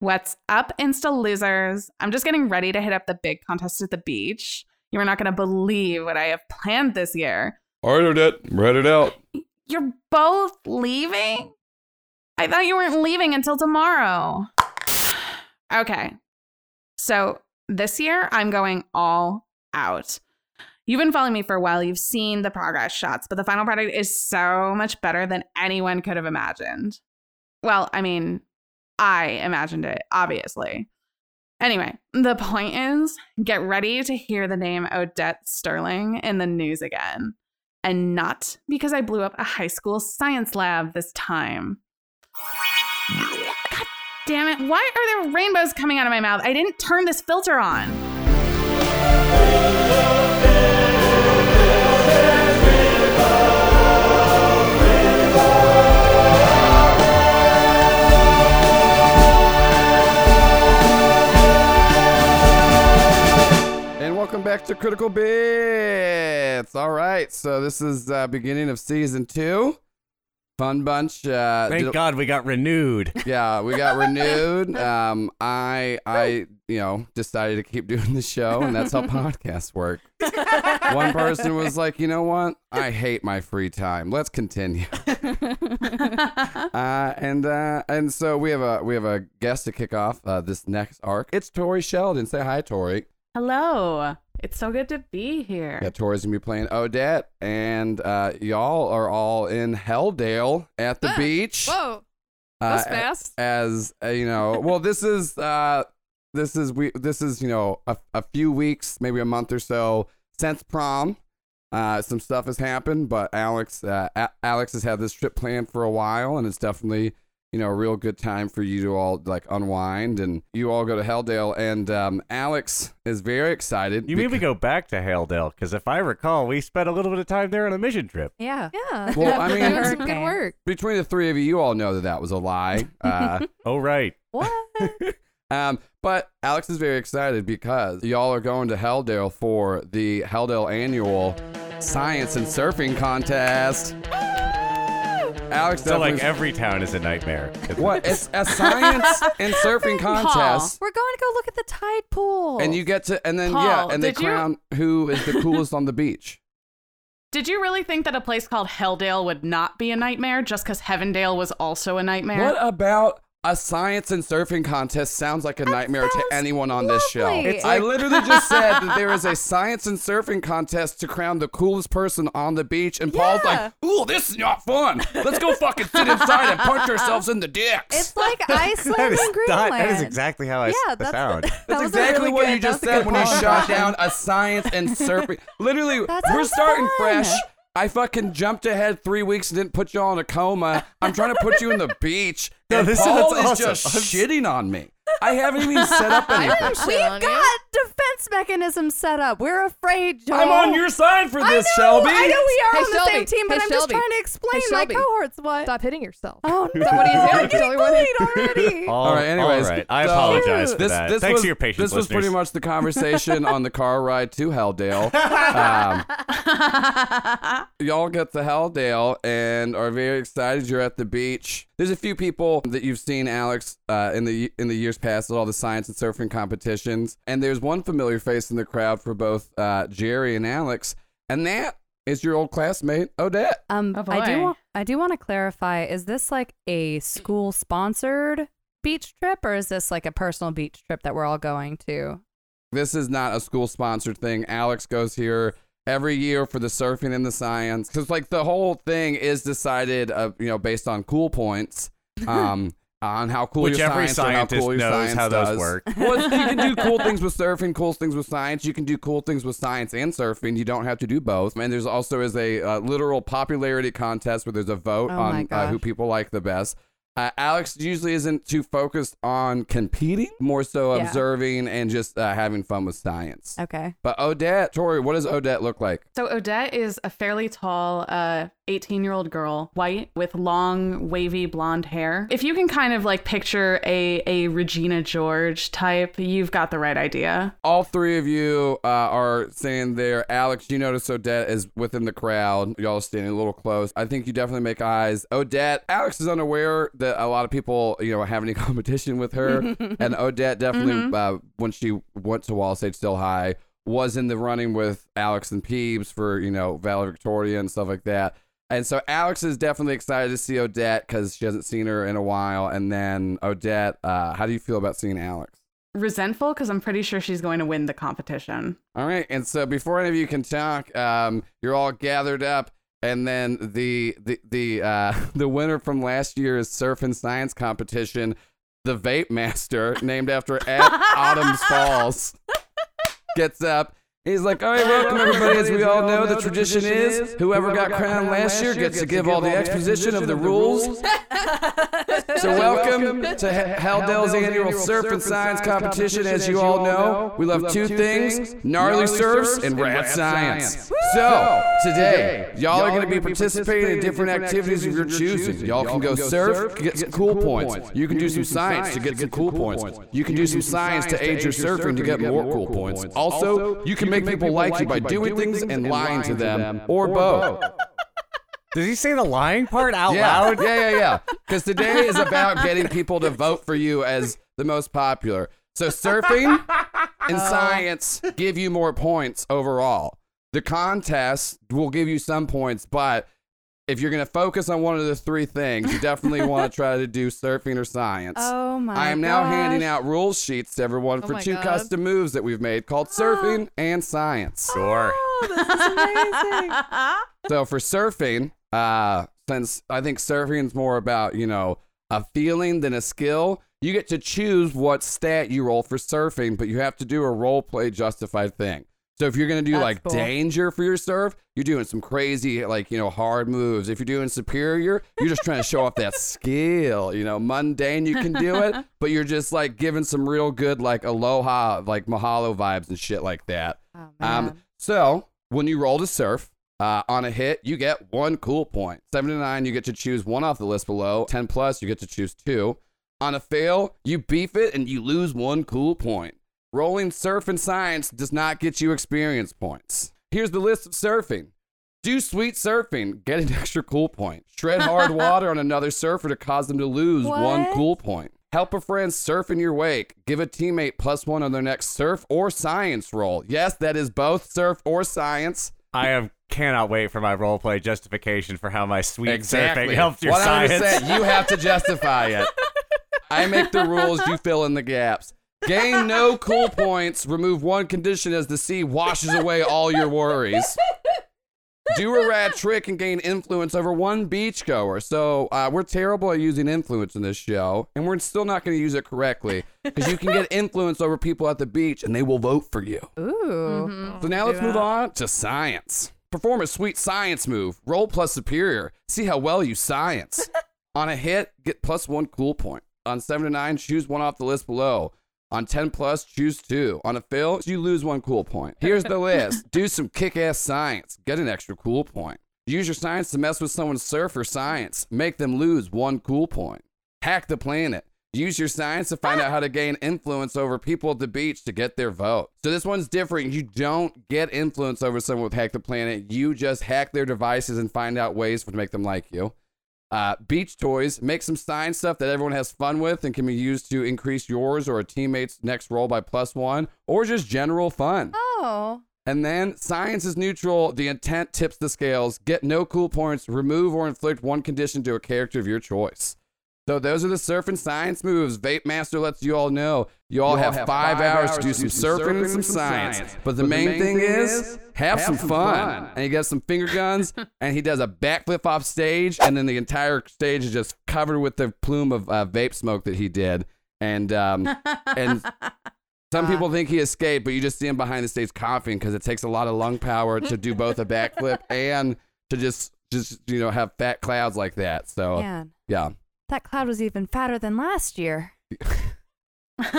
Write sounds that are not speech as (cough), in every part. What's up, Insta losers? I'm just getting ready to hit up the big contest at the beach. You are not going to believe what I have planned this year. All right, Odette, write it out. You're both leaving? I thought you weren't leaving until tomorrow. (sighs) Okay. So this year, I'm going all out. You've been following me for a while. You've seen the progress shots, but the final product is so much better than anyone could have imagined. Well, I mean, I imagined it, obviously. Anyway, the point is get ready to hear the name Odette Sterling in the news again. And not because I blew up a high school science lab this time. God damn it, why are there rainbows coming out of my mouth? I didn't turn this filter on. (laughs) (laughs) And welcome back to Critical Bits. All right, so this is uh, beginning of season two. Fun bunch. Uh, Thank did- God we got renewed. (laughs) Yeah, we got (laughs) renewed. Um, I, I, you know, decided to keep (laughs) doing the show, and (laughs) that's how podcasts work. One person was like, you know what? I hate my free time. Let's (laughs) continue. Uh, and uh, and so we have a we have a guest to kick off uh, this next arc. It's Tori Sheldon. Say hi, Tori. Hello. It's so good to be here. Yeah, Tori's gonna be playing Odette, and uh, y'all are all in Helldale at the Ah, beach. uh, Whoa, that's fast. As uh, you know, well, this is uh, this is we this is you know a, a few weeks, maybe a month or so since prom. Uh, some stuff has happened, but Alex uh, A- Alex has had this trip planned for a while, and it's definitely you know a real good time for you to all like unwind and you all go to Helldale, and um, Alex is very excited. You mean we go back to Haledale? Because if I recall, we spent a little bit of time there on a mission trip. Yeah. Yeah. Well, (laughs) I mean- doing some good Hurricane. work. between the three of you, you all know that that was (laughs) a lie. Uh, Oh, right. What? um, but Alex is very excited because y'all are going to Helldale for the Helldale annual science and surfing contest. Alex So, like, definitely- every town is a nightmare. (laughs) what? It's a science (laughs) and surfing contest. We're going to go look at the tide pool. And you get to, and then Paul, yeah, and they did you- crown who is the coolest on the beach. Did you really think that a place called Helldale would not be a nightmare just because Heavendale was also a nightmare? What about a science and surfing contest sounds like a nightmare to sounds anyone on this show. lovely. It's I literally just said that there (laughs) is a science and surfing contest to crown the coolest person on the beach, and Paul's like, "Ooh, this is not fun. Let's go fucking sit inside and punch ourselves in the dicks." It's like Iceland that, is and not- Greenland. that is exactly how I s- Yeah, the (laughs) that's sound. that That's was a exactly really what good- you that just was a said good when you Paul shot impression. down a science and surfing. (laughs) Literally, That we're sounds starting fun. fresh. I fucking jumped ahead three weeks and didn't put you all in a coma. I'm trying to put you in the (laughs) beach. No, and this is- Paul is that's just awesome. I'm s- shitting on me. I haven't even set (laughs) up anything. Shit on We've you. got defense mechanisms set up. We're afraid, Joel. I'm on your side for I know, this, Shelby. I know we are Hey, on the Shelby. same team, but Hey, I'm Shelby. just trying to explain Hey, my Shelby. cohorts what. Stop hitting yourself. (laughs) Oh no! what are you doing? I'm getting Tell her bullied what- (laughs) already. (laughs) All, All right. Anyways, all right. I so- apologize for this, that. this Thanks was, for your patience, This was pretty listeners. much the conversation on the car ride to Helldale. Um, (laughs) (laughs) y'all get to Helldale and are very excited. You're at the beach. There's a few people that you've seen, Alex, uh, in the in the years past at all the science and surfing competitions, and there's one familiar face in the crowd for both uh, Jerry and Alex, and that is your old classmate Odette. Um, Oh, I do. boy. wa- I do want to clarify: is this like a school-sponsored beach trip, or is this like a personal beach trip that we're all going to? This is not a school sponsored thing. Alex goes here every year for the surfing and the science because like the whole thing is decided uh, you know based on cool (laughs) points um on how cool Which your every science and how scientist cool your knows science how those does. work. (laughs) well it's- you can do (laughs) cool things with surfing cool things with science you can do cool things with science and surfing you don't have to do both and there's also is a uh, literal popularity contest where there's a vote Oh my on uh, who gosh. people like the best uh, Alex usually isn't too focused on competing, more so Yeah. observing and just uh, having fun with science. Okay. But Odette, Tori, what does Odette look like? so Odette is a fairly tall, uh, 18 year old girl, white with long, wavy blonde hair. If you can kind of like picture a, a Regina George type, you've got the right idea. All three of you uh, are saying there. Alex, you notice Odette is within the crowd. Y'all are standing a little close. I think you definitely make eyes. Odette, Alex is unaware that a lot of people, you know, have any (laughs) competition with her. and Odette definitely, uh, when she went to Wall State Still High, was in the running with Alex and Peebs for, you know, valedictorian and stuff like that. And so Alex is definitely excited to see Odette because she hasn't seen her in a while. And then Odette, uh, how do you feel about seeing Alex? Resentful because I'm pretty sure she's going to win the competition. All right, and so before any of you can talk, um, you're all gathered up, and then the the the uh, (laughs) the winner from last year's surf and science competition, the Vape Master, named after at (laughs) Autumn's Falls, gets up. He's like, all right, welcome everybody. As we all know, the tradition is whoever got crowned last year gets to give all the exposition of the rules. So welcome to Haldale's annual Surf and Science Competition. As you all know, we love two things, gnarly surfs and rad science. So today, y'all are going to be participating in different activities of your choosing. Y'all can go surf to get some cool points. You can do some science to get some cool points. You can do some science to aid your surfing to get more cool points. Also, you can make people like you by doing things and lying to them, or both. Did he say the lying part out Yeah, loud? yeah, yeah, yeah. Because today is about getting people to vote for you as the most popular. So surfing and science give you more points overall. The contest will give you some points, but if you're going to focus on one of the three things, you definitely want to try to do surfing or science. Oh my I am now handing gosh. out rule sheets to everyone for my two God. custom moves that we've made called surfing and science. Sure. So for surfing, uh, since I think surfing is more about you know a feeling than a skill, you get to choose what stat you roll for surfing, but you have to do a role play justified thing. So if you're gonna do That's like cool. danger for your surf, you're doing some crazy like you know hard moves. If you're doing superior, you're just trying to show off (laughs) that skill. You know, mundane you can do it, but you're just like giving some real good like aloha like mahalo vibes and shit like that. Oh, man. Um, so when you roll to surf uh, on a hit, you get one cool point. Seven to nine, you get to choose one off the list below. Ten plus, you get to choose two. On a fail, you beef it and you lose one cool point. Rolling surf and science does not get you experience points. Here's the list of surfing. Do sweet surfing, get an (laughs) extra cool point. Shred hard water on another surfer to cause them to lose one What? cool point. Help a friend surf in your wake. Give a teammate plus one on their next surf or science roll. Yes, that is both surf or science. I am cannot wait for my roleplay justification for how my sweet surfing helped your 100%. science. You have to justify it. I make the rules, you fill in the gaps. Gain no cool points. Remove one condition as the sea washes away all your worries. Do a rad trick and gain influence over one beachgoer. So uh, we're terrible at using influence in this show, and we're still not going to use it correctly because you can get influence over people at the beach, and they will vote for you. Ooh. So now let's move on to science. Perform a sweet science move. Roll plus superior. See how well you science. on a hit, get plus one cool point. On seven to nine, choose one off the list below. On 10 plus, choose two. On a fail, you lose one cool point. Here's the list do some kick ass science. Get an extra cool point. Use your science to mess with someone's surf or science. Make them lose one cool point. Hack the planet. Use your science to find out how to gain influence over people at the beach to get their vote. So this one's different. You don't get influence over someone with Hack the Planet. You just hack their devices and find out ways to make them like you. Uh, beach toys, make some science stuff that everyone has fun with and can be used to increase yours or a teammate's next roll by plus one, or just general fun. Oh. And then science is neutral. The intent tips the scales. Get no cool points. Remove or inflict one condition to a character of your choice. So those are the surf and science moves. Vape Master lets you all know you all, have, five, hours, to do some surfing and some science. But the main, thing, is, have, some, fun. And he gets some finger guns, and he does a backflip off stage, and then the entire stage is just covered with the plume of uh, vape smoke that he did. And um, (laughs) and some people think he escaped, but you just see him behind the stage coughing because it takes a lot of lung power to do both a backflip and to just just you know have fat clouds like that. So Man. yeah, That cloud was even fatter than last year. well,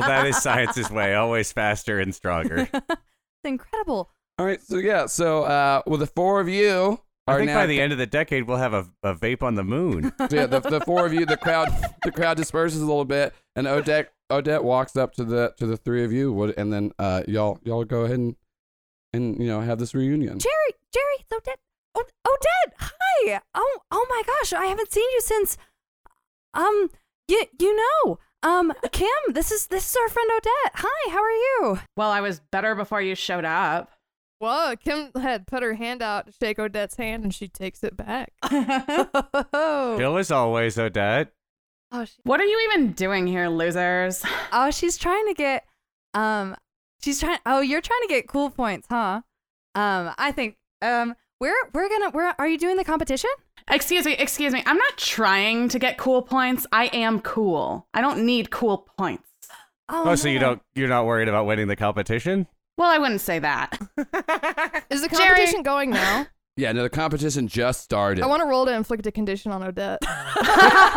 that is science's way, always faster and stronger. it's incredible. All right, so yeah, so uh, with the four of you, I are think now (laughs) by the end of the decade, we'll have a, a vape on the moon. So, yeah, the, the four of you, the crowd, the crowd disperses a little bit, and Odette Odette walks up to the to the three of you, what- and then uh, y'all y'all go ahead and and you know have this reunion. Jerry, Jerry, it's Odette. Oh, Odette, hi. Oh, oh my gosh, I haven't seen you since. Um, you, you know, um, Kim, this is this is our friend Odette. Hi, how are you? Well, I was better before you showed up. Whoa, Kim had put her hand out to shake Odette's hand and she takes it back. oh, Still as always, Odette. Oh, she, What are you even doing here, losers? (laughs) Oh, she's trying to get, um, she's trying. Oh, you're trying to get cool points, huh? Um, I think, um, we're we're gonna we're are you doing the competition? Excuse me, excuse me. I'm not trying to get cool points. I am cool. I don't need cool points. Oh, so you man. don't you're not worried about winning the competition? Well, I wouldn't say that. (laughs) is the Jerry. competition going now? Yeah, no, the competition just started. I want to roll to inflict a condition (laughs) on Odette.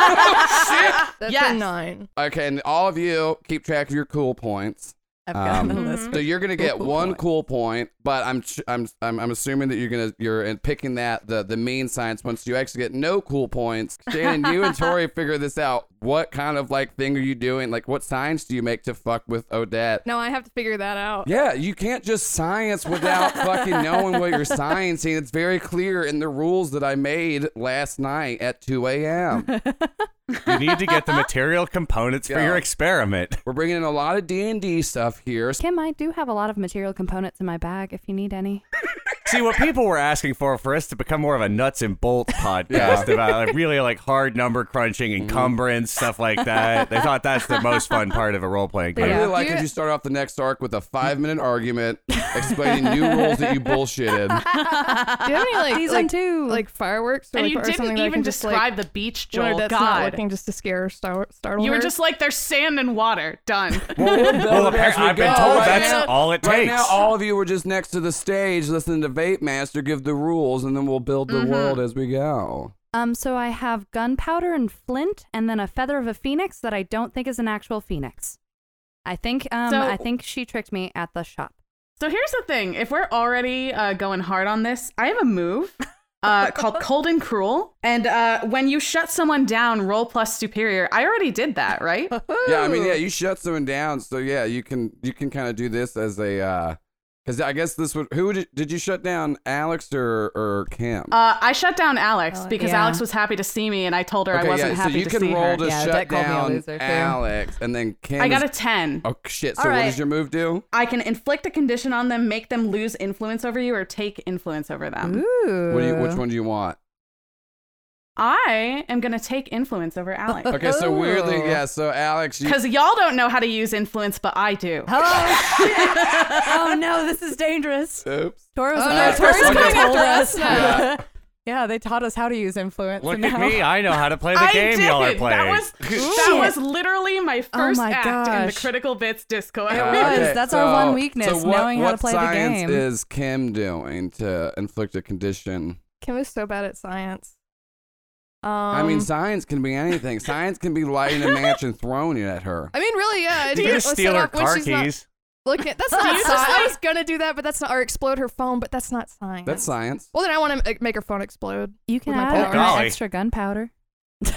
That's Yes. a nine. okay, and all of you keep track of your cool points. I've got Um, the list. So you're gonna get Cool one point. cool point, but I'm ch- I'm I'm I'm assuming that you're gonna you're and picking that the the mean science one, so you actually get no cool points. Shannon, you and (laughs) Tori figure this out. What kind of like thing are you doing? Like, what science do you make to fuck with Odette? No, I have to figure that out. Yeah, you can't just science without fucking knowing (laughs) what you're sciencing. It's very clear in the rules that I made last night at 2 a.m. (laughs) You need to get the material components for Yeah. your experiment. We're bringing in a lot of D and D stuff here. Kim, I do have a lot of material components in my bag if you need any. See what people were asking for for us to become more of a nuts and bolts podcast about like, really like hard number crunching, encumbrance, stuff like that. They thought that's the most fun part of a role playing I game. really like Do if you- you start off the next arc with a five-minute argument explaining new rules that you bullshitted. Do you have any like Season like, two. like fireworks or, and like, you or something didn't that I even can just, like, describe the beach, when Joel. Odette's not God. looking just to scare or star- startle You were her? just like, there's sand and water. (laughs) Done. Well, apparently, I've been go. told Right that's now- all it takes. Right now, all of you were just next to the stage listening to Vape Master give the rules, and then we'll build the world as we go. Um, so I have gunpowder and flint, and then a feather of a phoenix that I don't think is an actual phoenix. I think um, So- I think she tricked me at the shop. So here's the thing: if we're already uh, going hard on this, I have a move uh, (laughs) called Cold and Cruel, and uh, when you shut someone down, roll plus superior. I already did that, (laughs) right? Uh, Yeah, I mean, yeah, you shut someone down, so yeah, you can you can kind of do this as a uh, because I guess this would who would you, did you shut down, Alex or or Kim? Uh, I shut down Alex Alex. because Yeah. Alex was happy to see me, and I told her I wasn't yeah, happy so you to can see roll her. to Yeah, shut that called me a down loser, too. Alex, and then Kim. I got a is- ten. oh shit! So All what right. does your move do? I can inflict a condition on them, make them lose influence over you, or take influence over them. Ooh. What do you, which one do you want? I am gonna take influence over Alex Okay, so weirdly, Oh. yeah. So Alex, you, because y'all don't know how to use influence, but I (laughs) do. Oh, (laughs) shit. oh no, this is dangerous. (laughs) oops. Tora was Oh, the no, first Tora's person coming who after told us us. now. (laughs) yeah, they taught us how to use influence. Look and at now- (laughs) me. I know how (laughs) to play the I game did. y'all are playing. That was that was literally my Oh first my act in the gosh. Critical Bits Discord. It was. That's our one weakness, Ah, So what, knowing how what to play the science game. is Kim doing to inflict a condition? Kim is so bad at science. Um, I mean, science can be anything. science can be lighting a match (laughs) and throwing it at her. I mean, really, yeah. I you did could it- just set steal her up when car she's not keys. Looking, (laughs) that's Do not you science. just, I like- was gonna do that, but that's not. Or explode her phone, but that's not science. That's science. Well, then I want to make her phone explode. You can With my add an power. Golly. extra gunpowder.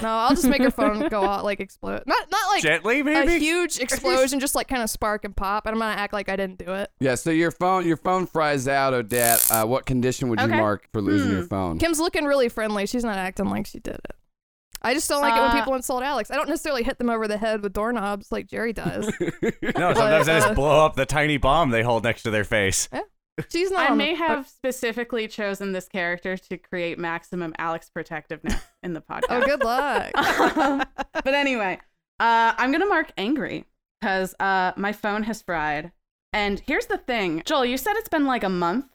No, I'll just make her phone go out like explode. Not not like Gently, a maybe? huge explosion, just like kind of spark and pop. And I'm gonna act like I didn't do it. Yeah. So your phone, your phone fries out, Odette. Uh, what condition would you Okay. mark for losing Hmm. your phone? Kim's looking really friendly. She's not acting like she did it. I just don't like it Uh, when people insult Alex. I don't necessarily hit them over the head with doorknobs like Jerry does. (laughs) (laughs) No, sometimes I uh, just blow up the tiny bomb they hold next to their face. She's not. Um, I on may the- have specifically chosen this character to create maximum Alex protectiveness in the (laughs) (laughs) Oh, podcast. (laughs) good luck. but anyway, uh, I'm gonna mark angry because uh, my phone has fried. And here's the thing, Joel. You said it's been like a month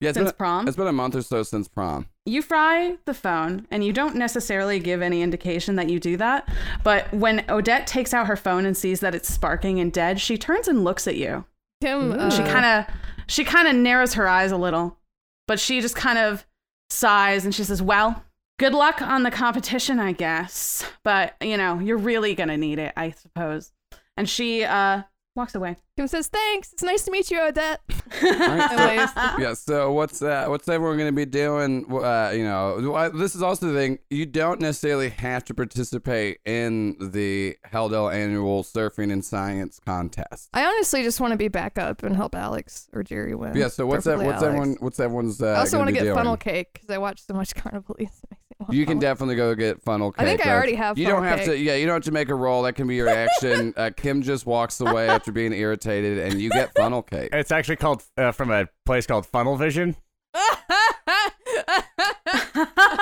yeah, it's been since a- prom. It's been a month or so since (laughs) prom. you fry the phone and you don't necessarily give any indication that you do that but when odette takes out her phone and sees that it's sparking and dead she turns and looks at you Kim, Ooh. uh, she kind of she kind of narrows her eyes a little but she just kind of sighs and she says well good luck on the competition i guess but you know you're really gonna need it i suppose and she uh walks away. Kim says, "Thanks. It's nice to meet you, (laughs) Odette." Alright, so- Anyways, (laughs) yeah. So what's uh, what's everyone going to be doing? Uh, you know, I- this is also the thing. You don't necessarily have to participate in the Heldell Annual Surfing and Science Contest. I honestly just want to be back up and help Alex or Jerry win. Yeah. So what's that? Preferably What's Alex. everyone? What's everyone's? Uh, I also going want to to get doing? funnel cake because I watch so much (laughs) Carnivalese. It makes me want You can funnel- definitely go get funnel I cake. think I though. already have You funnel don't have cake. to. Yeah, you don't have to make a roll. That can be (laughs) your action. uh, Kim just walks away after being irritated, and you get funnel cake. It's actually called uh, from a place called Funnel (laughs) Vision,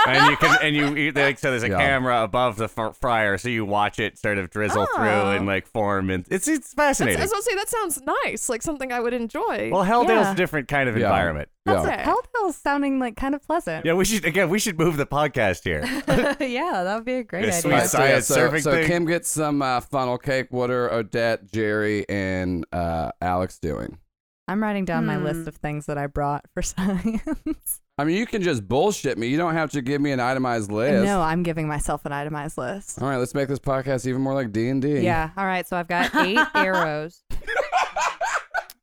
and you can and you, you like so there's a Yeah. camera above the fr- fryer, so you watch it sort of drizzle through Oh. and like form, and it's it's That's, fascinating. I was gonna say that sounds nice, like something I would enjoy. well, Helldale's Yeah. a different kind of Yeah. environment. That's yeah. it. Hellbell's sounding like kind of pleasant. Yeah, we should again. We should move the podcast here. (laughs) yeah, that would be a great Yes, idea. we- Science so, surfing so thing. Kim gets some uh, funnel cake. What are Odette, Jerry, and uh, Alex doing? I'm writing down my Hmm. list of things that I brought for (laughs) science. I mean, you can just bullshit me. You don't have to give me an itemized list. No, I'm giving myself an itemized list. All right, let's make this podcast even more like D and D. Yeah. All right. So I've got eight arrows.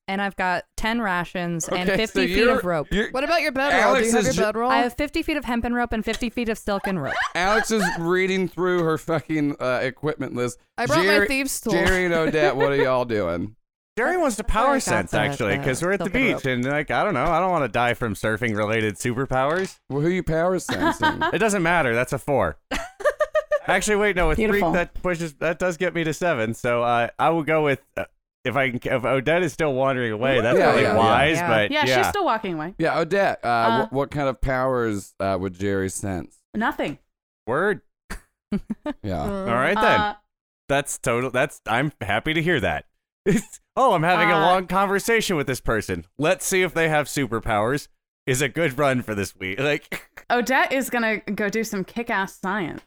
And I've got 10 rations (laughs) and Okay, 50 so feet you're- of rope. you're- what about your bed roll? Do Alex you have your is ju- bed roll? I have 50 feet of hempen rope and 50 feet of silken rope. Alex is reading through her fucking uh, equipment list. I brought my Jerry- thieves tool. Jerry and Odette, what are y'all doing? Jerry wants to where I power got sense the- actually the- because we're at the the rope. beach and like I don't know, I don't want to die from surfing related superpowers. Well, who you power sensing? It doesn't matter. That's (laughs) a four. Actually, wait, no, with Beautiful. three that pushes that does get me to seven. So uh, I will go with uh, if I can, if Odette is still wandering away, that's Yeah, probably yeah, yeah. wise. Yeah. But Yeah, she's still walking away. yeah, Odette, uh, Uh, wh- what kind of powers uh, would Jerry sense? Nothing. word. Yeah. All right then, Uh, that's total. That's I'm happy to hear that. (laughs) oh, I'm having a Uh, long conversation with this person. Let's see if they have superpowers. Is a good run for this week. Like (laughs) Odette is gonna go do some kick-ass science.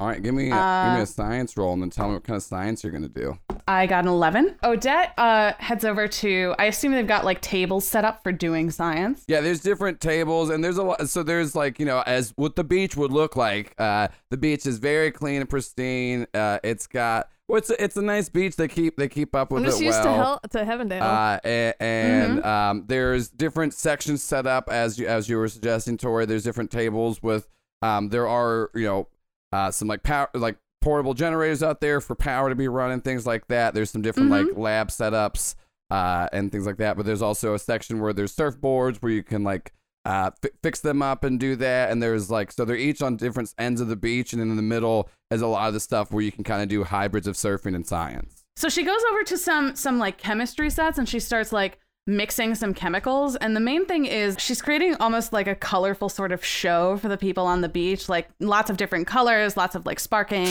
All right, give me a, give me Uh, a science roll and then tell me what kind of science you're gonna do. I got an 11. Odette uh, heads over to, I assume they've got like tables set up for doing science. Yeah, there's different tables, and there's a lot. So there's like you know, as what the beach would look like. Uh, the beach is very clean and pristine. Uh, it's got well, it's a, it's a nice beach. They keep they keep up with I'm just it used well. to hell to Heavendale. Uh, and and um, there's different sections set up as you as you were suggesting, Tori. There's different tables with um, there are you know uh, some like power like portable generators out there for power to be running things like that. There's some different like lab setups uh, and things like that. But there's also a section where there's surfboards where you can like. Uh, fi fix them up and do that, and there's like so they're each on different ends of the beach, and in the middle is a lot of the stuff where you can kind of do hybrids of surfing and science. So she goes over to some some like chemistry sets and she starts like mixing some chemicals and the main thing is she's creating almost like a colorful sort of show for the people on the beach like lots of different colors lots of like sparking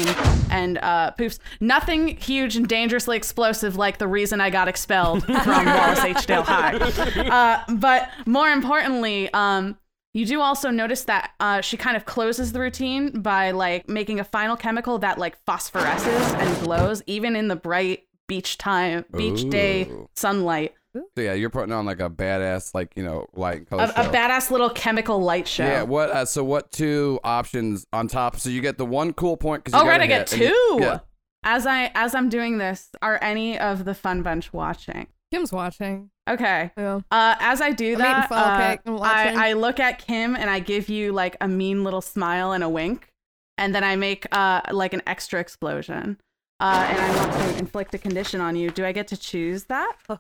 and uh poofs nothing huge and dangerously explosive like the reason i got expelled from (laughs) wallace h dale high uh, but more importantly um you do also notice that uh, she kind of closes the routine by like making a final chemical that like phosphoresces and glows even in the bright beach time, beach day Ooh. sunlight. So yeah, you're putting on like a badass, like you know, light and color. A, show. a badass little chemical light show. Yeah. What? Uh, so what? Two options on top. So you get the one cool point. Cause you oh right, gotta I get hit, two. and you- yeah. As I as I'm doing this, are any of the fun bunch watching? Kim's watching. Okay. Yeah. Uh, as I do I'm that, eating funnel uh, cake and watching. I, I look at Kim and I give you like a mean little smile and a wink, and then I make uh, like an extra explosion. Uh, and I want to inflict a condition on you. Do I get to choose that? So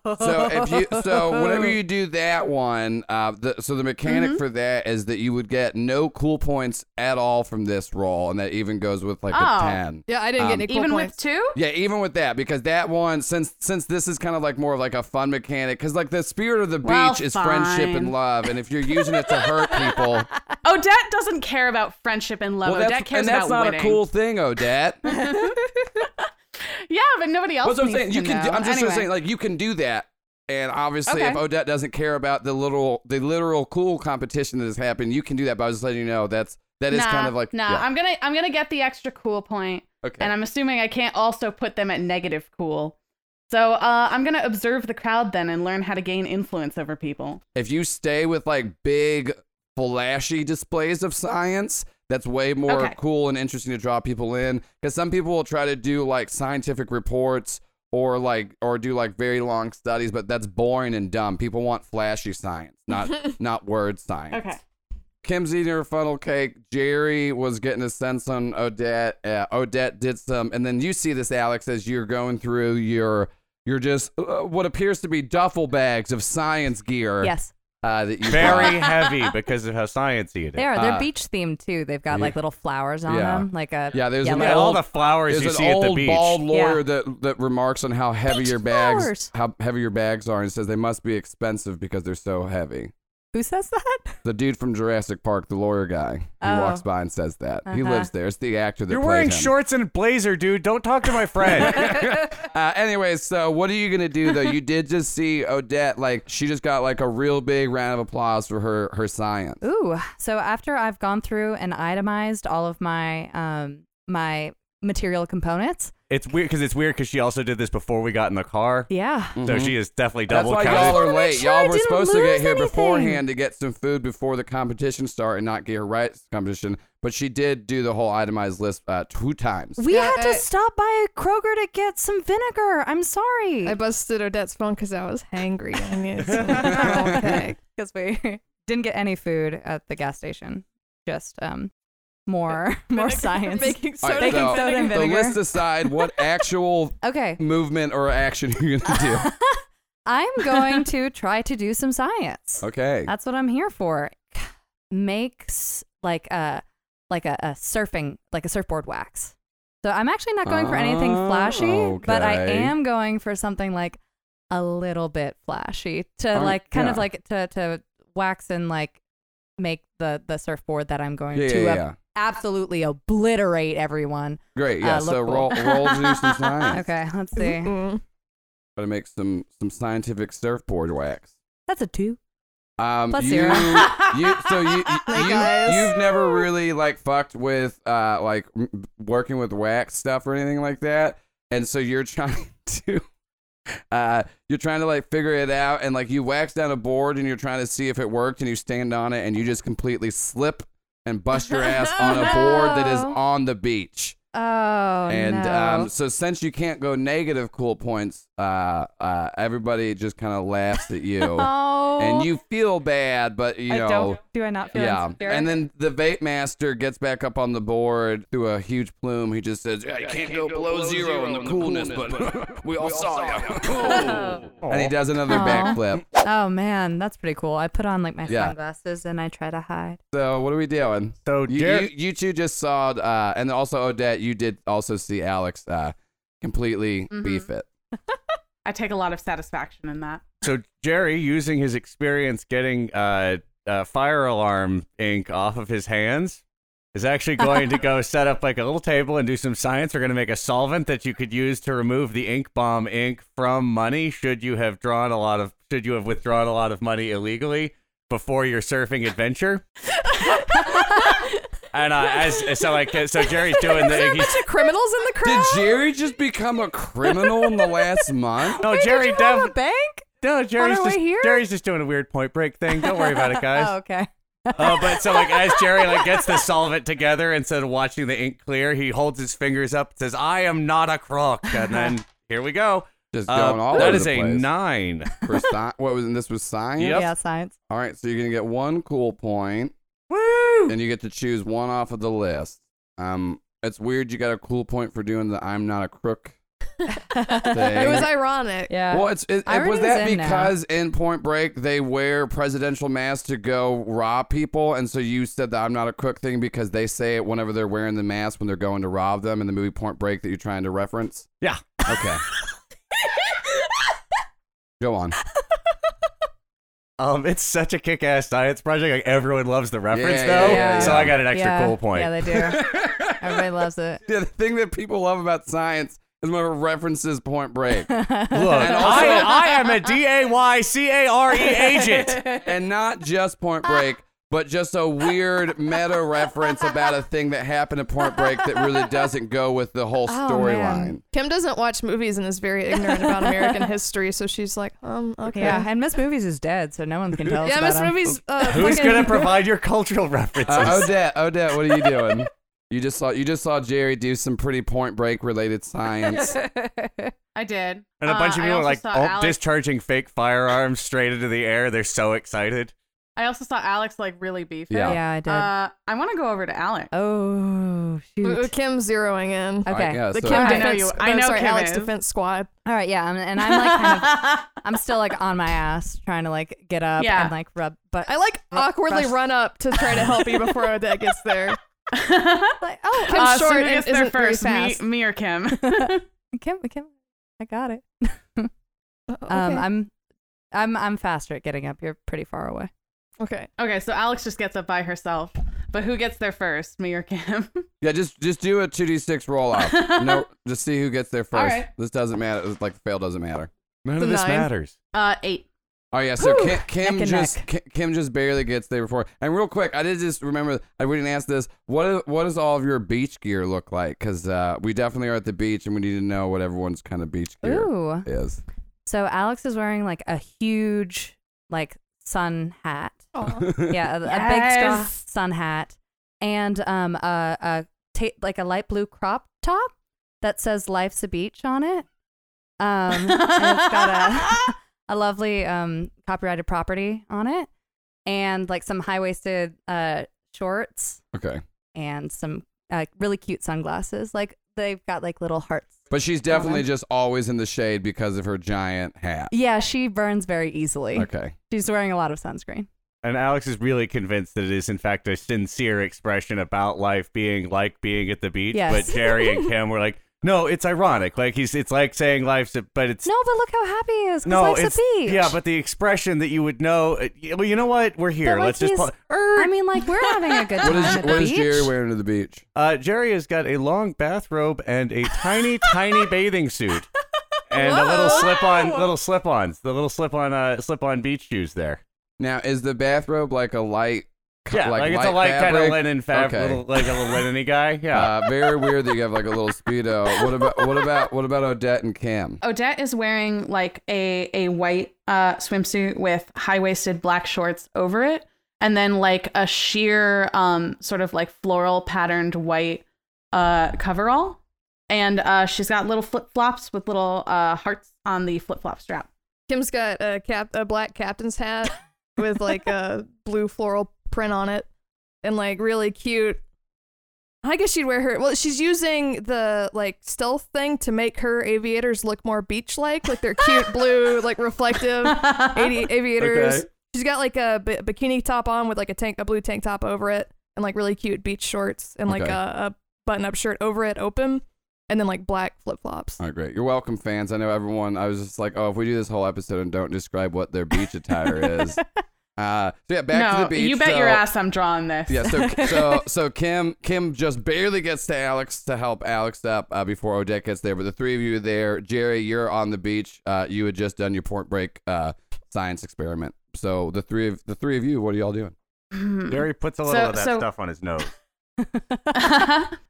if (laughs) you so whenever you do that one, uh, the, so the mechanic Mm-hmm. for that is that you would get no cool points at all from this roll, and that even goes with like a Oh. ten. Yeah, I didn't Um, get any cool Even points. with two? Yeah, even with that, because that one, since since this is kind of like more of like a fun mechanic, because like the spirit of the beach Well, is friendship and fine. love, and if you're using it to hurt people, (laughs) Odette Oh, doesn't care about friendship and love. well, Odette that's, cares and that's about not winning. a cool thing, (laughs) oh, Odette. Yeah, but nobody else. That's what I'm needs saying. to You can. Do, know. I'm just Anyway. saying, like, you can do that. And obviously, if Okay. Odette doesn't care about the literal, the literal cool competition that has happened, you can do that. But I was just letting you know that's that is nah, kind of like nah. yeah. I'm gonna I'm gonna get the extra cool point, okay. and I'm assuming I can't also put them at negative cool. So uh, I'm gonna observe the crowd then and learn how to gain influence over people. if you stay with like big, flashy displays of science, that's way more Okay. cool and interesting to draw people in. Because some people will try to do like scientific reports or like or do like very long studies, but that's boring and dumb. People want flashy science, (laughs) not not word science. Okay. Kim's eating her funnel cake. Jerry was getting a sense on Odette. Uh, Odette did some, and then you see this, Alex, as you're going through your your just uh, what appears to be duffel bags of science gear. Yes. Uh, that you Very bought. heavy because of how science it is. They are. They're Uh, beach themed too. They've got yeah. like little flowers on Yeah. them, like a Yeah, there's an yellow. Yeah, all the flowers There's you an see old at the beach. bald lawyer Yeah. that that remarks on how heavy Beach your bags flowers. how heavy your bags are and says they must be expensive because they're so heavy. Who says that? The dude from Jurassic Park, the lawyer guy, he Oh. walks by and says that. He Uh-huh. lives there. It's the actor that You're played wearing him. shorts and a blazer, dude. Don't talk to my friend. (laughs) Uh, anyways, so what are you gonna do though? You did just see Odette, like she just got like a real big round of applause for her her science. Ooh. So after I've gone through and itemized all of my um my material components, it's weird because it's weird because she also did this before we got in the car. yeah. Mm-hmm. So she is definitely That's double why counted. y'all are wanna make late. sure I y'all were didn't supposed to get lose here anything. beforehand to get some food before the competition start and not get her rights competition. But she did do the whole itemized list uh, two times. We Yeah, had to I- stop by a Kroger to get some vinegar. I'm sorry. I busted Odette's phone because I was hangry. I needed (laughs) some (laughs) funnel cake. because we didn't get any food at the gas station. Just um, more (laughs) (laughs) more science. Baking All soda. right, Baking soda and so vinegar. let's decide (laughs) what actual Okay, movement or action you're gonna do. (laughs) I'm going to try to do some science. Okay. That's what I'm here for. Makes like a like a, a surfing like a surfboard wax. So I'm actually not going for anything Oh, flashy, but I okay. am going for something like a little bit flashy to Oh, like kind of yeah. like to to wax and like make the the surfboard that I'm going Yeah, yeah, to yeah, ab- yeah. absolutely obliterate everyone. Great. Yeah. Uh, look so cool. roll, roll to do (laughs) some science. Okay, let's see. Mm-hmm. Mm-mm. Gotta make some some scientific surfboard wax. That's a two. Um, Plus you, zero. you, so (laughs) you, you, guys. you've never really like fucked with uh like m- working with wax stuff or anything like that, and so you're (laughs) trying to, uh, you're trying to like figure it out, and like you wax down a board, and you're trying to see if it worked, and you stand on it, and you just completely slip and bust your (laughs) ass on a board that is No. on the beach. Oh and no. um, so since you can't go negative cool points, uh, uh, everybody just kind of laughs at (laughs) you. oh, and you feel bad, but you I know, don't. Do I not feel yeah. insecure? And then the vape master gets back up on the board through a huge plume. He just says, "Yeah, you can't, go, below, zero, in the coolness, but (laughs) we all saw (laughs) you." and he does another Aw. backflip. Oh man, that's pretty cool. I put on like my Yeah. sunglasses and I try to hide. So what are we doing? So You, Jer- you, you two just saw, uh, and also Odette, you did also see Alex uh, completely Mm-hmm. beef it. I take a lot of satisfaction in that. so Jerry, using his experience getting uh, uh, fire alarm ink off of his hands, is actually going (laughs) to go set up like a little table and do some science. We're going to make a solvent that you could use to remove the ink bomb ink from money. Should you have drawn a lot of, should you have withdrawn a lot of money illegally before your surfing adventure? (laughs) and uh, as so like so Jerry's doing the he's criminals in the Did Jerry just become a criminal in the last month? no Jerry def- bank? No, Jerry's our way just here? Jerry's just doing a weird point break thing. Don't worry about it, guys. (laughs) Oh, okay. Oh, but so like as Jerry like gets the solvent together instead of watching the ink clear, he holds his fingers up and says, "I am not a crook." And (laughs) then here we go. Just Uh, going all that over is the a place. nine. For sci- what was and this was science. Yep. Yeah, science. All right, so you're gonna get one cool point, Woo! and you get to choose one off of the list. Um, it's weird. You got a cool point for doing the "I'm not a crook" thing. It was ironic. Yeah. well, it's it, it, was Irony's that uh, in now. because in Point Break they wear presidential masks to go rob people, and so you said the "I'm not a crook" thing because they say it whenever they're wearing the mask when they're going to rob them in the movie Point Break that you're trying to reference. Yeah. Okay. go on. (laughs) (laughs) Um, it's such a kick-ass science project. Like everyone loves the reference Yeah, though. yeah, yeah, So yeah. I got an extra yeah. cool point. Yeah, they do. Everybody loves it. Yeah, the thing that people love about science is when it references Point Break. Look, And also- I, I am a D A Y C A R E agent. and not just Point Break, but just a weird meta reference about a thing that happened at Point Break that really doesn't go with the whole storyline. (laughs) Kim doesn't watch movies and is very ignorant about American history, so she's like, um, (laughs) okay. Yeah, and Miss Movies is dead, so no one can tell us Yeah, about Miss him. Movies. Uh, Who's fucking- gonna provide your cultural references? uh, Odette, Odette, what are you doing? You just saw you just saw Jerry do some pretty Point Break related science. I did. And a bunch Uh, I of people are also like saw oh, Alex- discharging fake firearms straight into the air. They're so excited. I also saw Alex like really beefing. Yeah. (laughs) yeah, I did. Uh, I want to go over to (laughs) Alex. oh shoot. Uh, Kim's zeroing in. I Okay. guess. The So- Kim I know defense. you- no, I know sorry, Kim Alex is. defense squad. All right, yeah, I'm, and I'm like kind of, I'm still like on my ass trying to like get up Yeah. and like rub, but (laughs) I like Oh, Ru- awkwardly rush- run up to try to help you before Odette gets (laughs) there. like oh Kim's Uh, so short who and gets isn't there very first, me, fast. me or Kim? (laughs) Kim, Kim, I got it. Uh, Um, okay. I'm, I'm, I'm faster at getting up. You're pretty far away. okay. okay, so Alex just gets up by herself. But who gets there first, me or Kim? yeah, just just do a two d six (laughs) roll off. no, just see who gets there first. All right. This doesn't matter. It's like the fail doesn't matter. None The of this nine. matters. Uh, eight. Oh yeah, so Whew. Kim, Kim Neck and just neck. Kim, Kim just barely gets there before. And real quick, I did just remember I we didn't ask this. What is, what does all of your beach gear look like? Because uh, we definitely are at the beach, and we need to know what everyone's kind of beach gear Ooh. is. So Alex is wearing like a huge like sun hat. Aw. Oh, Yeah, a, a big straw Yes. sun hat and um a a ta- like a light blue crop top that says "Life's a Beach" on it. Um, and it's got (laughs) a a lovely um copyrighted property on it, and like some high waisted uh shorts (laughs) okay, and some uh, really cute sunglasses. Like they've got like little hearts. but she's definitely just always in the shade because of her giant hat. Yeah, she burns very easily. (laughs) Okay, She's wearing a lot of sunscreen. And Alex is really convinced that it is, in fact, a sincere expression about life being like being at the beach. Yes. But Jerry and Kim were like, no, it's ironic. Like he's, it's like saying life's, a, but it's No, but look how happy he is. 'cause life's it's a beach. yeah, but the expression that you would know. uh, y- Well, you know what? We're here. But, like, Let's just. he's- pause. Er. (laughs) I mean, like we're having a good what time is at the what is beach. Jerry wearing to the beach? Uh, Jerry has got a long bathrobe and a tiny, (laughs) tiny bathing suit, and a little Whoa. slip-on, little slip-ons, the little slip-on, uh, slip-on beach shoes there. Now, is the bathrobe like a light? co- Yeah, like, it's a light kind of fabric? linen fabric, Okay. little, like a little linen guy. Yeah. Uh, very weird that you have like a little speedo. What about what about what about Odette and Cam? Odette is wearing like a a white uh, swimsuit with high waisted black shorts over it, and then like a sheer um sort of like floral patterned white uh coverall, and uh she's got little flip flops with little uh hearts on the flip flop strap. Kim's got a cap, a black captain's hat with like a blue floral print on it, and like really cute. I guess she'd wear her. Well, she's using the like stealth thing to make her aviators look more beach-like, like they're cute blue, like (laughs) reflective avi- aviators. Okay. She's got like a bi- bikini top on with like a tank, a blue tank top over it, and like really cute beach shorts, and like Okay. a, a button-up shirt over it, open, and then like black flip-flops. All right, great. You're welcome, fans. I know everyone. I was just like, oh, if we do this whole episode and don't describe what their beach (laughs) attire is, uh, so yeah, back to no, the beach. you bet so, your ass I'm drawing this. (laughs) Yeah, so so so Kim Kim just barely gets to Alex to help Alex up uh, before Odette gets there. But the three of you are there. Jerry, you're on the beach. Uh, you had just done your point break uh, science experiment. So the three of the three of you, what are y'all doing? Hmm. Jerry puts a little So- of that so- stuff on his nose.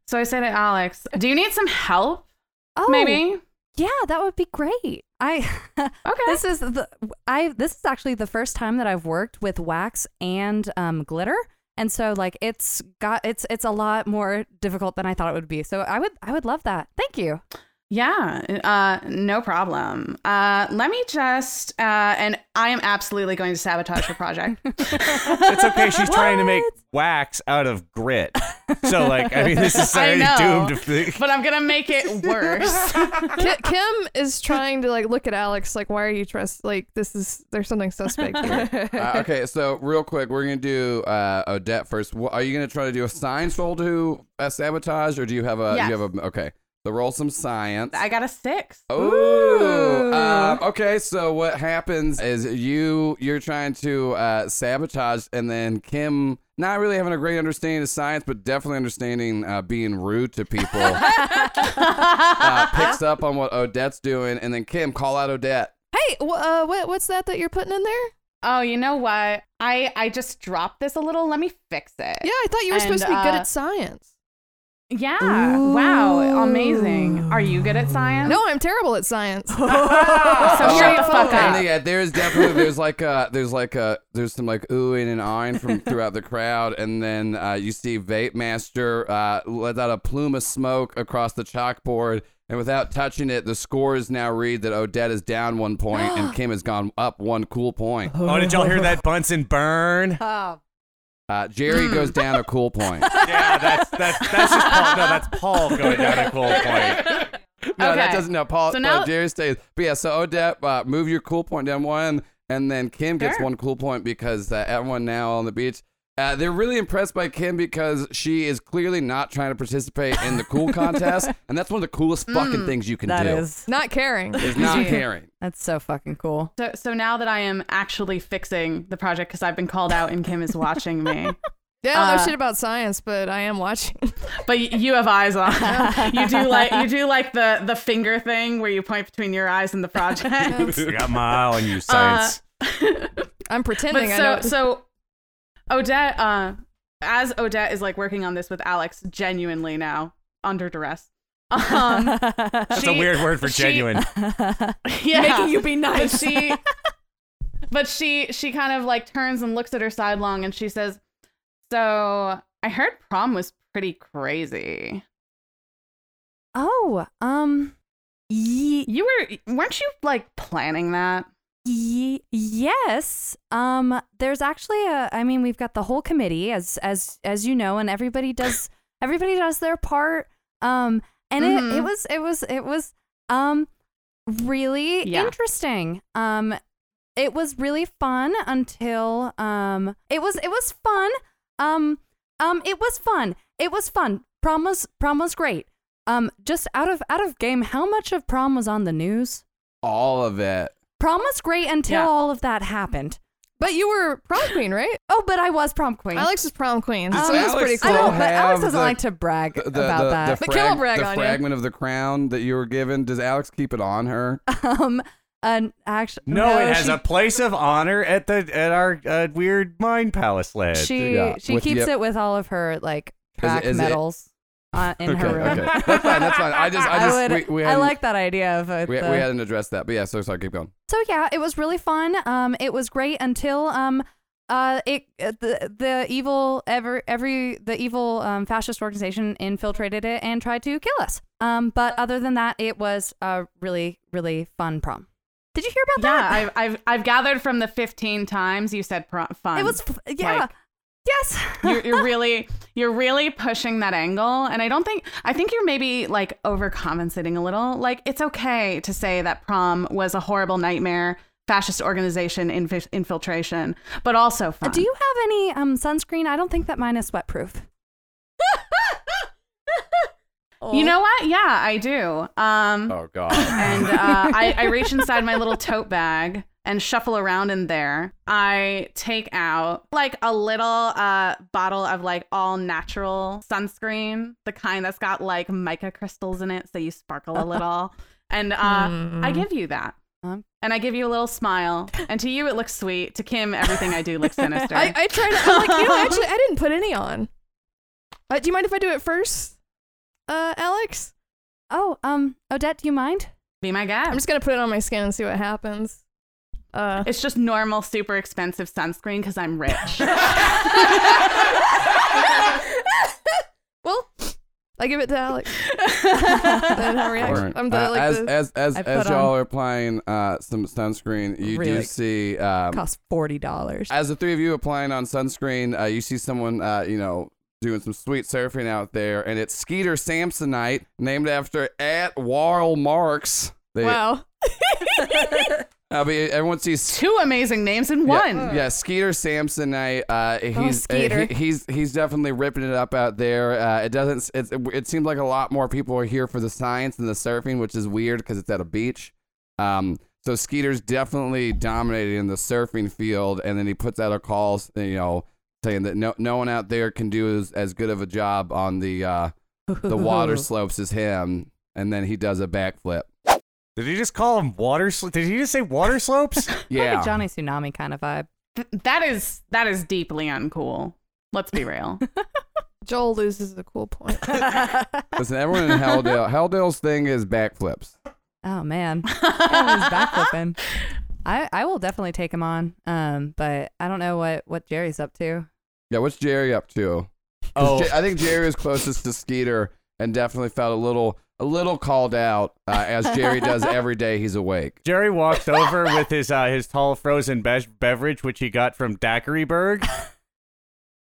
so I say to Alex, "Do you need some help? (laughs) Oh, Maybe." Yeah, that would be great. I (laughs) Okay. this is the I this is actually the first time that I've worked with wax and um, glitter, and so like it's got it's it's a lot more difficult than I thought it would be. So I would I would love that. Thank you. Yeah, uh, no problem. Uh, let me just, uh, and I am absolutely going to sabotage your project. It's okay. She's trying to make wax out of grit. So, like, (laughs) I mean, this is I already know. doomed. to- but I'm gonna make it worse. (laughs) Ki- Kim is trying to like look at Alex like, why are you trust? Like this is there's (laughs) something suspect here. Uh, okay, so real quick, we're gonna do uh, Odette first. Wha- are you gonna try to do a science roll to uh, sabotage, or do you have a? Yes. You have a okay. So roll some science. I got a six. Oh, (laughs) Ooh. Um, okay, so what happens is you you're trying to uh, sabotage, and then Kim not really having a great understanding of science, but definitely understanding uh, being rude to people. (laughs) uh, picks up on what Odette's doing, and then Kim call out Odette. hey, wh- uh, what what's that that you're putting in there? Oh, you know what? I I just dropped this a little. Let me fix it. Yeah, I thought you were supposed to And, be good uh, at science. Yeah. Wow. Amazing. Are you good at science? (laughs) No, (laughs) I'm terrible at science. So shut the fuck And uh, up. then, Oh, yeah, there's definitely there's like a there's like a there's some like oohing and ahhing from throughout the crowd, and then uh, you see Vape Master uh, let out a plume of smoke across the chalkboard, and without touching it, the scores now read that Odette is down one point (gasps) and Kim has gone up one cool point. Oh, did y'all hear that Bunsen burn? Oh. Uh, Jerry goes down a cool point. (laughs) yeah, that's that's that's just Paul. No, that's Paul going down a cool point. No, that Okay. doesn't. No, Paul. So So now- Jerry stays. But yeah, so Odette, uh, move your cool point down one, and then Kim gets Sure. one cool point because uh, everyone now on the beach. Uh, they're really impressed by Kim because she is clearly not trying to participate in (laughs) the cool contest, and that's one of the coolest fucking Mm, things you can that do. is. Not caring. (laughs) is not caring. That's so fucking cool. So, so now that I am actually fixing the project because I've been called out and Kim is watching (laughs) me, Yeah, I don't know Uh, shit about science, but I am watching. (laughs) but y- you have eyes (laughs) on. You do like you do like the the finger thing where you point between your eyes and the project. Uh, I got my eye on you, (laughs) science. I'm but pretending I so don't. so Odette, uh, as Odette is like working on this with Alex, genuinely now under (laughs) duress. Um, (laughs) Making that's she- a weird word for she- (laughs) genuine. Yeah. you be but nice. she but she she kind of like turns and looks at her sidelong and she says so i heard prom was pretty crazy Oh, um, ye- you were weren't you like planning that ye- yes. Um, there's actually a. I mean, we've got the whole committee, as as as you know, and everybody does everybody does their part. Um, and it, Mhm. it was it was it was um really Yeah. interesting. Um, it was really fun until um it was it was fun. Um, um, it was fun. It was fun. Prom was prom was great. Um, just out of out of game, how much of prom was on the news? All of it. Prom was great until Yeah. all of that happened. but you were prom queen, right? Oh, but I was prom queen. Alex was prom queen. Um, Does so that's Alex pretty still I cool. know, Uh, but Alex have doesn't the- like to brag The, the, about the, that. The, But Kim will frag- brag the on you. fragment of the crown that you were given. Does Alex keep it (laughs) on her? (laughs) um, and actually, No, it has she, a place of honor at the at our uh, weird mind palace lad. She Yeah, she with- keeps yep. it with all of her like track is it- medals uh, in okay, her (laughs) room. okay. That's fine. That's fine. I just, I just, would, we, we I hadn't- like that idea of it. we, we the- hadn't addressed that. But yeah, so sorry. Keep going. So yeah, it was really fun. Um, it was great until um, uh, it uh, the the evil ever every the evil um, fascist organization infiltrated it and tried to kill us. Um, but other than that, it was a really really fun prom. Did you hear about yeah that? I've, I've i've gathered from the 15 times you said prom fun it was f- yeah. um, Like- yes. (laughs) (laughs) you're, you're really you're really pushing that angle and i don't think i think you're maybe like overcompensating a little like it's okay to say that prom was a horrible nightmare fascist organization inf- infiltration but also fun. Do you have any um sunscreen? I don't think that mine is sweatproof. You know what? Yeah, I do. Um, Oh God. and uh, (laughs) I, I reach inside my little tote bag and shuffle around in there. I take out like a little uh, bottle of like all natural sunscreen, the kind that's got like mica crystals in it, so you sparkle a (laughs) little. And uh, Mm-hmm. I give you that. Um. And I give you a little smile. And to you, it looks sweet. To Kim, everything I do looks sinister. (laughs) Hmm. I, I tried. to- I'm like, (laughs) you know, actually, I didn't put any on. Uh, do you mind if I do it first, uh, Alex? Oh, um, Odette, do you mind? Be my I'm guest. just gonna put it on my skin and see what happens. Uh, It's just normal, super expensive sunscreen because I'm (laughs) rich. well, I give it to Alex. then her reaction. Alright. I'm the, Uh, like as, the, as as I as put y'all are applying uh, some sunscreen, you do Really? see um, Cost forty dollars. as the three of you applying on sunscreen, uh, you see someone uh, you know doing some sweet surfing out there, and it's Skeeter Samsonite, named after At Warl Marks. They, wow. uh, but everyone sees. Two amazing names in Yeah, one. Oh. yeah, Skeeter Samsonite. Uh, he's uh, Skeeter. he- he's he's definitely ripping it up out there. Uh, it doesn't. It, it seems like a lot more people are here for the science and the surfing, which is weird because it's at a beach. Um, so Skeeter's definitely dominating in the surfing field, and then he puts out a call, you know, saying that no no one out there can do as, as good of a job on the uh, the water (laughs) slopes as him. And then he does a backflip. Did he just call him water? Sl- Did he just say water slopes? Yeah, Johnny Tsunami kind of vibe. (laughs) (laughs) Th- that is that is deeply uncool. Let's be real. Joel loses a cool point. Listen, everyone in Helldale, Helldale's thing is backflips. Oh (laughs) man, (laughs) Everyone's backflipping. I I will definitely take him on. Um, but I don't know what what Jerry's up to. Yeah, what's Jerry up to? 'Cause Oh, Ja- I think Jerry was closest to Skeeter and definitely felt a little a little called out uh, as Jerry (laughs) does every day he's awake. Jerry walks over (laughs) with his uh, his tall frozen be- beverage, which he got from (laughs) Daiquiriburg.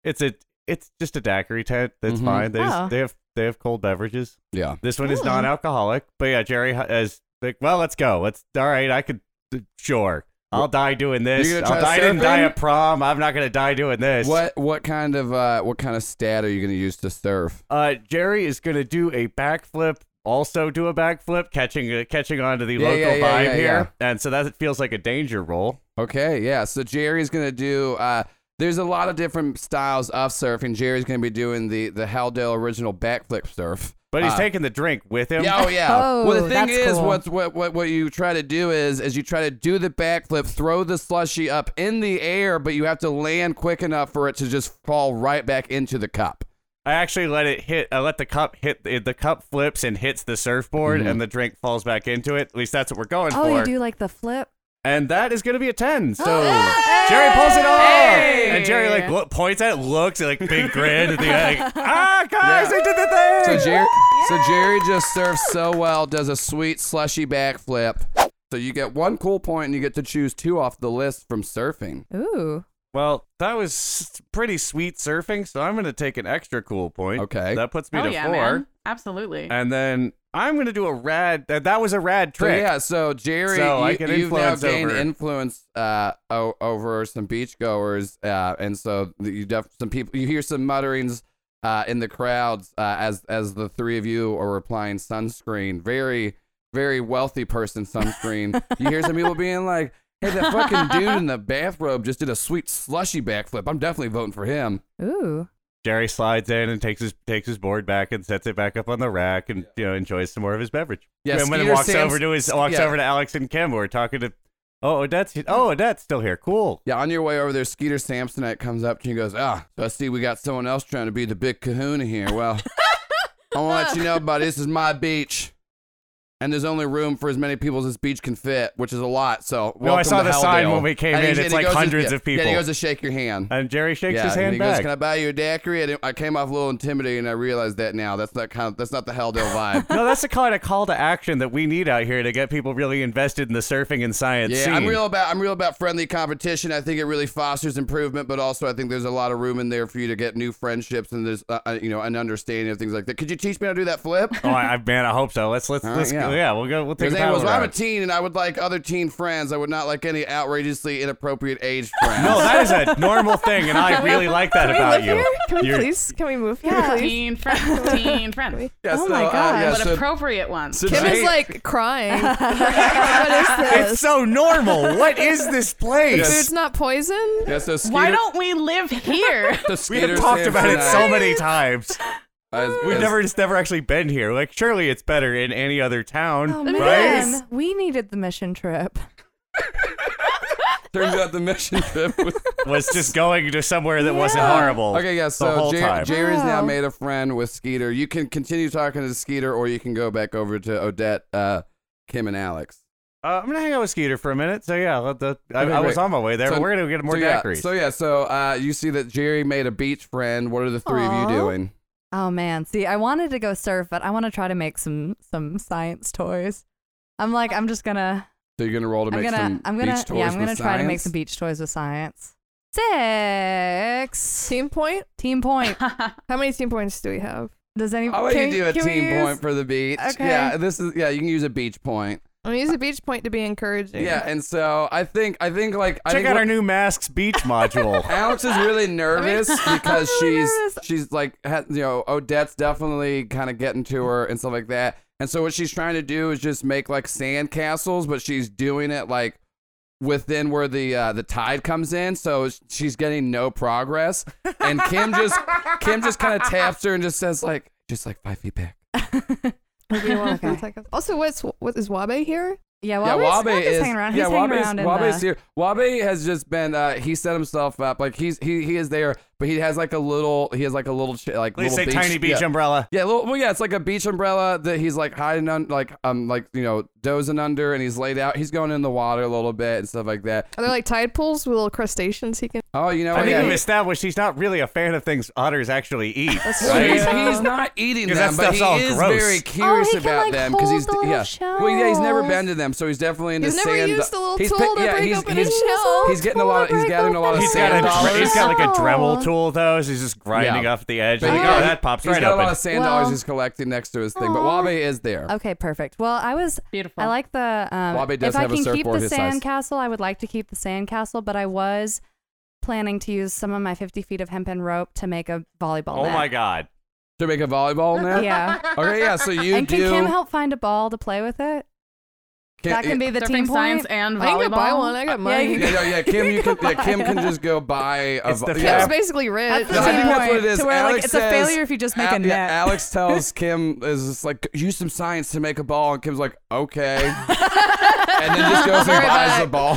It's a it's just a daiquiri tent. That's Mhm. fine. They, just- Oh. they have they have cold beverages. Yeah. This one is Ooh. non-alcoholic, but yeah, Jerry ha- is like, well, let's go. Let's all right. I could uh, sure. I'll die doing this. You're gonna I'll try die- I didn't surfing? die at prom. I'm not gonna die doing this. What what kind of uh, what kind of stat are you going to use to surf? Uh, Jerry is gonna do a backflip. Also do a backflip, catching uh, catching on to the Yeah, local yeah, yeah, vibe yeah, here, and so that feels like a danger roll. Okay, yeah. So Jerry's gonna do. Uh, there's a lot of different styles of surfing. Jerry's gonna be doing the the Haldale original backflip surf. But he's Uh, taking the drink with him. Yeah, oh yeah. Oh, well, the thing that's is, cool. what's what what what you try to do is is you try to do the backflip, throw the slushy up in the air, but you have to land quick enough for it to just fall right back into the cup. I actually let it hit. I let the cup hit. The cup flips and hits the surfboard, Mhm. and the drink falls back into it. At least that's what we're going Oh, for. you do like the flip. And that is going to be a ten. So Jerry pulls it off, Hey! and Jerry like lo- points at, it, looks at like big grin, and they're like, "Ah, guys, I did the So thing!" Jerry, so Jerry just surfs so well, does a sweet slushy backflip. So you get one cool point, and you get to choose two off the list from surfing. Ooh. well, that was s- pretty sweet surfing. So I'm going to take an extra cool point. Okay. that puts me oh to yeah, four. Uh, man. Absolutely. (laughs) And then I'm going to do a rad. That, that was a rad So, trick. yeah, so Jerry, So I you, can have now influence gained over- influence uh, o- over some beachgoers, uh, and so th- you def- some people you hear some mutterings uh, in the crowds uh, as as the three of you are applying sunscreen. Very very wealthy person sunscreen. you hear some people being like, "Hey, that fucking dude in the bathrobe just did a sweet slushy backflip. I'm definitely voting for him." Ooh. Jerry slides in and takes his takes his board back and sets it back up on the rack and you know enjoys some more of his beverage. Yeah, and when he Skeeter walks Sam's- over to his walks yeah. over to Alex and Kim, who are talking to. Oh, Odette's oh Odette's still here. Cool. Yeah, on your way over there, Skeeter Samsonite comes up to you and goes, Ah, so I see we got someone else trying to be the big kahuna here. Well, I want to let you know, buddy, this is my beach. And there's only room for as many people as this beach can fit, which is a lot. So, No, Oh, I welcome saw to the sign Helldale. when we came And he- in. and he It's like goes to- hundreds yeah, of Yeah, people. and he goes to shake your hand. And Jerry shakes yeah, his and hand he goes, back. Can I buy you a daiquiri? I, didn't- I came off a little intimidating. and I realized that now. That's not kind of, that's not the Helldale vibe. no, that's the kind of call to action that we need out here to get people really invested in the surfing and science Yeah, scene. I'm real about I'm real about friendly competition. I think it really fosters improvement, but also I think there's a lot of room in there for you to get new friendships and there's uh, uh, you know an understanding of things like that. Could you teach me how to do that flip? oh, I, I- man, I hope so. Let's let's All right, let's Uh, yeah. go. yeah, we'll go. We'll take His a name paddle was, I'm a around." teen and I would like other teen friends. I would not like any outrageously inappropriate (laughs) age friends. No, that is a normal thing, and I really like that Can we about live you. here? Can we You're- please? Can we move here, please? teen (laughs) friends. Teen friends. Yeah, Oh my uh, God. yeah, But so- appropriate ones. so Kim Jerry- is like crying. what is It's this? so normal. What is this (laughs) place? Yes. Food's not poison. yeah, so (laughs) Why Skeeter- don't we live (laughs) here? so We have Skeeter talked about it so Samsonite many times. as- We've as- never just never actually been here. Like surely it's better in any other town, Oh right? man, we needed the mission trip. turns out the mission trip was Was just going to somewhere that wasn't Yeah. horrible. Okay, yeah. So whole Jer- time. Jerry's now Wow. made a friend with Skeeter. You can continue talking to Skeeter, or you can go back over to Odette, uh, Kim, and Alex. Uh, I'm gonna hang out with Skeeter for a minute. So yeah, let the, I, Okay, I was great. on my way there. So- but we're gonna get more so yeah, daiquiris. so yeah, so uh, you see that Jerry made a beach friend. What are the three of you Aw. doing? Oh man, see, I wanted to go surf, but I want to try to make some some science toys. I'm like, I'm just gonna, So you're gonna roll to I'm make gonna, some I'm gonna, beach toys yeah, I'm gonna with try to make science? some beach toys with science. Six Team point. team point. How many team points do we have? Does anyone? I'll let you do a team point for the beach. Okay. Yeah, this is yeah. You can use a beach point. I'm gonna use a beach point to be encouraging. Yeah, and so I think I think like I Check think out what- our new masks (laughs) beach module. Alex is (laughs) really nervous because really she's nervous. she's like ha- you know Odette's definitely kind of getting to her and stuff like that. And so what she's trying to do is just make like sand castles, but she's doing it like within where the uh, the tide comes in. So she's getting no progress. And Kim just Kim just kind of taps her and just says like just like five feet back. Maybe you want to Okay. contact us. Also, what's what is Wabe here? Yeah, yeah, Wabe's, Wabe Wabe's is hanging around. He's Yeah, hanging Wabe's, around. in Wabe's the, here. Wabe has just been. Uh, he set himself up. Like he's he he is there, but he has like a little. He has like a little ch- like Please little say tiny beach yeah. umbrella. Yeah, little, well, yeah, it's like a beach umbrella that he's like hiding on, like um, like you know, dozing under, and he's laid out. He's going in the water a little bit and stuff like that. Are there like tide pools with little crustaceans he can? Oh, you know, I what? think yeah, we've established he's not really a fan of things otters actually eat. That's Right? true. He's, Yeah. he's not eating 'Cause that them, but stuff's he all is gross. Oh, very curious can, about like, them because he's hold the yeah. little Well, yeah, he's never shells. been to them, so he's definitely into He's never sand. used the little he's tool to yeah, break he's, open he's, his shell. he's getting a lot. Of, he's gathering a lot of He's got, sand a, dre- dollars. he's got like a Oh. Dremel tool though, so he's just grinding Yeah. off the edge. But Like, he oh, got- that pops He's right got a open. lot of sand Well- dollars he's collecting next to his thing, but Aw. Wabe is there. Okay, perfect. Well, I was (laughs) Beautiful. (laughs) I like the um, Wabi does if I have a can keep surfboard the his size. sandcastle, I would like to keep the sandcastle, but I was planning to use some of my 50 feet of hempen rope to make a volleyball. oh net. my god. To make a volleyball net. Yeah. Okay, (laughs) yeah. So (laughs) you and do. can Kim help find a ball to play with it? can- that can be the team science point. and volleyball. I can go buy one. I got mine. Yeah, yeah, yeah. Kim, you can. Yeah, Kim can just go buy a. It's the vo- Yeah, yeah. it's basically That's rich. the No, I team think that's what point, it is. to where, like, Alex it's a says- failure if you just make a Al- yeah, net. (laughs) Alex tells Kim is just like use some science to make a ball, and Kim's like (laughs) okay, and then just goes and Right buys back. the ball.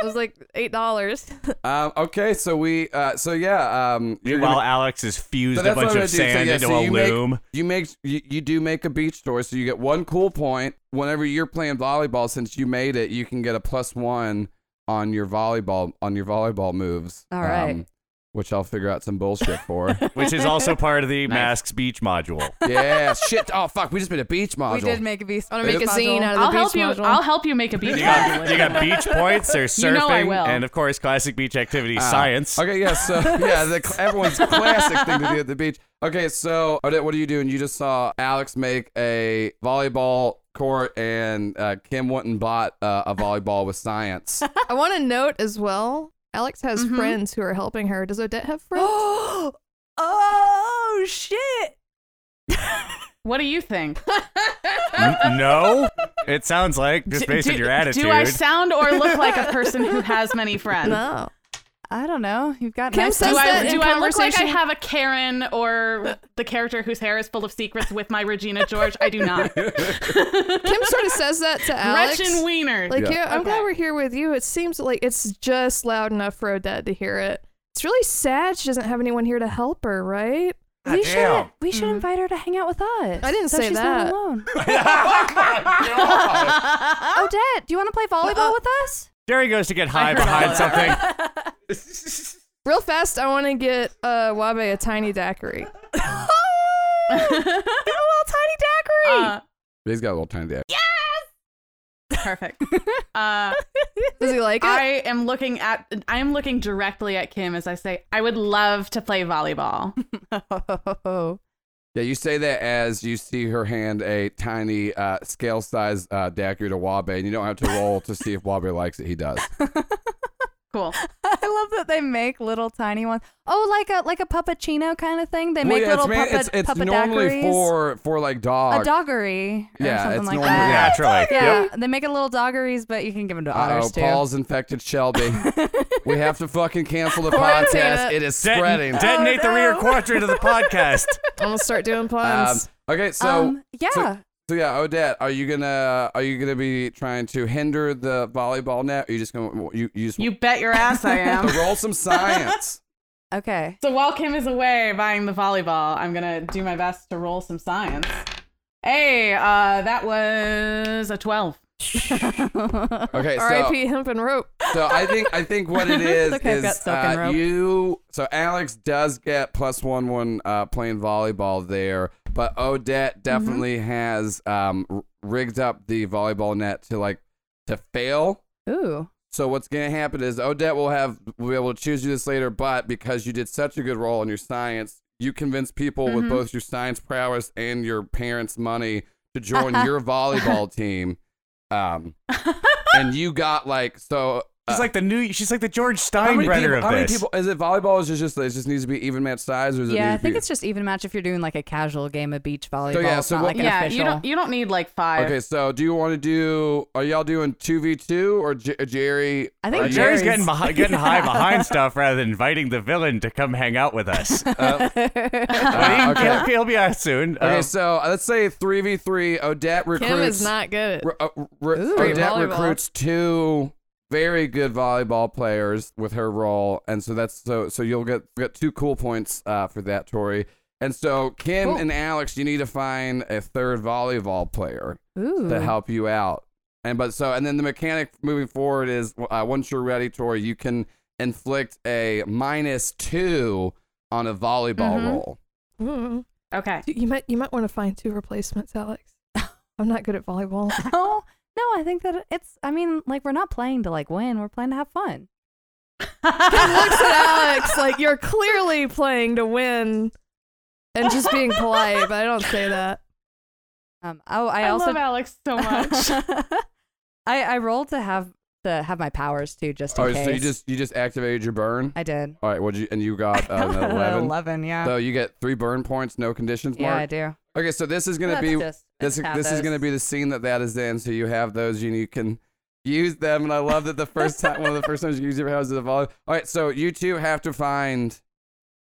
It was like eight dollars. Um, okay, so we, uh, so yeah, um, you're Meanwhile, gonna- Alex has fused so a that's bunch what I'm gonna of do. So, sand yeah, into so a you make- loom. you make you, you do make a beach tour, so you get one cool point whenever you're playing volleyball. Since you made it, you can get a plus one on your volleyball on your volleyball moves. um, All right. which I'll figure out some bullshit (laughs) for. which is (laughs) also part of the Nice. Masks Beach module. yeah, shit. Oh fuck, we just made a beach module. We did make a beast. I'm gonna make a It's- zine out of the I'll beach help you. module. (laughs) I'll help you make a beach. You got, module. you got beach points, there's surfing, You know I will. and of course, classic beach activities, Uh, science. Okay, yeah, (laughs) so yeah, the, cl- everyone's classic thing to do at the beach. Okay, so Odette, what are you doing? You just saw Alex make a volleyball court, and uh, Kim went and bought uh, a volleyball with (laughs) science. I want to note as well. Alex has Mhm. friends who are helping her. Does Odette have (gasps) friends? oh shit! What do you think? N- no, it sounds like just Do- based (laughs) on do- your attitude. Do I sound or look like a person (laughs) who has many friends? no. I don't know. You've got Kim nice says Do I, that in do I look like I conversation- have a Karen or the character whose hair is full of secrets with my Regina George? I do not. Kim sort of says that (laughs) to Alex. Gretchen Wiener. Like, Yeah. yeah, I'm glad Okay. we're here with you. It seems like it's just loud enough for Odette to hear it. It's really sad she doesn't have anyone here to help her, right? God we damn. should we should invite her to hang out with us. I didn't so say she's that. (laughs) Not alone. Oh (laughs) Odette, do you want to play volleyball with us? Jerry goes to get I high heard all behind that. something. Real fast, I want to get uh, Wabe a tiny daiquiri. A little tiny daiquiri. Uh, He's got a little tiny dick. perfect. Uh, Does he like it? I am looking at. I am looking directly at Kim as I say, "I would love to play volleyball." Oh. (laughs) Yeah, you say that as you see her hand a tiny uh, scale size uh, dagger to Wabe, and you don't have to roll to see if Wabe likes it. He (laughs) does. Cool. I love that they make little tiny ones. Oh, like a like a puppuccino kind of thing. They make Well, yeah, little it's, man- puppet it's, it's puppet normally daiquiris. for for like dogs. a doggery or Yeah, something it's like normally- that. (laughs) Naturally. Yeah, Yep. they make it little doggeries, but you can give them to Uh-oh, otters too. Paul's infected (laughs) Shelby. we have to fucking cancel the Quarantine podcast. it. It is Deton- spreading. Oh, detonate the rear quadrant of the (laughs) podcast. I'm gonna start doing Um, puns. okay, so um, yeah. so- so yeah, Odette, are you gonna are you gonna be trying to hinder the volleyball net? Or are you just gonna you you, just, You bet your ass I am. roll some (laughs) science? okay. So while Kim is away buying the volleyball, I'm gonna do my best to roll some science. Hey, uh, that was a twelve. Okay, so, R.I.P. Hemp and Rope. so I think I think what (laughs) it is Okay, I've got is silk and uh, rope. you. So Alex does get plus one when uh, playing volleyball there, but Mm-hmm. Odette definitely has um, r- rigged up the volleyball net to like to fail. Ooh. So what's gonna happen is Odette will have will be able to choose you this later, but because you did such a good role in your science, you convinced people with Mm-hmm. Mhm. both your science prowess and your parents' money to (laughs) join your volleyball team. Um, and you got like so. uh, She's like the new. She's like the George how many, Steinbrenner people, of how many this. people? Is it volleyball? Is it just it just needs to be even match size? Or is it Yeah, need I to think be- it's just even match if you're doing like a casual game of beach volleyball. So, yeah, It's so not what- like an yeah, official. you don't you don't need like five. okay. So do you want to do? Are y'all doing two v two or J- Jerry? I think are Uh, you- Jerry's Jerry's- getting behi- (laughs) getting high behind stuff rather than inviting the villain to come hang out with us. (laughs) uh, (laughs) But he, uh, okay. (laughs) will be out soon. Okay, Um, (laughs) so uh, let's say three v three. Odette recruits. Kim is not good. Re- uh, re- Ooh. Odette Volleyball. recruits two very good volleyball players with her role, and so that's so so you'll get get two cool points uh, for that, Tori. And so Kim Cool. and Alex, you need to find a third volleyball player Ooh. to help you out. And but so and then the mechanic moving forward is uh, once you're ready, Tori, you can inflict a minus two on a volleyball Mhm. roll. Mm. (laughs) Okay. (laughs) You, you might you might want to find two replacements, (laughs) Alex. I'm not good at volleyball. no, no, I think that it's. I mean, like we're not playing to like win. We're playing to have fun. looks at (laughs) Alex like you're clearly playing to win and just being (laughs) polite, but I don't say that. Um. Oh, I, I also love Alex (laughs) so much. (laughs) I I rolled to have to have my powers too, just in All right, case. Oh, so you just you just activated your burn. I did. All right, what you and you got uh, (laughs) an eleven. Eleven. Yeah. So you get three burn points, no conditions yeah, I marked. do. Okay, so this is gonna be Just, this this is gonna be the scene that that is in. So you have those, and you can use them. And I love that the first time, one of the first times you use your powers is a volleyball. All right, so you two have to find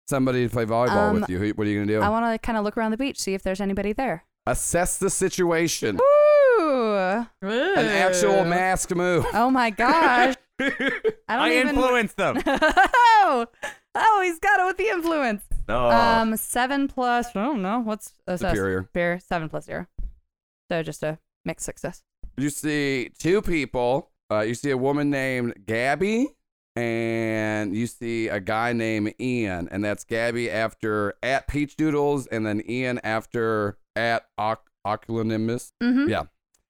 somebody to play volleyball Um, with you. Who, what are you gonna do? I want to kind of look around the beach, see if there's anybody there. Assess the situation. Ooh. An actual mask move. Oh (laughs) my gosh. (laughs) I don't I even. influenced (laughs) them. oh, oh, he's got it with the influence. No. Um, seven plus. I don't know what's assess? Oh. Superior. Superior. Seven plus zero. So just a mixed success. You see two people. Uh, you see a woman named Gabby, and you see a guy named Ian, and that's Gabby after at Peach Doodles, and then Ian after at Oc- Oculonimus. hmm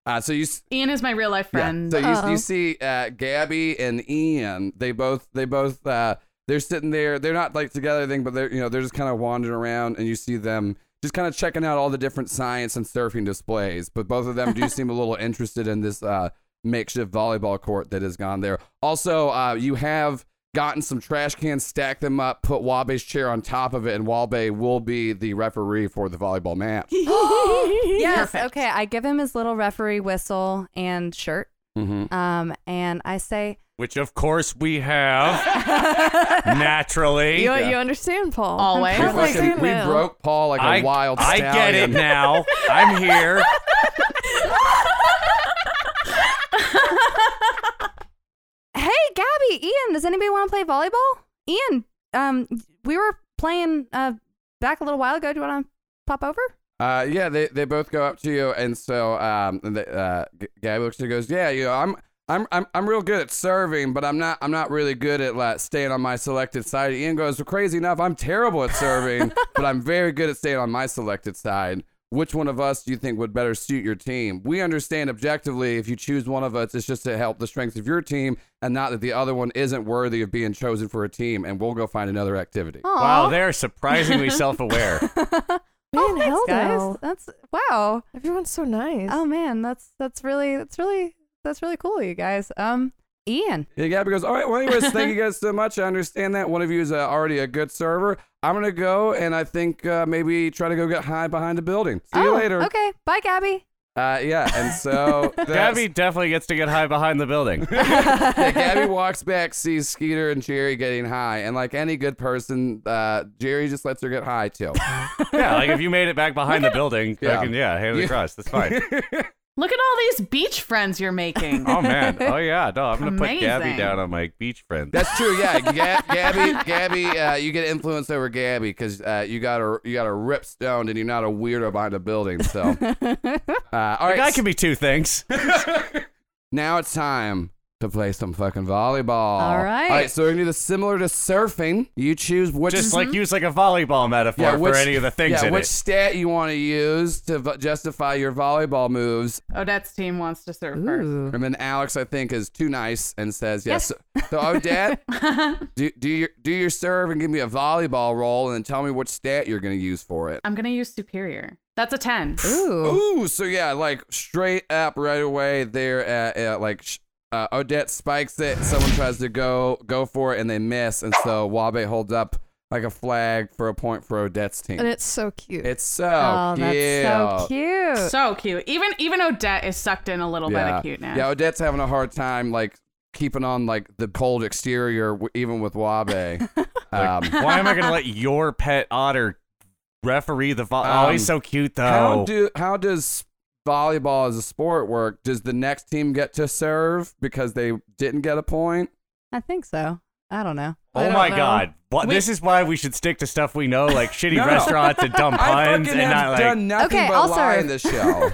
Uh, so you s- Ian is my real life yeah. friend. So you, Uh-oh. you see uh, Gabby and Ian. They both they both uh, they're sitting there. They're not like together thing, but they're you know they're just kind of wandering around, and you see them just kind of checking out all the different science and surfing displays. But both of them do seem a little interested in this uh, makeshift volleyball court that has gone there. Also, uh, you have gotten some trash cans, stacked them up, put Wabe's chair on top of it, and Wabe will be the referee for the volleyball match. yes. Perfect. Okay. I give him his little referee whistle and shirt. Mm-hmm. Um, and I say, Which, of course, we (laughs) have. naturally. You you understand, Paul? Always. We, I'm perfectly fucking- we now. broke Paul like a I, wild I stallion. get it now. I'm (laughs) here. "Hey, Gabby, Ian, does anybody want to play volleyball? Ian, um, we were playing uh back a little while ago. Do you want to pop over? Uh, yeah, they, they both go up to you, and so um, and the, uh, G- Gabby looks at you and goes, yeah, you know, I'm I'm I'm I'm real good at serving, but I'm not I'm not really good at like staying on my selected side. Ian goes, well, crazy enough, I'm terrible at serving, but I'm very good at staying on my selected side. Which one of us do you think would better suit your team? We understand objectively if you choose one of us, it's just to help the strength of your team, and not that the other one isn't worthy of being chosen for a team. And we'll go find another activity. Aw. Wow, they're (laughs) surprisingly self aware. oh, Man, thanks, hell guys. no. That's wow. Everyone's so nice. Oh man, that's that's really that's really that's really cool, you guys. Um, Ian, Yeah, Gabby goes, all right, well, anyways, thank you guys so much. I understand that. One of you is uh, already a good server. I'm going to go and I think uh, maybe try to go get high behind a building. See you Oh, later. Okay, bye, Gabby. Uh, yeah, and (laughs) so that's- Gabby definitely gets to get high behind the building. (laughs) yeah, Gabby walks back, sees Skeeter and Jerry getting high. And like any good person, uh, Jerry just lets her get high too. Yeah, like if you made it back behind the building, Yeah. yeah, can, yeah hand it You- across. (laughs) That's fine. Look at all these beach friends you're making. Um, Oh man. Oh yeah. No, I'm gonna put Gabby Amazing. down on my beach friend. That's true. (laughs) Yeah, Ga- Gabby, Gabby, uh, you get influence over Gabby because uh, you got a you got a rip stoned and you're not a weirdo behind a building. (laughs) So, uh, all A right, guy can be two things. Now it's time to play some fucking volleyball. All right. All right, so we're going to do this similar to surfing. You choose which Just Mm-hmm. like use like a volleyball metaphor yeah, which, for any of the things yeah, in which it. stat you want to use to v- justify your volleyball moves. Odette's team wants to serve first. Ooh. And then Alex, I think, is too nice and says, yes. So, so Odette, do, do, your, do your serve and give me a volleyball roll and then tell me what stat you're going to use for it. I'm gonna use superior. That's a ten. Ooh. Ooh, so yeah, like straight up right away there at, at like sh- uh, Odette spikes it. Someone tries to go go for it and they miss, and so Wabe holds up like a flag for a point for Odette's And team. it's so cute. It's so Oh, that's so cute. cute. So cute. Even even Odette is sucked in a little bit of cuteness. yeah, Odette's having a hard time like keeping on like the cold exterior, w- even with (laughs) Wabe. um, Why am I gonna let your pet otter referee the vol? oh, Um, he's so cute though. How do how does volleyball as a sport work? Does the next team get to serve because they didn't get a point? I think so. I don't know. I Oh don't my know. god! What, We- this is why we should stick to stuff we (laughs) know, like shitty No. restaurants and dumb (laughs) I puns, fucking and have not like. done nothing Okay, but I'll lie serve. in this (laughs) show.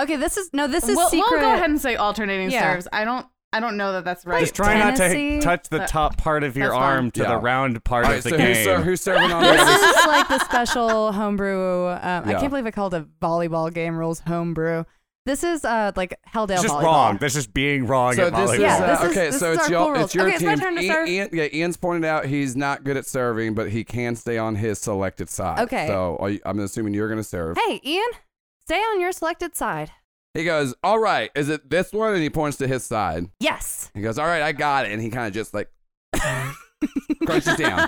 Okay, this is no, this is we'll, secret. we'll go ahead and say alternating Yeah. serves. I don't. I don't know that that's right. Just try not to Tennessee. Uh, touch the That- top part of your that's fine. arm to Yeah. the round part All right, of the so who's, game. ser- who's serving (laughs) on (laughs) this this? is like the special homebrew. Um, I Yeah. can't believe I called a volleyball game rules homebrew. This is uh like Helldale It's just volleyball. wrong. This is being wrong So at this volleyball. is, Yeah, uh, this is- okay. this so is it's, our y'all, cool it's rules. your Okay, it's team. my turn to Ian, serve. Ian- yeah, Ian's pointed out he's not good at serving, but he can stay on his selected side. Okay. So are you, I'm assuming you're going to serve. Hey, Ian, stay on your selected side. He goes, "All right, is it this one?" And he points to his side. Yes. He goes, "All right, I got it." And he kind of just (laughs) like crunches down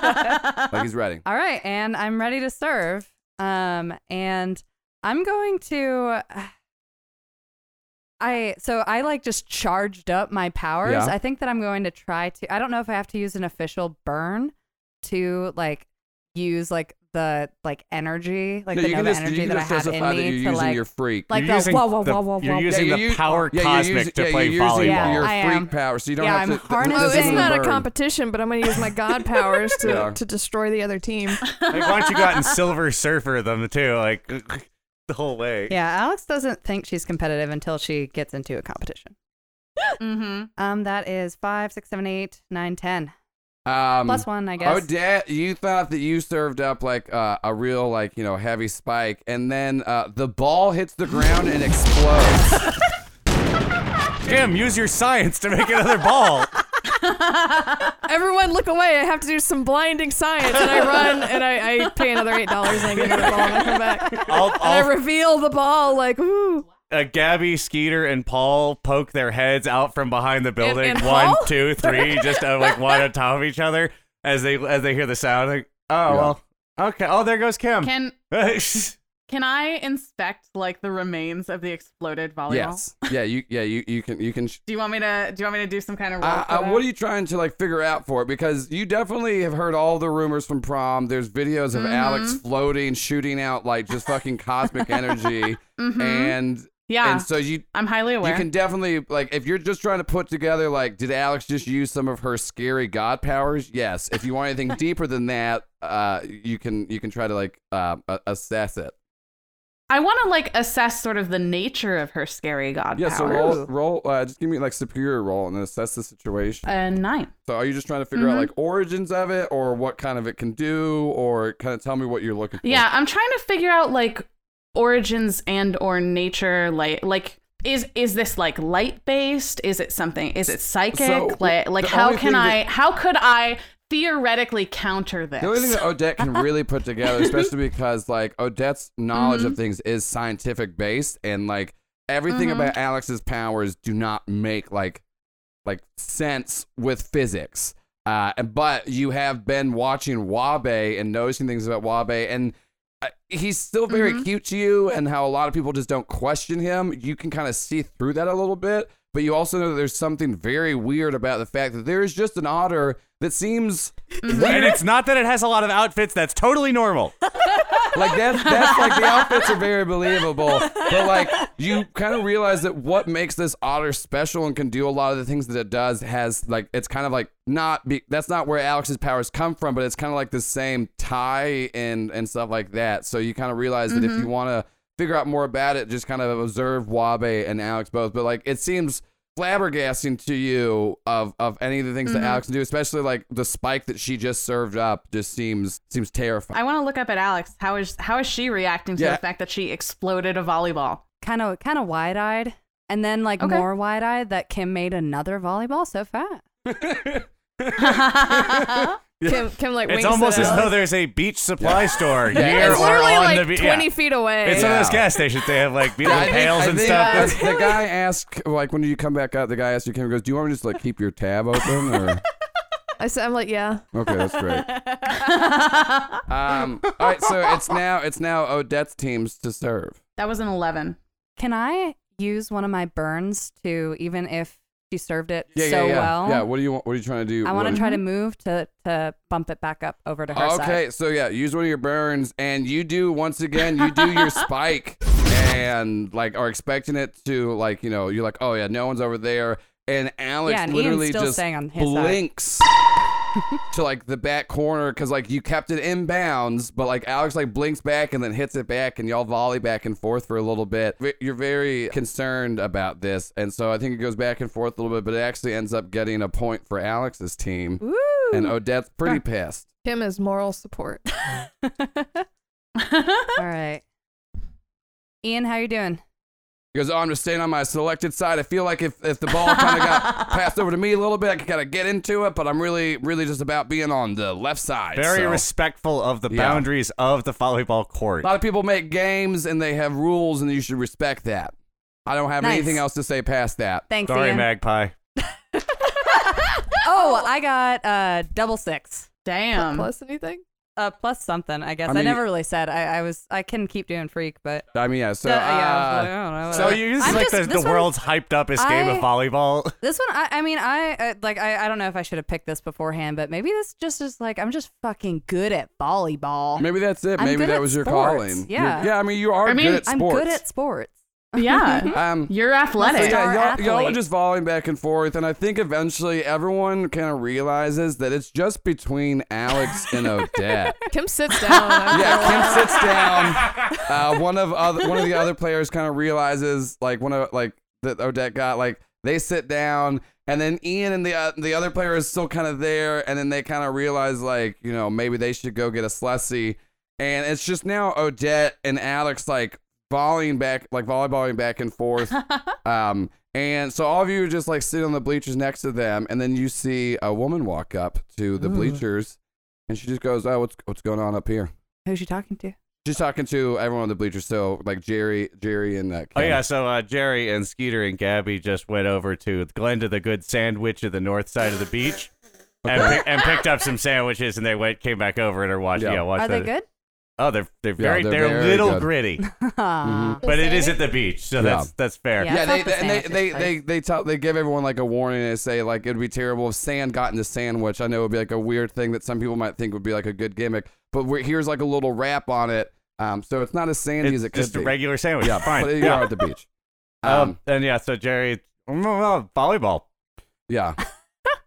like he's ready. All right, and I'm ready to serve. Um, and I'm going to. (sighs) I so I like just charged up my powers. Yeah. I think that I'm going to try to. I don't know if I have to use an official burn to like use like the like energy, (laughs) like No, the you Nova can just energy you can that I just have in justify me that you're to using like your freak. like you're the using whoa whoa the- whoa whoa You're whoa. using yeah, the you- power yeah, cosmic you're using, to yeah, play you're using volleyball. Your Yeah, I freak am. power, so you don't Yeah, have to. I'm th- harnessing- Oh, this it's isn't not a burn. competition, but I'm going to use my god powers to, Yeah. to destroy the other team. Like, why don't you go out and Silver Surfer them (laughs) too, like the whole way? yeah, Alex doesn't think she's competitive until she gets into a competition. mm-hmm. Um, that is five, six, seven, eight, nine, ten. Um, Plus one, I guess. Odette, you thought that you served up like uh, a real like you know heavy spike, and then uh, the ball hits the ground and (laughs) explodes. Jim, use your science to make another (laughs) ball. Everyone, look away. I have to do some blinding science. And I run and I, I pay another $8 and I get another ball and I (laughs) come back. Oh. And I'll, (laughs) I I'll, reveal the ball, like, ooh. uh, Gabby, Skeeter, and Paul poke their heads out from behind the building. and One, Paul? two, three, (laughs) just uh, like one on top of each other as they as they hear the sound. Like, oh well, okay. Oh, there goes Kim. (laughs) Can Mm-hmm. That's can I inspect like the remains of the exploded volleyball? yes. Yeah. You. Yeah. You. You can. You can. Sh- Do you want me to? Do you want me to do some kind of? Roll Uh, for uh, that? what are you trying to like figure out for it? Because you definitely have heard all the rumors from prom. There's videos Mm-hmm. of Alex floating, shooting out like just fucking cosmic energy, Mm-hmm. Mhm. and Yeah, and so you I'm highly aware. you can definitely like if you're just trying to put together like did Alex just use some of her scary god powers? Yes. If you (laughs) want anything deeper than that, uh, you can you can try to like uh, a- assess it. I want to like assess sort of the nature of her scary god Yeah. So power. roll roll. Uh, just give me like superior roll and then assess the situation. a Uh, nine. So are you just trying to figure Mm-hmm. out like origins of it or what kind of it can do or kind of tell me what you're looking for? Yeah, I'm trying to figure out like origins and or nature. Like like is is this like light based? Is it something? Is it psychic? So, like like the how only can thing I? that- how could I theoretically counter this? The only thing that Odette can really put together, especially because like Odette's knowledge of things is scientific based and like everything about Alex's powers do not make like like sense with physics. Uh, and- but you have been watching Wabe and noticing things about Wabe, and uh, he's still very cute to you, and how a lot of people just don't question him. You can kind of see through that a little bit, but you also know that there's something very weird about the fact that there is just an otter that seems and it's not that it has a lot of outfits. That's totally normal. like that's that's like the outfits are very believable, but like you kind of realize that what makes this otter special and can do a lot of the things that it does has like it's kind of like not be that's not where Alex's powers come from, but it's kind of like the same tie and and stuff like that. So you kind of realize that if you want to figure out more about it, just kind of observe Wabe and Alex both. But like it seems flabbergasting to you of of any of the things that Alex can do, especially like the spike that she just served up just seems seems (laughs) terrifying. I want to look up at Alex. How is how is she reacting to Yeah. the fact that she exploded a volleyball? (laughs) kind of kind of wide eyed, and then like Okay. more wide eyed that Kim made another volleyball so fat. Kim, Kim like, It's winks almost at as (laughs) Alex. though there's a beach (laughs) supply store Yeah. near It's or on literally the like beach. 20 feet away. It's one of those Yeah. gas stations. They have like Yeah, I beautiful think- pails I and think stuff. that's- The guy asked, like, when you come back out, the guy asked you, Kim, goes, Do you want me to just, like, keep your tab open? (laughs) Or, I said, I'm like, yeah. okay, that's great. Um, all right, so it's now, it's now Odette's teams to serve. That was an eleven. Can I use one of my burns to even if she served it Yeah, so yeah, yeah. well? Yeah, what do you want? What are you trying to do? I want What- to try to move to to bump it back up over to her side. (laughs) Okay, so yeah, use one of your burns, and you do, once again, you do your spike. And and like are expecting it to like you know you're like oh yeah no one's over there and Alex yeah, and literally Ian's still just staying on his side. (laughs) blinks to like the back corner because like you kept it inbounds, but like Alex like blinks back and then hits it back, and y'all volley back and forth for a little bit. V- You're very concerned about this, and so I think it goes back and forth a little bit, but it actually ends up getting a point for Alex's team, Woo! (laughs) and Odette's pretty pissed. Kim is moral support. (laughs) (laughs) All right. Ian, how you doing? He goes, "Oh, I'm just staying on my selected side. I feel like if, if the ball kind (laughs) of got passed over to me a little bit, I could kind of get into it, but I'm really really just about being on the left side." Very so. respectful of the Yeah. boundaries of the volleyball A court. lot of people make games and they have rules, and you should respect that. I don't have Nice. anything else to say past that. Thanks, Sorry, Ian. Magpie. Oh, I got uh double six. Damn. Plus anything? Uh, plus something, I guess. I I, mean- never really said. I, I was. I can keep doing freak, but I mean, yeah. So, Uh, uh, yeah. I was like, I don't know. So whatever. Oh, you this I'm is like just- the, this the one- world's hyped up game I- of volleyball. (laughs) This one, I, I mean, I uh, like. I, I don't know if I should have picked this beforehand, but maybe this just is like I'm just fucking good at volleyball. uh, maybe that's it. I'm Maybe good that at was your sports. calling. You're- Yeah. yeah. I mean, you are I mean, good at I'm sports. good at sports. Yeah. (laughs) Um, You're athletic. Star yeah, y'all, y'all are athlete. just volleying back and forth, and I think eventually everyone kind of realizes that it's just between (laughs) Alex and Odette. Kim sits down. (laughs) (laughs) I'm Yeah, like, Kim sits down. Uh, one of other, one of the other players kind of realizes like one of like that Odette got like they sit down, and then Ian and the uh, the other player is still kind of there, and then they kind of realize like you know maybe they should go get a slussie, and it's just now Odette and Alex like volleying back like volleyballing back and forth. Um, and so all of you are just like sitting on the bleachers next to them, and then you see a woman walk up to the bleachers, and she just goes, "Oh, what's what's going on up here?" Who's she talking to? She's talking to everyone on the bleachers, so like Jerry, Jerry, and uh, Oh Ken. yeah, so uh, Jerry and Skeeter and Gabby just went over to Glenda the Good Sandwich of the north side of the beach, and, Okay. pi- and picked up some sandwiches, and they went came back over and are watching. Yeah. Yeah, watch Are they the- good? (laughs) Oh, they're they're very they're they're, very little good. gritty, Mm-hmm. Aw. but it is at the beach, so Yeah. that's that's fair. Yeah. yeah, it's they, not the they, and they, sandwiches, they, but- they, they, tell, they give everyone like a warning and they say like it'd be terrible if sand got in the sandwich. I know it'd be like a weird thing that some people might think would be like a good gimmick, but we're, here's like a little wrap on it. Um, so it's not as sandy It's as it could just a be. regular sandwich. yeah, (laughs) fine. But you are at the beach. Um, Um, and yeah, so Jerry, mm, well, volleyball. yeah.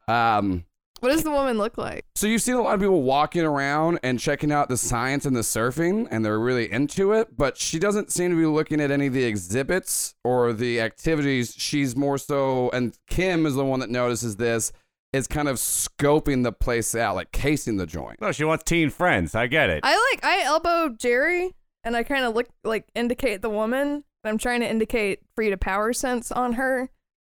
Um, what does the woman look like? So you've seen a lot of people walking around and checking out the science and the surfing, and they're really into it. But she doesn't seem to be looking at any of the exhibits or the activities. She's more so, and Kim is the one that notices this, is kind of scoping the place out, like casing the joint. No, Oh, she wants teen friends. I get it. I like I elbow Jerry and I kind of look like indicate the woman. I'm trying to indicate free to power sense on her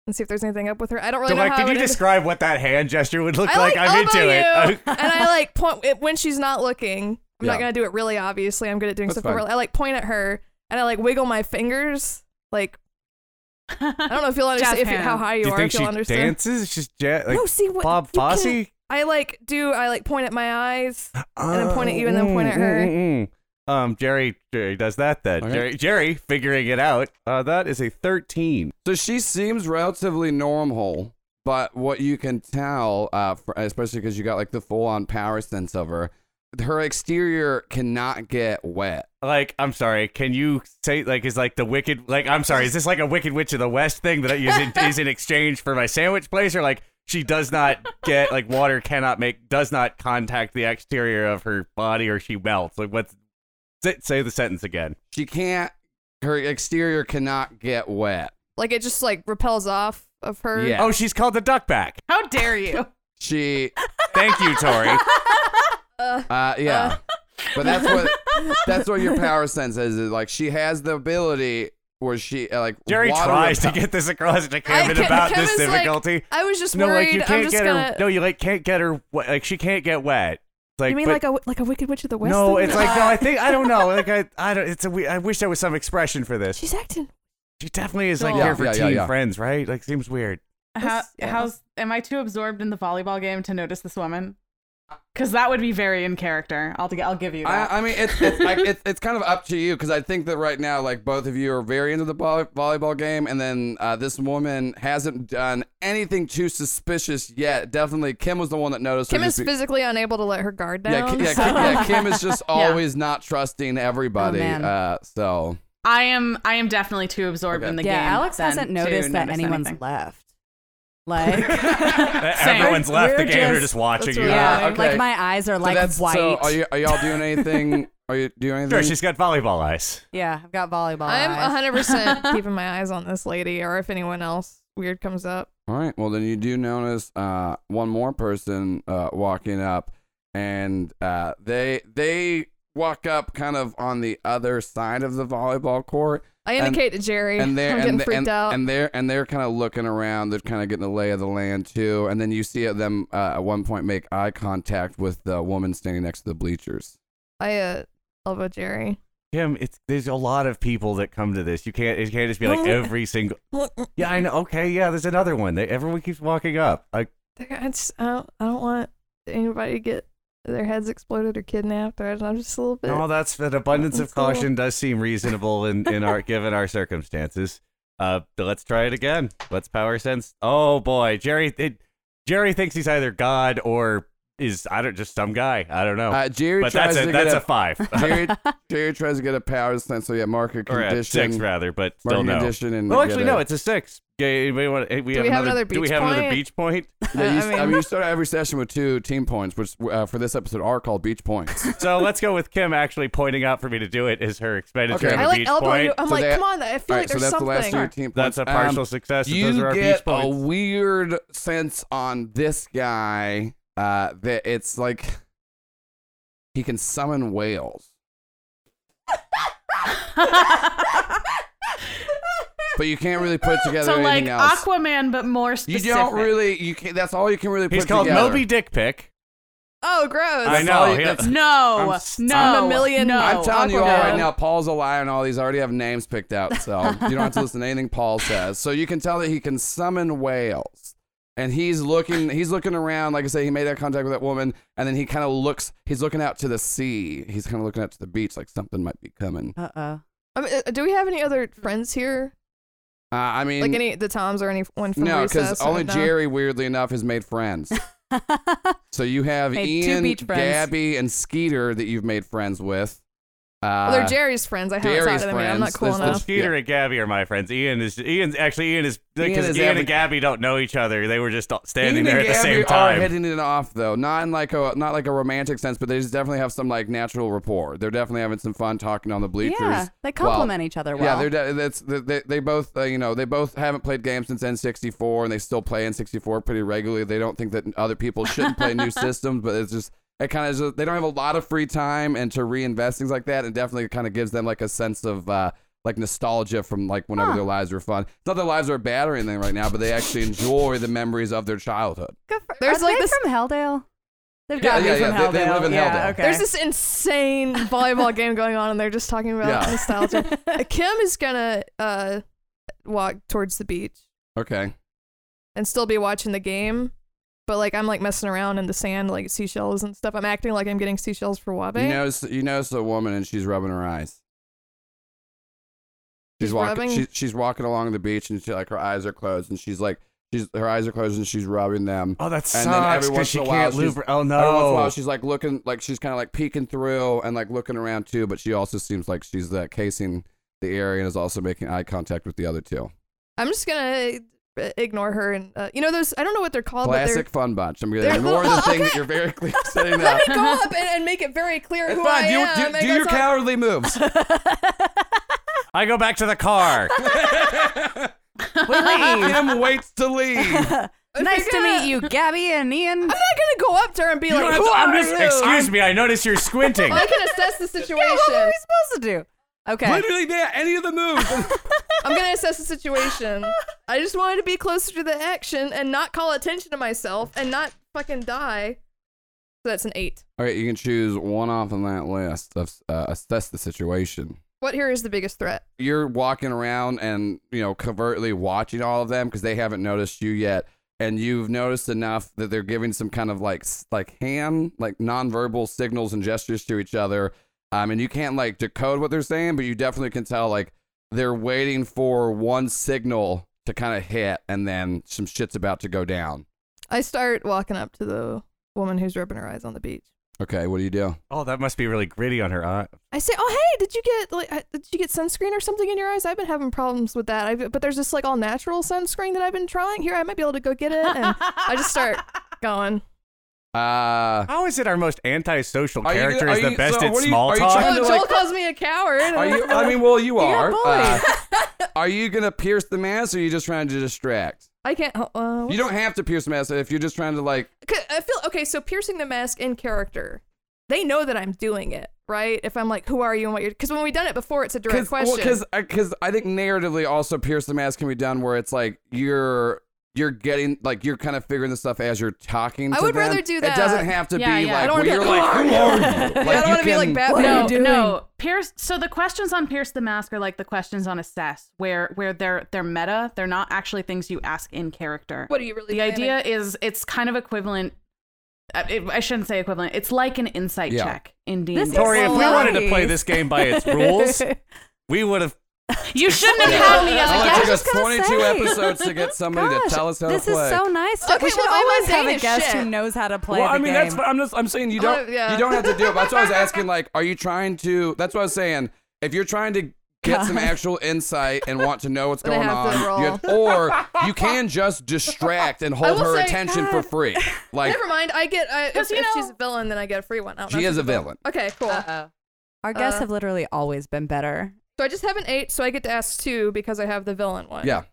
and see if there's anything up with her. I don't really so, know like, how can I you would indi- describe what that hand gesture would look I like, I'm elbow into (laughs) you, (laughs) it. and I like point it, when she's not looking. I'm Yeah. not gonna do it really obviously. I'm good at doing That's stuff. but fine. really- I like point at her and I like wiggle my fingers. Like I don't know (laughs) if you'll understand Jazz if you, hand. how high you Do you are. think if she you'll understand. dances? She's ja- like no, see what Bob you can't- Fosse. I like do I like point at my eyes. then point at you and then Oh, point at her. mm, mm, mm. Um, Jerry, Jerry does that then. Okay. Jerry, Jerry, figuring it out. Uh, that is a thirteen. So she seems relatively normal, but what you can tell, uh, fr- especially because you got like the full-on power sense of her, her exterior cannot get wet. Like, I'm sorry. Can you say like is like the wicked? Like, I'm sorry. Is this like a Wicked Witch of the West thing that I use in, is in exchange for my sandwich place, or like she does not get like water cannot make does not contact the exterior of her body or she melts? Like, what's say, say the sentence again? She can't. Her exterior cannot get wet. Like it just like repels off of her. (laughs) Yeah. Oh, she's called the duckback. How dare you? She Thank you, Tori. Uh, yeah. but that's what that's what your power sense is. is like she has the ability where she uh, like Jerry water tries to repel- get this across to Kevin Ke- about Kevin's this like, difficulty. I was just no, worried. like you I'm can't just get gonna. her. No, you like can't get her. wet- Like she can't get wet. It's Like, you mean but- like a like a Wicked Witch of the West? no, thing? it's like no. I think I don't know. Like I, I don't. It's a. we- I wish there was some expression for this. (laughs) she's acting. She definitely is like Yeah, here for yeah, yeah, teen yeah. friends, right? Like seems weird. How, This- yeah. How's am I too absorbed in the volleyball game to notice this woman? Because that would be very in character. I'll I'll give you that. I, I mean, it's it's, like, it's it's kind of up to you because I think that right now, like both of you are very into the vo- volleyball game, and then uh, this woman hasn't done anything too suspicious yet. Definitely, Kim was the one that noticed. her Kim just is be- physically unable to let her guard yeah, down. Ki- yeah, so- Kim, yeah, Kim is just always not trusting everybody. man. uh, so (laughs) I am I am definitely too absorbed Okay. in the yeah, game. Alex then hasn't to noticed that notice anyone's anything. left. Like, uh, (laughs) Same. Everyone's left the We're game. They're just- just watching that's you. really- yeah, Yeah, Ah, Uh, okay. like my eyes are like so white. are you are y'all doing (laughs) anything? are you doing anything? Sure, she's got volleyball eyes. yeah, I've got volleyball. I'm eyes. (laughs) 100% keeping my eyes on this lady or if anyone else weird comes up. All right. Well, then you do notice uh, one more person uh, walking up, and uh, they they walk up kind of on the other side of the volleyball court, (laughs) I And- indicate to Jerry. and they're (laughs) I'm getting and, freaked and, out. and they're and they're kind of looking around. They're kind of getting the lay of the land too. And then you see them uh, at one point make eye contact with the woman standing next to the bleachers. I uh, elbow Jerry. Kim, it's there's a lot of people that come to this. You can't it can't just be like every single. mm, Yeah, I know. Okay, yeah, there's another one. They, everyone keeps walking up. Like I just I don't, I don't want anybody to get their heads exploded or kidnapped. Or I'm just a little bit. no, that's an abundance of It's a little- caution does seem reasonable in in (laughs) our given our circumstances. Uh, but let's try it again. Let's power sense. Oh boy, Jerry. It, Jerry thinks he's either God or is I don't just some guy. I don't know. Uh, Jerry Oh, but tries that's to a that's a get (laughs) five Jerry, Jerry tries to get a power sense. So yeah, mark a or a condition. six rather, but mark still a no. condition and Well, get actually, a- no, it's a six. Yeah, anybody want? hey, We Do have we have another, another do we beach have another point? beach (laughs) point? Yeah, you, I I, mean- mean, you start every session with two team points, which uh, for this episode are called beach points. so let's go with Kim actually pointing out for me to do it is her expenditure Okay. on I a like beach elbow point. you. I'm So like, that- come on, I feel All like right, so there's that's the last something. two team points. That's a Um, partial success. and you those are our get beach points. a weird sense on this guy uh, that it's like he can summon whales, but you can't really (laughs) put together so like anything else. Aquaman, but more you specific. don't really. You can, that's all you can really. He's put called together. Moby Dick Pick. Oh, gross. That's I know. all you- he- that's- No, I'm s- no, I'm a million- No, I'm telling you all Oh, Aquaman. right now, Paul's a liar and all these already have names picked out, so (laughs) you don't have to listen to anything Paul says. So you can tell that he can summon whales. And he's looking he's looking around, like I say, he made that contact with that woman, and then he kinda looks he's looking out to the sea. He's kinda looking out to the beach like something might be coming. Uh (laughs) oh. I mean, uh, do we have any other friends here? Uh, I mean like any the Toms or anyone from No, recess? because I only don't know. Jerry, weirdly enough, has made (laughs) friends. so you have Made two Ian, beach friends. Gabby, and Skeeter that you've made friends with. Uh, Well, they're Jerry's friends. I haven't talked Jerry's to them yet. I'm not friends. cool There's- enough. Skeeter and Gabby are my friends. Ian is Ian's actually Ian is Ian because is Ian, every- and Gabby don't know each other. They were just all Ian standing and there at the Gabby same Are time. hitting it off though, not in like a not like a romantic sense, but they just definitely have some like natural rapport. They're definitely having some fun talking on the bleachers. Yeah, they complement each other well. Yeah, they're de- that's they, they, they both uh, you know they both haven't played games since N64 and they still play N64 pretty regularly. They don't think that other people shouldn't (laughs) play new systems, but it's just it kind of they don't have a lot of free time and to reinvest things like that. It definitely kind of gives them like a sense of uh, like nostalgia from like whenever Huh. their lives were fun. It's not their lives are bad or anything right now, but they actually enjoy the memories of their childhood. Good for, There's are like they this- from Helldale. They've Yeah, got to yeah, be from yeah, Helldale. they- they live in yeah, Helldale. Okay. There's this insane volleyball game going on, and they're just talking about Yeah. nostalgia. Uh, Kim is gonna uh, walk towards the beach Okay. and still be watching the game, but like I'm like messing around in the sand, like seashells and stuff. I'm acting like I'm getting seashells for Wabe. You notice you notice a woman and she's rubbing her eyes. She's She's walking. rubbing- She, she's walking along the beach and she like her eyes are closed and she's like she's her eyes are closed and she's rubbing them. Oh, that And then every sucks because once she in a while can't she's- lubri- Every Oh once in a while, no. she's like looking like she's kind of like peeking through and like looking around too, but she also seems like she's uh, casing the area and is also making eye contact with the other two. I'm just gonna uh, ignore her and uh, you know those I don't know what Oh, they're called, Classic fun bunch. I'm gonna they're- ignore (laughs) the thing that Okay. you're very clearly but setting they're. up. Let me go up and, and make it very clear It's who fine. I Do, am. do, and do go your talk- cowardly (laughs) moves. I go back to the (laughs) car. we (laughs) leave. Kim waits to (laughs) leave. If nice you're to gonna- meet you, Gabby and Ian. I'm not gonna go up to her and be You don't like, have "Who to- are I'm just- you?" Excuse me, I notice you're squinting. (laughs) I can assess the Yeah, what were situation. we supposed to do? Okay. Literally, yeah, any of the moves. I'm gonna assess the situation. I just wanted to be closer to the action and not call attention to myself and not fucking die. So that's an eight. All right, you can choose one off on that list of uh, assess the situation. What here is the biggest threat? You're walking around and you know covertly watching all of them because they haven't noticed you yet, and you've noticed enough that they're giving some kind of like s- like hand like nonverbal signals and gestures to each other. Um, and you can't like decode what they're saying, but you definitely can tell like they're waiting for one signal to kind of hit, and then some shit's about to go down. I start walking up to the woman who's rubbing her eyes on the beach. Okay, what do you do? Oh, that must be really gritty on her eye. I say, "Oh hey, did you get like uh, did you get sunscreen or something in your eyes? I've been having problems with that. I've, but there's this like all natural sunscreen that I've been trying. Here, I might be able to go get it." And I just (laughs) start going. Uh, How is it our most antisocial Are you character gonna- is are the you- best so at what are you- small are you talk? trying Oh, to, Joel like- calls me a coward. are you? I mean, well, you are. bullied. Uh, are you gonna pierce the mask, or are you just trying to distract? I can't. oh, Uh, You don't have to pierce the mask if you're just trying to like. C- I feel okay. So piercing the mask in character, they know that I'm doing it, right? If I'm like, "Who are you?" and what you're, because when we've done it before, it's a direct Because question. uh, I think narratively also pierce the mask can be done where it's like you're you're getting like you're kind of figuring this stuff as you're talking. I to would them. rather do It that. doesn't have to Yeah, be yeah. I like don't where wanna you're be like like, who are you? Like, I don't you want to be like can- Batman. no, you doing? no. Pierce. So the questions on Pierce the Mask are like the questions on Assess, where where they're they're meta. They're not actually things you ask in character. What are you the really? planning? idea is it's kind of equivalent. I- It, I shouldn't say equivalent. It's like an insight Yeah. check in D. This (laughs) is- Tori, if we Nice. wanted to play this game by its (laughs) (laughs) rules, we would have. You shouldn't have had me as Well, a it guest. took us just gonna 22 say. episodes to get somebody Gosh, to tell us how this to play. is so nice. Okay, we should well, all always my have a Danish guest shit. who knows how to play well, the I mean, game. that's. I'm just. I'm saying you Oh, don't. yeah. You don't have to do it. That's why I was (laughs) asking. Like, are you trying to? That's what I was saying. If you're trying to get some actual insight and want to know what's (laughs) They going have on, to roll. you have- or you can just distract (laughs) and hold will her say, attention for free. Like, Never mind. I get. Uh, if, you if know- Uh, she's a villain, then I get a free one. I don't know she if is she's a villain. Okay, cool. Uh-oh. Our guests Uh, have literally always been better. So I just have an eight, so I get to ask two because I have the villain one. Yeah.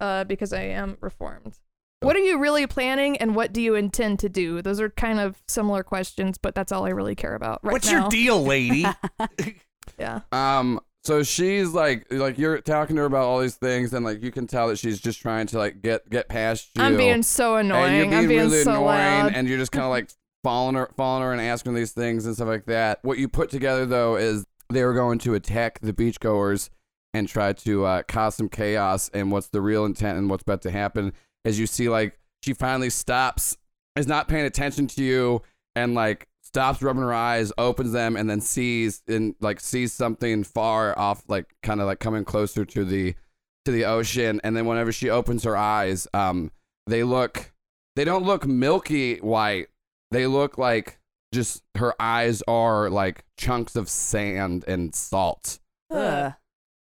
Uh, because I am reformed. What are you really planning, and what do you intend to do? Those are kind of similar questions, but that's all I really care about right What's now. your deal, (laughs) lady? Yeah. Um. So she's like, like you're talking to her about all these things, and like you can tell that she's just trying to like get get past you. I'm being so annoying. And you're being I'm being really so annoying, loud. and you're just kind of like following her, following her, and asking these things and stuff like that. What you put together though is they were going to attack the beachgoers and try to uh, cause some chaos. And what's the real intent and what's about to happen is you see like she finally stops, is not paying attention to you, and like stops rubbing her eyes, opens them, and then sees and like sees something far off, like kind of like coming closer to the to the ocean. And then whenever she opens her eyes, um, they look they don't look milky white. They look like just her eyes are like chunks of sand and salt. Ugh.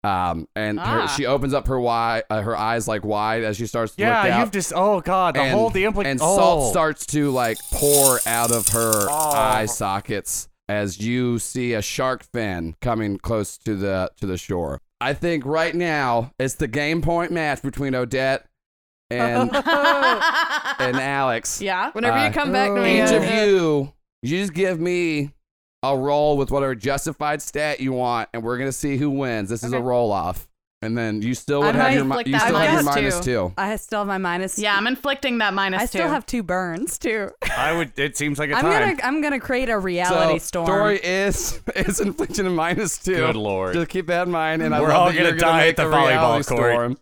Um, and her, Ah. she opens up her wide, uh, her eyes like wide as she starts to look yeah, out you've just. Oh God, the whole the implication. and oh. salt starts to like pour out of her Oh. eye sockets as you see a shark fin coming close to the to the shore. I think right now it's the game point match between Odette and (laughs) (laughs) and Alex. yeah. Whenever Uh, you come back to me, Each uh, of you, you just give me a roll with whatever justified stat you want, and we're gonna see who wins. This is a Okay. roll off, and then you still I would have might your mi- flick you that still have your minus minus two. I still have my minus. Yeah, I'm inflicting that minus I two. still have two burns too. I would. It seems like a I'm time. gonna I'm gonna create a reality so storm. Dory is (laughs) is inflicting a minus two. Good lord. Just keep that in mind, and I We're love all that gonna you're die make at the a reality volleyball court. storm.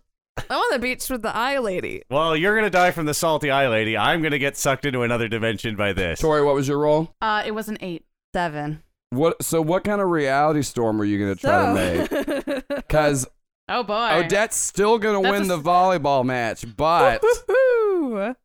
I'm on the beach with the eye lady. well, you're gonna die from the salty eye, lady. I'm gonna get sucked into another dimension by this. Tori, what was your role? Uh, it was an eight. seven. What? So, what kind of reality storm were you gonna try to (laughs) make? (laughs) Because Oh boy. Odette's still gonna That's win a the s- volleyball match, but which Woo-hoo-hoo.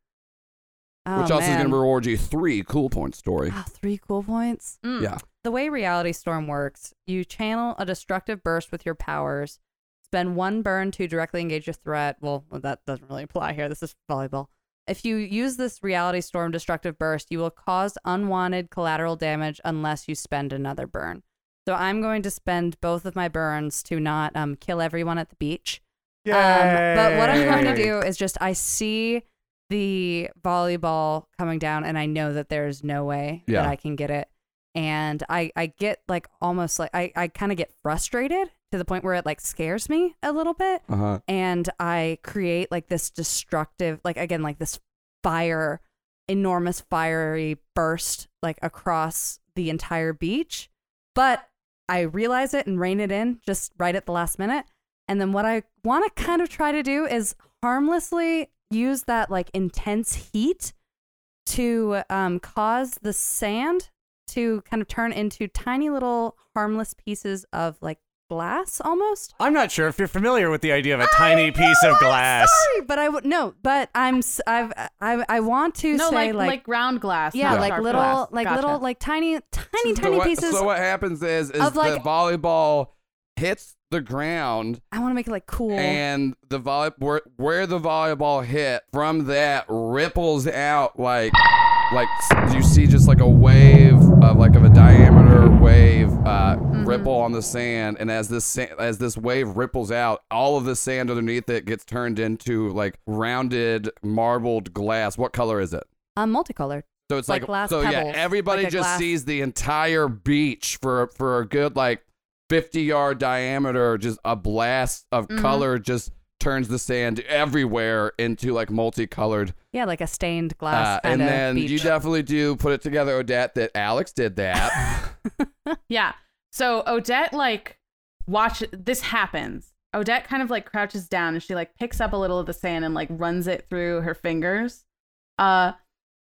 Oh, also is man. gonna reward you three cool points, Tori. Wow, three cool points. Mm. Yeah. The way Reality Storm works, you channel a destructive burst with your powers, spend one burn to directly engage a threat. Well, that doesn't really apply here. This is volleyball. If you use this Reality Storm destructive burst, you will cause unwanted collateral damage unless you spend another burn. So I'm going to spend both of my burns to not um, kill everyone at the beach. Yay. Um, but what I'm going to do is just I see the volleyball coming down, and I know that there's no way Yeah. that I can get it. And I, I get like almost like I, I kind of get frustrated to the point where it like scares me a little bit. Ah. Uh huh. And I create like this destructive, like again, like this fire, enormous fiery burst like across the entire beach. But I realize it and rein it in just right at the last minute. And then what I want to kind of try to do is harmlessly use that like intense heat to um, cause the sand to kind of turn into tiny little harmless pieces of like glass almost. I'm not sure if you're familiar with the idea of a (laughs) tiny piece of glass. Sorry, but I would no, but I'm s- I've I I want to No, say like, like round glass. yeah, not like sharp little glass. like Gotcha. little like tiny tiny So tiny what- pieces. So what happens is is of, like- the volleyball hits the ground I want to make it like cool. and the volley where, where the volleyball hit from that ripples out like like s- you see just like a wave of like of a diameter wave uh, Mm-hmm. ripple on the sand and as this sa- as this wave ripples out all of the sand underneath it gets turned into like rounded marbled glass what color is it um, multicolored. so it's Like like, glass so yeah, pebbles, everybody like a just glass- sees the entire beach for for a good like fifty yard diameter. Just a blast of Mm-hmm. Mhm. color just turns the sand everywhere into like multicolored. Yeah, like a stained glass. Uh, and kinda then beach. you definitely do put it together, Odette. That Alex did (laughs) that. Yeah. So Odette like watch this happens. Odette kind of like crouches down and she like picks up a little of the sand and like runs it through her fingers. Uh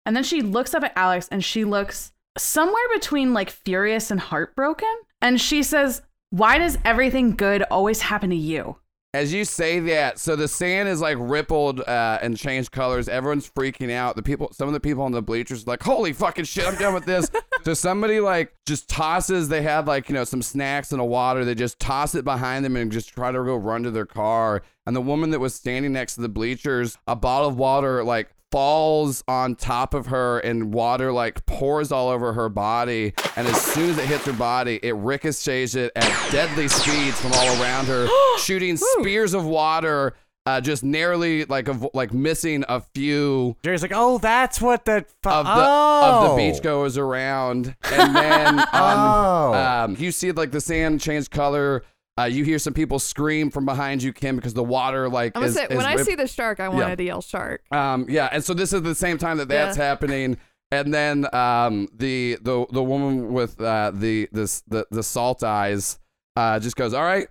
and then she looks up at Alex and she looks somewhere between like furious and heartbroken and she says, "Why does everything good always happen to you?" As you say that, so the sand is like rippled uh, and changed colors. Everyone's freaking out. The people, some of the people on the bleachers, are like, holy fucking shit, I'm done with this. so somebody like just tosses. They had like you know some snacks and a water. They just toss it behind them and just try to go run to their car. And the woman that was standing next to the bleachers, a bottle of water like falls on top of her and water like pours all over her body and as soon as it hits her body it ricochets it at deadly speeds from all around (gasps) her shooting spears of water uh, just narrowly like av- like missing a few Jerry's like, oh, that's what the fu- of the oh. of the beachgoers around and (laughs) then um, Oh. um, you see like the sand change color uh, you hear some people scream from behind you Kim because the water like I'm gonna is, say is when I rip- see the shark, I wanted to yell shark. um, yeah, and so this is the same time that that's happening, and then um, the the the woman with uh, the this the the salt eyes uh, just goes, "All right,"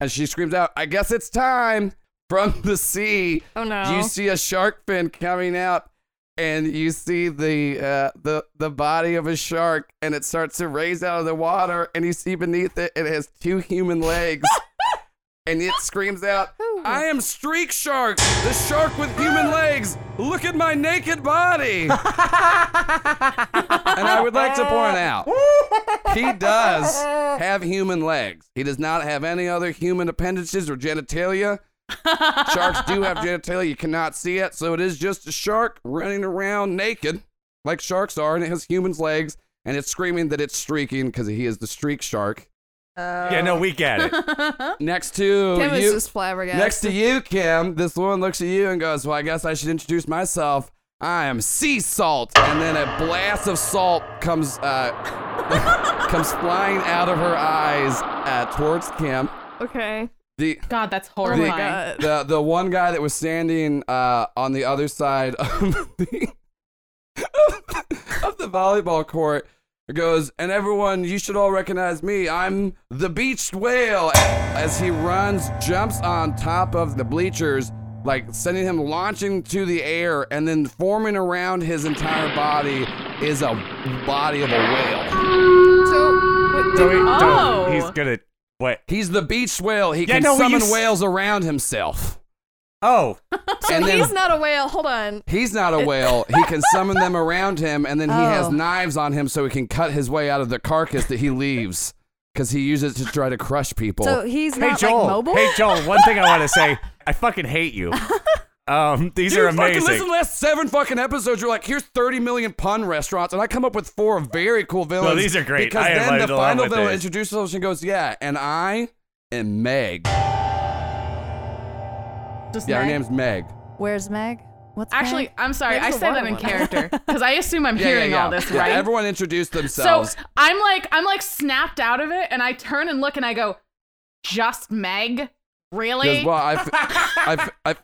and she screams out, "I guess it's time!" From the sea, Oh no. you see a shark fin coming out, and you see the uh, the the body of a shark, and it starts to raise out of the water, and you see beneath it, it has two human legs. And it screams out, I am Streak Shark, the shark with human legs. Look at my naked body. and I would like to point out, he does have human legs. He does not have any other human appendages or genitalia. Sharks do have genitalia. You cannot see it. So it is just a shark running around naked, like sharks are, and it has human legs. And it's screaming that it's streaking because he is the streak shark. Oh. yeah, no, we get it. Next to Kim is you, just flabbergasted. Next to you, Kim, this woman looks at you and goes, Well, I guess I should introduce myself. I am sea salt. And then a blast of salt comes uh, (laughs) comes flying out of her eyes uh, towards Kim. okay. The God, that's Oh horrifying. my (laughs) god. the the one guy that was standing uh, on the other side of the of the volleyball court goes, and everyone, you should all recognize me. I'm the beached whale. As he runs, jumps on top of the bleachers, like sending him launching to the air, and then forming around his entire body is a body of a whale. So what- So he, Oh. no, he's gonna what? He's the beached whale. He Yeah, can no, well, you summon s- whales around himself. Oh, and then he's not a whale. Hold on. He's not a whale. He can summon them around him, and then he has Oh. knives on him so he can cut his way out of the carcass that he leaves because he uses it to try to crush people. so he's hey not Joel. like mobile. Hey Joel, one thing I want to say, I fucking hate you. Um, these you are fucking listen to the amazing. last seven fucking episodes. You're like, here's 30 million pun restaurants, and I come up with four very cool villains. No, these are great. Because I am then the right along final with villain this. introduces himself and goes, yeah, and I am Meg. Just Yeah, her Meg. name's Meg. Where's Meg? What's Actually, Meg? I'm sorry. Meg's I the said that water in one. character because I assume I'm Yeah, yeah, hearing yeah. all this Yeah, right. Everyone introduced So themselves. I'm like, I'm like snapped out of it, and I turn and look, and I go, "Just Meg, really?" Because, well, I, f- I, f- I, f-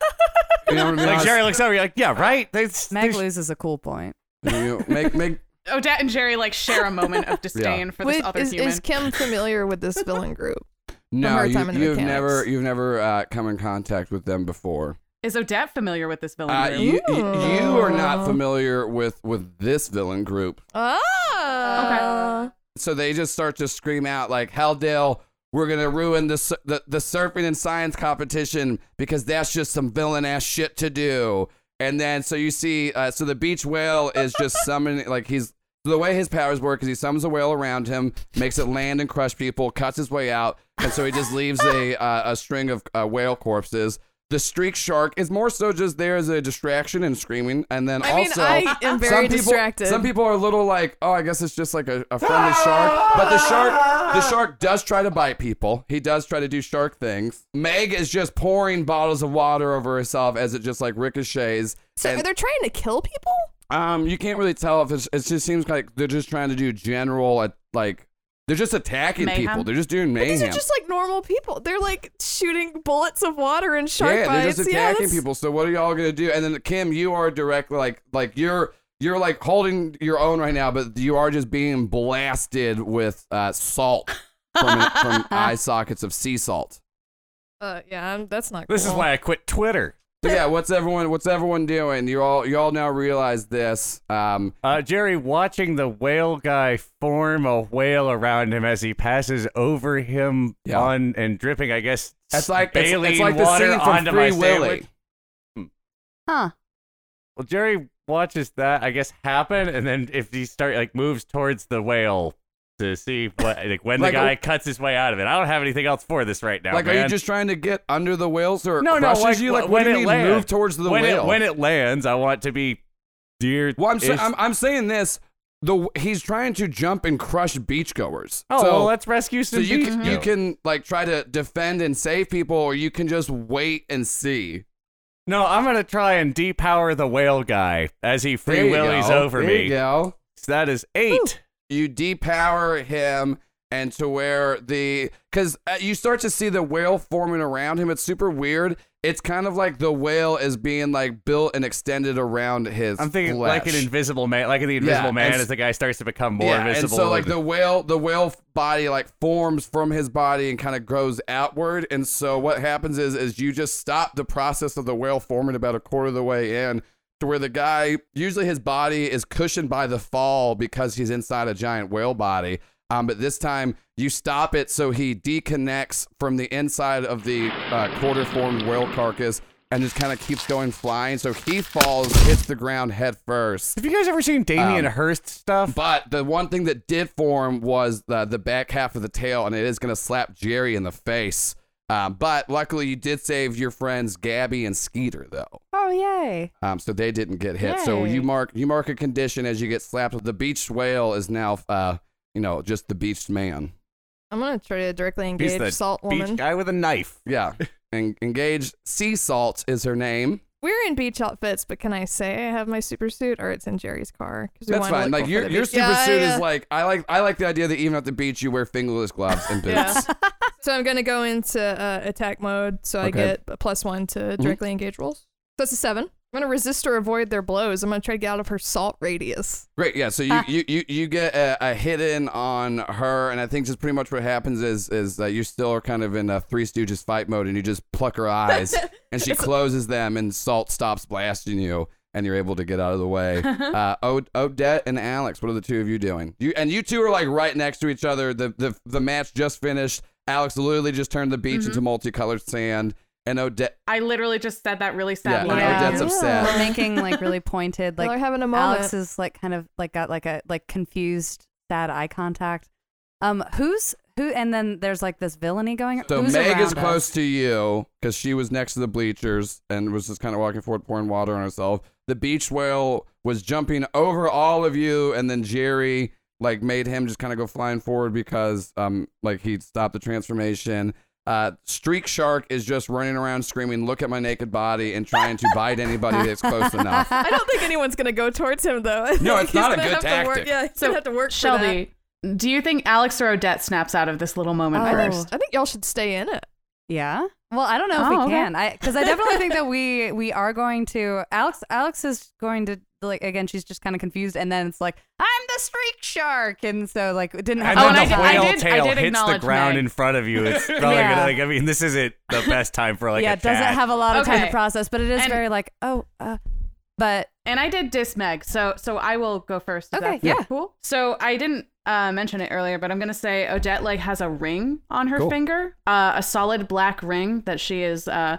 you know, to be Like honest, Jerry looks over, you're like, yeah, right. There's, Meg there's- loses a cool point. you know, Meg, Meg, Odette and Jerry like share a (laughs) moment of disdain for this Wait, other is, human. is Kim familiar with this villain (laughs) group? No, her you, time in the you've mechanics. never you've never uh, come in contact with them before. Is Odette familiar with this villain? Uh, group? you, you you are not familiar with with this villain group, Oh. Okay. so they just start to scream out like Haldale, We're gonna ruin the, sur- the the surfing and science competition because that's just some villain ass shit to do. And then so you see, uh, so the beach whale is (laughs) just summoning, like he's so the way his powers work is he summons a whale around him, makes it land and crush people, cuts his way out, and so he just leaves (laughs) a uh, a string of uh, whale corpses. The streak shark is more so just there as a distraction and screaming, and then I mean, also I am very people, distracted. Some people are a little like, oh, I guess it's just like a, a friendly shark. But the shark, the shark does try to bite people. He does try to do shark things. Meg is just pouring bottles of water over herself as it just like ricochets. So and- are they trying to kill people? um, you can't really tell if it's. It just seems like they're just trying to do general uh, like they're just attacking Mayhem? people. They're just doing These mayhem. are just like normal people. They're like shooting bullets of water and shark yeah, they're bites. just attacking yeah, that's- people. So what are y'all gonna do? And then Kim, you are directly like like you're you're like holding your own right now, but you are just being blasted with uh, salt from from eye sockets of sea salt. Uh, yeah, I'm- that's not. This is cool. why I quit Twitter. So yeah, what's everyone what's everyone doing? You all you all now realize this. Um, Uh, Jerry watching the whale guy form a whale around him as he passes over him Yeah. on and dripping. I guess it's like it's, baleen it's like the water scene from onto my Free sandwich. Willy. Huh. Well, Jerry watches that I guess happen, and then if he start like moves towards the whale to see what like when Like, the guy oh- cuts his way out of it. I don't have anything else for this right now. Like, are you man. just trying to get under the whale so it no no crushes like, you? Like, when what do it you mean land- move towards the when whale? It, when it lands, I want to be dear. well, I'm, sa- I'm I'm saying this. The he's trying to jump and crush beachgoers. oh so, well, let's rescue so some. Mm-hmm. you can, beach you goats. can like try to defend and save people, or you can just wait and see. No, I'm gonna try and depower the whale guy as he There free you willies go. over there me. You go. So that is eight. you depower him and to where the because uh, you start to see the whale forming around him it's super weird it's kind of like the whale is being like built and extended around his I'm thinking like an flesh. invisible man, like in the Invisible and Man, s- as the guy starts to become more yeah, visible. and so like the whale the whale body like forms from his body and kind of grows outward and so what happens is is you just stop the process of the whale forming about a quarter of the way in to where the guy usually his body is cushioned by the fall because he's inside a giant whale body um, but this time you stop it so he deconnects from the inside of the uh, quarter formed whale carcass and just kind of keeps going flying so he falls hits the ground head first have you guys ever seen Damien Um, Hirst stuff? but the one thing that did form was the, the back half of the tail, and it is going to slap Jerry in the face. Um, but luckily, you did save your friends Gabby and Skeeter, though, Oh yay! um, so they didn't get hit. So you mark you mark a condition as you get slapped. The beached whale is now, uh, you know, just the beached man. I'm gonna try to directly He's engage the Salt beach Woman. guy with a knife. (laughs) Yeah, and engaged sea salt is her name. We're in beach outfits, but can I say I have my super suit or it's in Jerry's car? 'Cause we That's wanna fine. look Like cool your for the your beach. super Yeah, suit yeah. is like I like I like the idea that even at the beach you wear fingerless gloves and boots. Yeah. so I'm gonna go into uh, attack mode, so I Okay. Mm-hmm. get a plus one to directly engage rolls. So that's a seven. I'm gonna resist or avoid their blows. I'm gonna try to get out of her salt radius. Great, yeah. So you you, you, you get a, a hit in on her, and I think just pretty much what happens is is that you still are kind of in a Three Stooges fight mode, and you just pluck her eyes, and she closes them, and Salt stops blasting you, and you're able to get out of the way. Uh, Od- Odette and Alex, what are the two of you doing? You and you two are like right next to each other. The the the match just finished. Alex literally just turned the beach into multicolored sand, and Odette I literally just said that really yeah, sad and line. Yeah. Odette's upset. We're making like really pointed, Like, they're like having a moment. Alex is like kind of like got like a like confused, sad eye contact. Um, who's who? And then there's like this villainy going. So who's Meg is around close us? to you because she was next to the bleachers and was just kind of walking forward, pouring water on herself. The beach whale was jumping over all of you, and then Jerry like made him just kind of go flying forward because um like he stopped the transformation. Uh, Streak Shark is just running around screaming, "Look at my naked body!" and trying to bite anybody (laughs) that's close enough. (laughs) I don't think anyone's gonna go towards him though. (laughs) I think it's he's not a gonna good have To tactic. work, yeah, he's So, gonna have to work for Shelby, do you think Alex or Odette snaps out of this little moment Oh. first? that. I think y'all should stay in it. Yeah. Well, I don't know if Oh, we okay. can. I because I definitely think that we we are going to Alex. Alex is going to like again. She's just kind of confused, and then it's like I'm the streak shark, and so like it didn't. And Oh, then and the I did- I whale did- I tail did hits the acknowledge ground Meg. in front of (laughs) you. It's probably Yeah. gonna, like I mean, this isn't the best time for like yeah, a it doesn't have a lot of time Okay. to process, but it is And- very like oh, uh, But And I did dismeg, so so I will go first. if Okay, that's yeah. Cool. So I didn't uh, mention it earlier, but I'm gonna say Odette like has a ring on her Cool. finger, uh, a solid black ring that she is. Uh,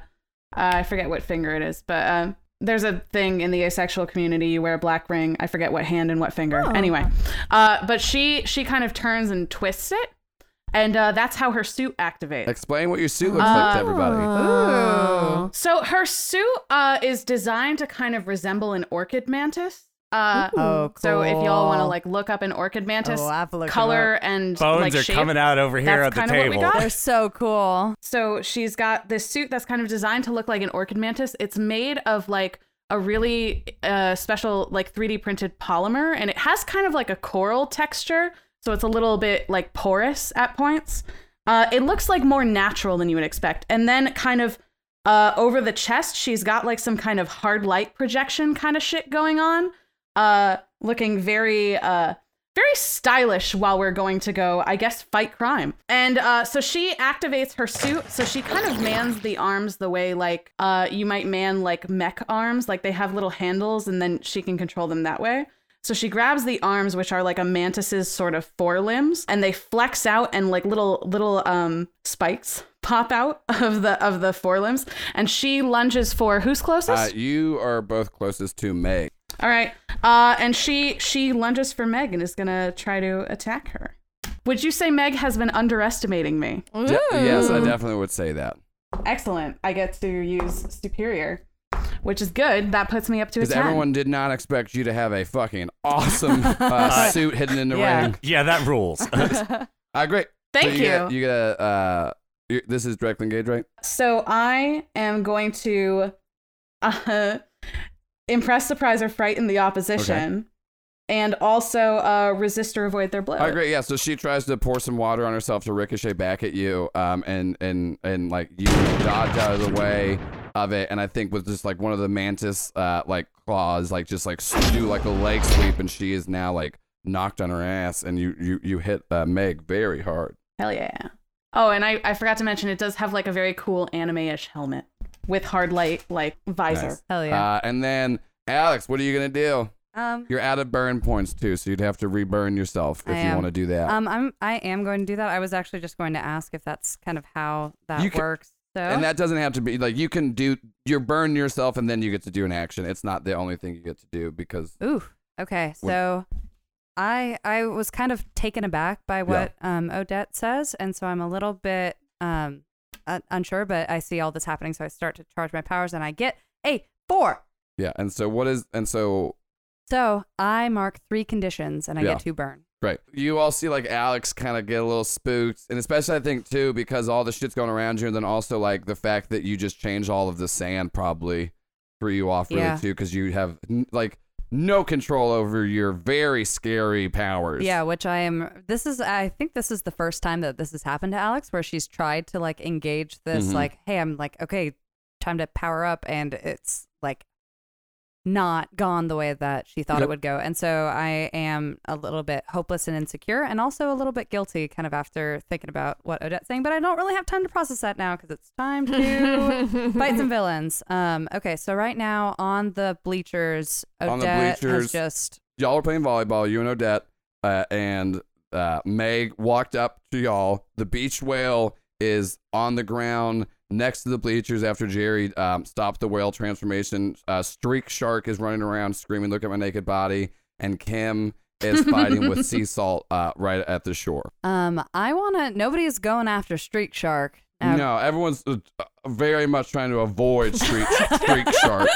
uh, I forget what finger it is, but um, there's a thing in the asexual community. You wear a black ring. I forget what hand and what finger. Anyway, uh, but she she kind of turns and twists it, and uh, that's how her suit activates. Explain what your suit looks Oh. like to everybody. Ooh. So her suit uh, is designed to kind of resemble an orchid mantis. Uh, Oh, So if y'all want to cool. like look up an orchid mantis Oh, I've looked it color and Bones like are shape, coming out over here that's at the kinda what we table. got. they're so cool. so she's got this suit that's kind of designed to look like an orchid mantis. It's made of like a really uh, special like 3D printed polymer, and it has kind of like a coral texture. So it's a little bit like porous at points. Uh, it looks like more natural than you would expect. And then kind of uh, over the chest, she's got like some kind of hard light projection kind of shit going on. Uh, looking very uh, very stylish while we're going to go, I guess, fight crime. And uh, so she activates her suit. So she kind of mans the arms the way, like, uh, you might man, like, mech arms. Like, they have little handles, and then she can control them that way. So she grabs the arms, which are like a mantis's sort of forelimbs, and they flex out, and like little little um spikes (laughs) pop out of the of the forelimbs. And she lunges for who's closest? Uh, you are both closest to May. All right. Uh, and she she lunges for Meg and is gonna try to attack her. Would you say Meg has been underestimating me? De- yes, I definitely would say that. Excellent. I get to use superior, which is good. That puts me up to a Because ten. everyone did not expect you to have a fucking awesome uh, suit hidden in the Yeah. ring. Yeah, that rules. Ah, great. So Thank you. Get, you get a. Uh, you- this is direct engage, right? so I am going to uh, (laughs) impress, surprise, or frighten the opposition, and also uh, resist or avoid their blow. All right, great. Yeah, so she tries to pour some water on herself to ricochet back at you, um, and and and like you dodge out of the way of it, and I think with just like one of the mantis uh like claws, like just like s- do like a leg sweep, and she is now like knocked on her ass, and you you you hit uh, Meg very hard. Hell yeah. Oh, and I, I forgot to mention it does have like a very cool anime-ish helmet with hard light like visor. Nice. Hell yeah. Uh, and then Alex, what are you gonna do? um, You're out of burn points too, so you'd have to reburn yourself if I you am. want to do that. um, I'm I am going to do that. I was actually just going to ask if that's kind of how that You ca- works. So and that doesn't have to be like you can do you burn yourself and then you get to do an action. It's not the only thing you get to do because Ooh. Okay. When- So I I was kind of taken aback by what um, Odette says, and so I'm a little bit um, un- unsure. But I see all this happening, so I start to charge my powers, and I get a four. yeah. And so what is and so So I mark three conditions, and I Yeah. get two burn. right. You all see like Alex kind of get a little spooked, and especially I think too because all the shit's going around you, and then also like the fact that you just changed all of the sand probably threw you off really Yeah. too because you have n- like no control over your very scary powers. Yeah, which I am. This is I think this is the first time that this has happened to Alex, where she's tried to like engage this Mhm. like, hey, I'm like, okay, time to power up, and it's like not gone the way that she thought Yep. it would go. And so I am a little bit hopeless and insecure and also a little bit guilty kind of after thinking about what Odette's saying, but I don't really have time to process that now because it's time to (laughs) fight some villains. Um okay, so right now on the bleachers, Odette On the bleachers. has just y'all are playing volleyball, you and Odette, uh, and uh, Meg walked up to y'all. The beach whale is on the ground next to the bleachers after Jerry um, stopped the whale transformation. Uh, Streak Shark is running around screaming, Look at my naked body. And Kim is fighting with sea salt uh, right at the shore. Um, I wanna. Nobody's going after Street Shark. Um, no, everyone's uh, very much trying to avoid Streak, streak Shark.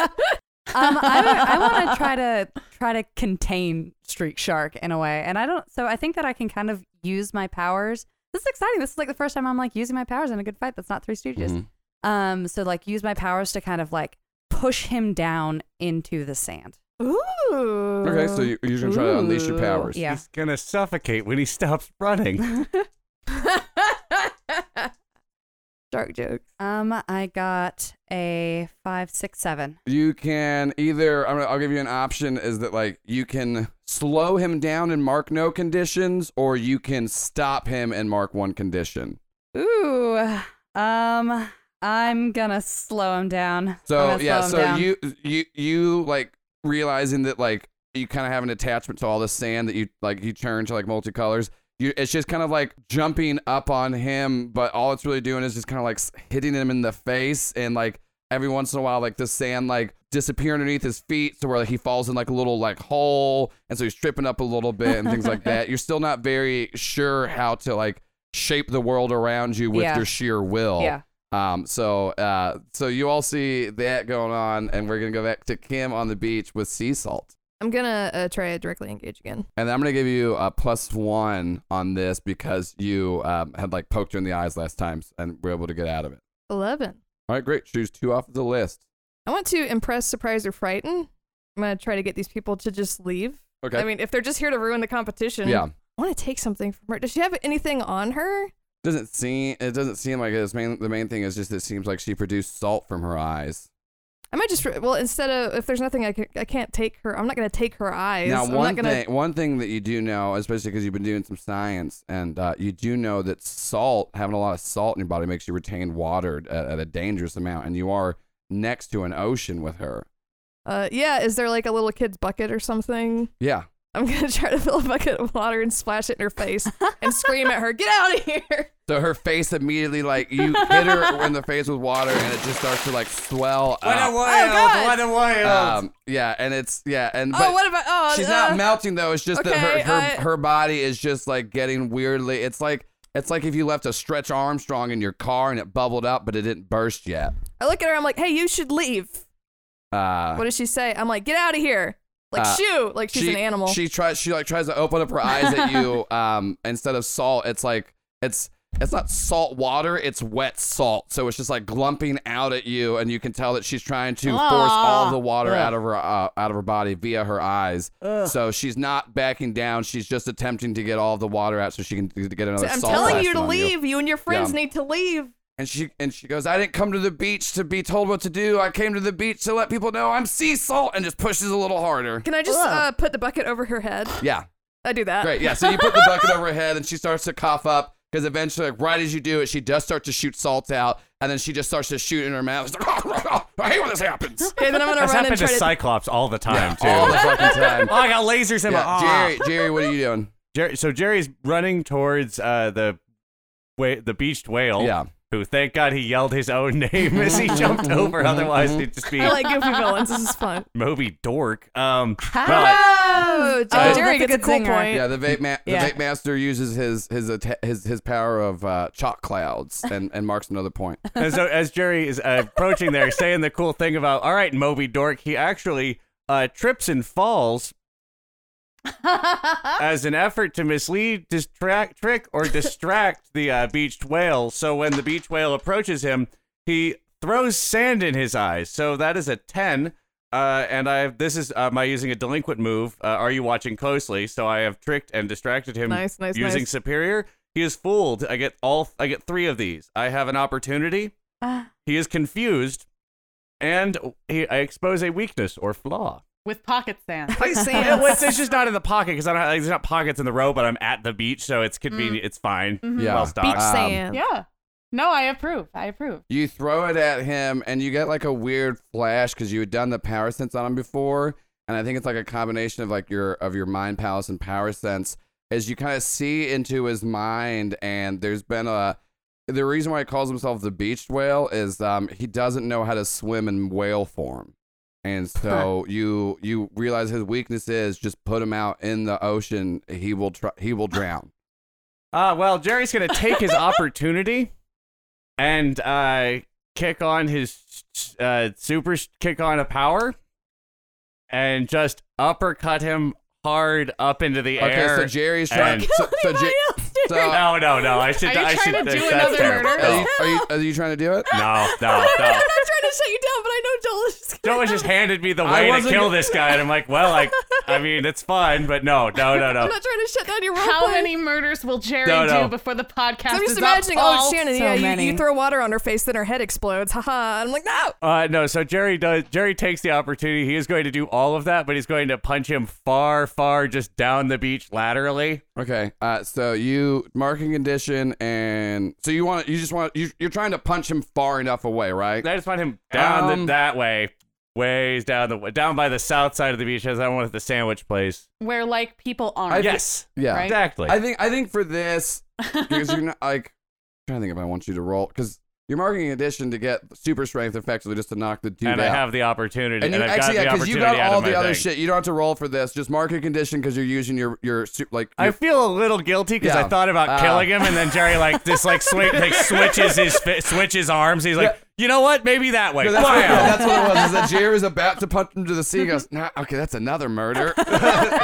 um, I, I (laughs) want to try to try to contain Street Shark in a way, and I don't. So I think that I can kind of use my powers. This is exciting. This is like the first time I'm like using my powers in a good fight. That's not Three Stooges. Mhm. Um, so like use my powers to kind of like push him down into the sand. Ooh. Okay, so you, you're going to try to unleash your powers. (laughs) Yeah. He's gonna suffocate when he stops running. dark joke. Um, I got a five, six, seven. You can either I'm gonna, I'll give you an option is that like you can slow him down and mark no conditions, or you can stop him and mark one condition. Ooh. Um, I'm gonna slow him down. I'm So gonna yeah, slow so him down. you you you like realizing that like you kind of have an attachment to all the sand that you like you turn to like multicolors. You, it's just kind of like jumping up on him, but all it's really doing is just kind of like s- hitting him in the face and like every once in a while like the sand like disappear underneath his feet so where like, he falls in like a little like hole and so he's tripping up a little bit and things (laughs) like that. You're still not very sure how to like shape the world around you with Yeah. your sheer will. Yeah. Um, so uh, so you all see that going on, and we're gonna go back to Kim on the beach with sea salt, I'm gonna uh, try to directly engage again. and I'm gonna give you a plus one on this because you um, had like poked her in the eyes last time and were able to get out of it. Eleven. All right, great. Choose two off of the list. I want to impress, surprise, or frighten. I'm gonna try to get these people to just leave. Okay. I mean, if they're just here to ruin the competition, yeah. I want to take something from her. Does she have anything on her? Doesn't seem it doesn't seem like it's main the main thing is just it seems like she produced salt from her eyes. I might just well instead of if there's nothing I can I can't take her. I'm not gonna take her eyes. Now, I'm one not gonna. thing, one thing that you do know, especially because you've been doing some science, and uh, you do know that salt, having a lot of salt in your body, makes you retain water at, at a dangerous amount, and you are next to an ocean with her. Uh, yeah, is there like a little kid's bucket or something? Yeah, I'm (laughs) gonna try to fill a bucket of water and splash it in her face and scream at her, "Get out of here!" so her face immediately, like you hit (laughs) her in the face with water, and it just starts to like swell Uh, up. Oh, God. What a wild! Um, yeah, and it's yeah, and (laughs) but oh, what about? Oh, she's uh, not melting though. It's just okay, uh, that her her, I- her body is just like getting weirdly. It's like. It's like if you left a stretch Armstrong in your car and it bubbled up, but it didn't burst yet. I look at her. I'm like, "Hey, you should leave." Uh, What does she say? I'm like, "Get out of here!" Like Uh, shoo, like she's she, an animal. She tries. She like tries to open up her eyes at (laughs) you. Um, instead of salt, it's like it's it's not salt water. It's wet salt. So it's just like glumping out at you, and you can tell that she's trying to force all the water out of her uh, out of her body via her eyes. So she's not backing down. She's just attempting to get all the water out so she can to get another I'm salt. telling blast you to on leave. You. and your friends Yeah. need to leave. And she and she goes, I didn't come to the beach to be told what to do. I came to the beach to let people know I'm sea salt, and just pushes a little harder. Can I just uh, put the bucket over her head? Yeah. I do that. Great. Yeah. So you put the bucket over her head, and she starts to cough up because eventually, like, right as you do it, she does start to shoot salt out, and then she just starts to shoot in her mouth. She's like, I hate when this happens. Okay, then I'm gonna That's run happened and to try to. Cyclops all the time too. All the fucking time. oh, I got lasers in my Yeah. ah. Jerry, Jerry, what are you doing? Jerry. So Jerry's running towards uh, the wa- the beached whale. Yeah. Who? Thank God he yelled his own name as he (laughs) jumped over. Otherwise, he'd just be I (laughs) (laughs) like goofy villains. This is (laughs) fun. Moby Dork. Um. but- Oh, Oh, that's Jerry a gets a good cool zinger. point. Yeah, the vape ma- Yeah. the vape master uses his his atta- his his power of uh, chalk clouds and, and marks another point. And so as Jerry is uh, approaching there, saying the cool thing about all right, Moby Dork, he actually uh, trips and falls Uh-huh. as an effort to mislead, distract, trick, (laughs) or distract the uh, beached whale. So when the beached whale approaches him, he throws sand in his eyes. So that is a ten. Uh, and I this is uh, my using a delinquent move. Uh, are you watching closely? So I have tricked and distracted him Nice, nice, using nice. superior. He is fooled. I get all. I get three of these. I have an opportunity. Ah. He is confused, and he, I expose a weakness or flaw. (laughs) with pocket (laughs) sand. (laughs) Yeah, well, it's, it's just not in the pocket because I don't. Like, there's not pockets in the row, but I'm at the beach, so it's Mm. convenient. It's fine. Mm-hmm. Yeah. Well Beach stocked. Um, sand. yeah. No, I approve. I approve. You throw it at him, and you get like a weird flash because you had done the power sense on him before, and I think it's like a combination of like your of your mind palace and power sense. As you kind of see into his mind, and there's been a the reason why he calls himself the beached whale is um, he doesn't know how to swim in whale form, and so you you realize his weakness is just put him out in the ocean, he will try, he will (laughs) drown. Uh, well, Jerry's gonna take (laughs) his opportunity and uh, kick on his uh, super kick on a power, and just uppercut him hard up into the Okay, air. so Jerry's trying. and- So, (laughs) so, Jer- so no, no, no! I should. Are you I trying should. to do that's another terrible. murder? are, you, are, you, are you trying to do it? No, (laughs) no, I'm no. not trying to shut you down, but I know Joel is just Joe just handed me the I way to wasn't kill gonna- this guy, and I'm like, well, I, I mean, it's fine, but no, no, no, I'm (laughs) no. not trying to shut down your role How play. many murders will Jerry No, no. do before the podcast I'm just is imagining, up? oh, All Shannon, so yeah, you, you many. throw water on her face, then her head explodes. Haha. And I'm like, no. Uh, no, so Jerry does. Jerry takes the opportunity. He is going to do all of that, but he's going to punch him far, far just down the beach laterally. Okay. Uh, so you marking condition, and so you want you just want you you're trying to punch him far enough away, right? I just want him down Um, the, that way. ways down the down by the south side of the beach as I went at the sandwich place. where like people I aren't. think- yes, Yeah. Right? exactly. I think I think for this because you're not like I'm trying to think if I want you to roll because you're marking addition to get super strength effectively just to knock the dude and out. I have the opportunity, and you and, I've actually got yeah the because you opportunity got out all of my the other thing. shit. You don't have to roll for this. Just mark a condition because you're using your your su- like. I your- feel a little guilty because Yeah. I thought about Uh. killing him, and then Jerry like just like, (laughs) swing, like switches his fi- switches arms. He's like, you know what? Maybe that way. No, (laughs) that's, what, Bam! yeah, that's what it was. Is that Jerry was about to punch him to the sea. He Goes, nah, okay, that's another murder.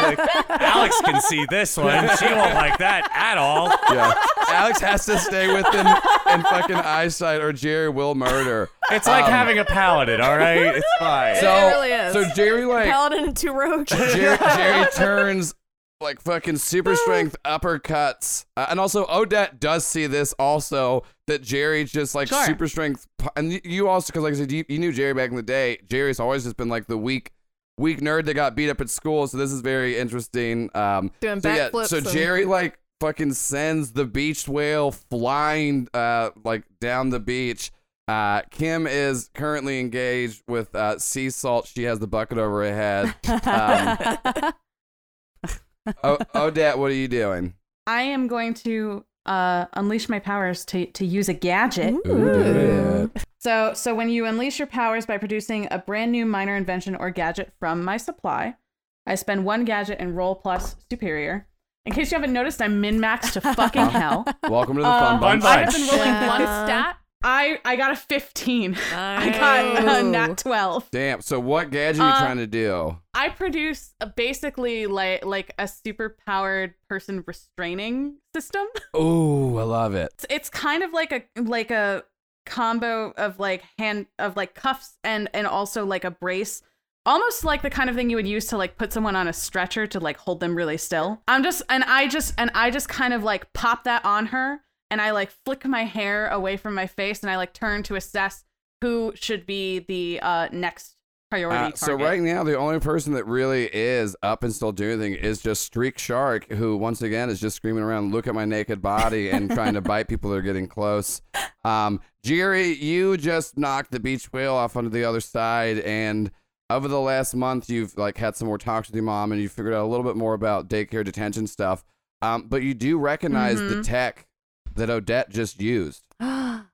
Alex can see this one. She won't like that at all. yeah, Alex has to stay with him in fucking eyesight, or Jerry will murder. It's like Um, having a paladin, all right? It's (laughs) fine. So, It really is. so Jerry like Paladin and two rogues. Jerry, Jerry turns like fucking super strength uppercuts. Uh, and also, Odette does see this also that Jerry just like Sure. super strength. pu- And y- you also, because like I said, you, you knew Jerry back in the day. Jerry's always just been like the weak, weak nerd that got beat up at school. So this is very interesting. Um, Doing so yeah, backflips so and- Jerry like fucking sends the beached whale flying uh like down the beach. Uh, Kim is currently engaged with uh, sea salt. She has the bucket over her head. (laughs) Um, o- Odette, what are you doing? I am going to uh, unleash my powers to to use a gadget. So, so when you unleash your powers by producing a brand new minor invention or gadget from my supply, I spend one gadget and roll plus superior. In case you haven't noticed, I'm min maxed to fucking hell. Welcome to the Uh, fun bunch. I have been bunch. rolling one Yeah. stat. I I got a 15. (laughs) I got a nat 12. Damn. So what gadget are you Uh, trying to do? I produce a basically like like a super powered person restraining system. Oh, I love it. It's, it's kind of like a like a combo of like hand of like cuffs and and also like a brace. Almost like the kind of thing you would use to like put someone on a stretcher to like hold them really still. I'm just and I just and I just kind of like pop that on her and I like flick my hair away from my face and I like turn to assess who should be the uh next priority Uh, so target. right now, the only person that really is up and still doing anything is just Streak Shark, who once again is just screaming around, "Look at my naked body!" and trying to bite people that are getting close. Um, Jerry, you just knocked the beach whale off onto the other side, and over the last month, you've like had some more talks with your mom, and you figured out a little bit more about daycare detention stuff. Um, but you do recognize the Mhm. tech that Odette just used as a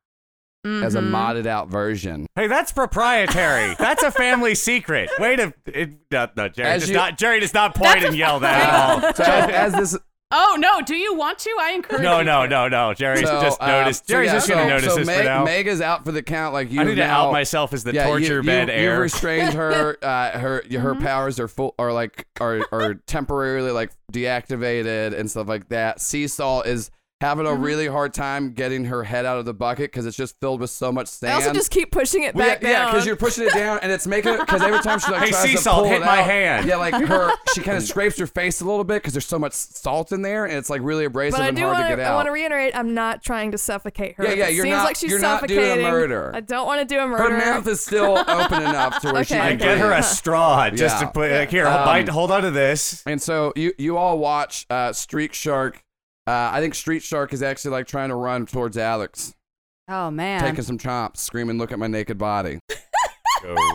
Mhm. modded out version. Hey, that's proprietary. That's a family secret. Wait a it, no, no, Jerry As does you- not Jerry does not point and yell that at all. So as this Oh no, do you want to? I encourage No, you no, to. no, no. Jerry's So, just uh, noticed. so Jerry's yeah, just gonna so- notice so this Meg- for now. Mega's out for the count. Like you I need to now, out myself as the yeah, you- torture you, bed you heir. restrained (laughs) her. Uh, her her Mm-hmm. powers are full, are like are are temporarily like deactivated and stuff like that. Seesaw is having a Mm-hmm. really hard time getting her head out of the bucket because it's just filled with so much I sand. also just keep pushing it Well, back yeah, yeah, down. because you're pushing it down, and it's making it. Because every time she like Hey, tries sea to salt, pull hit it my out, hand. Yeah, like her, she (laughs) kind of scrapes her face a little bit because there's so much salt in there, and it's like really abrasive but I and do hard to want get to. out. I want to reiterate. I'm not trying to suffocate her. Yeah, If yeah, It you're seems not- like she's you're not doing a suffocating. murder. I don't want to do a her murder. mouth is still open enough to where she Okay. I can get her breathe. (laughs) a straw just Yeah. to put like here, Um, hold, bite, hold on to this. And so you you all watch uh, Street Shark. Uh, I think Street Shark is actually like trying to run towards Alex, (gasps) Oh man. taking some chomps, screaming, "Look at my naked body!"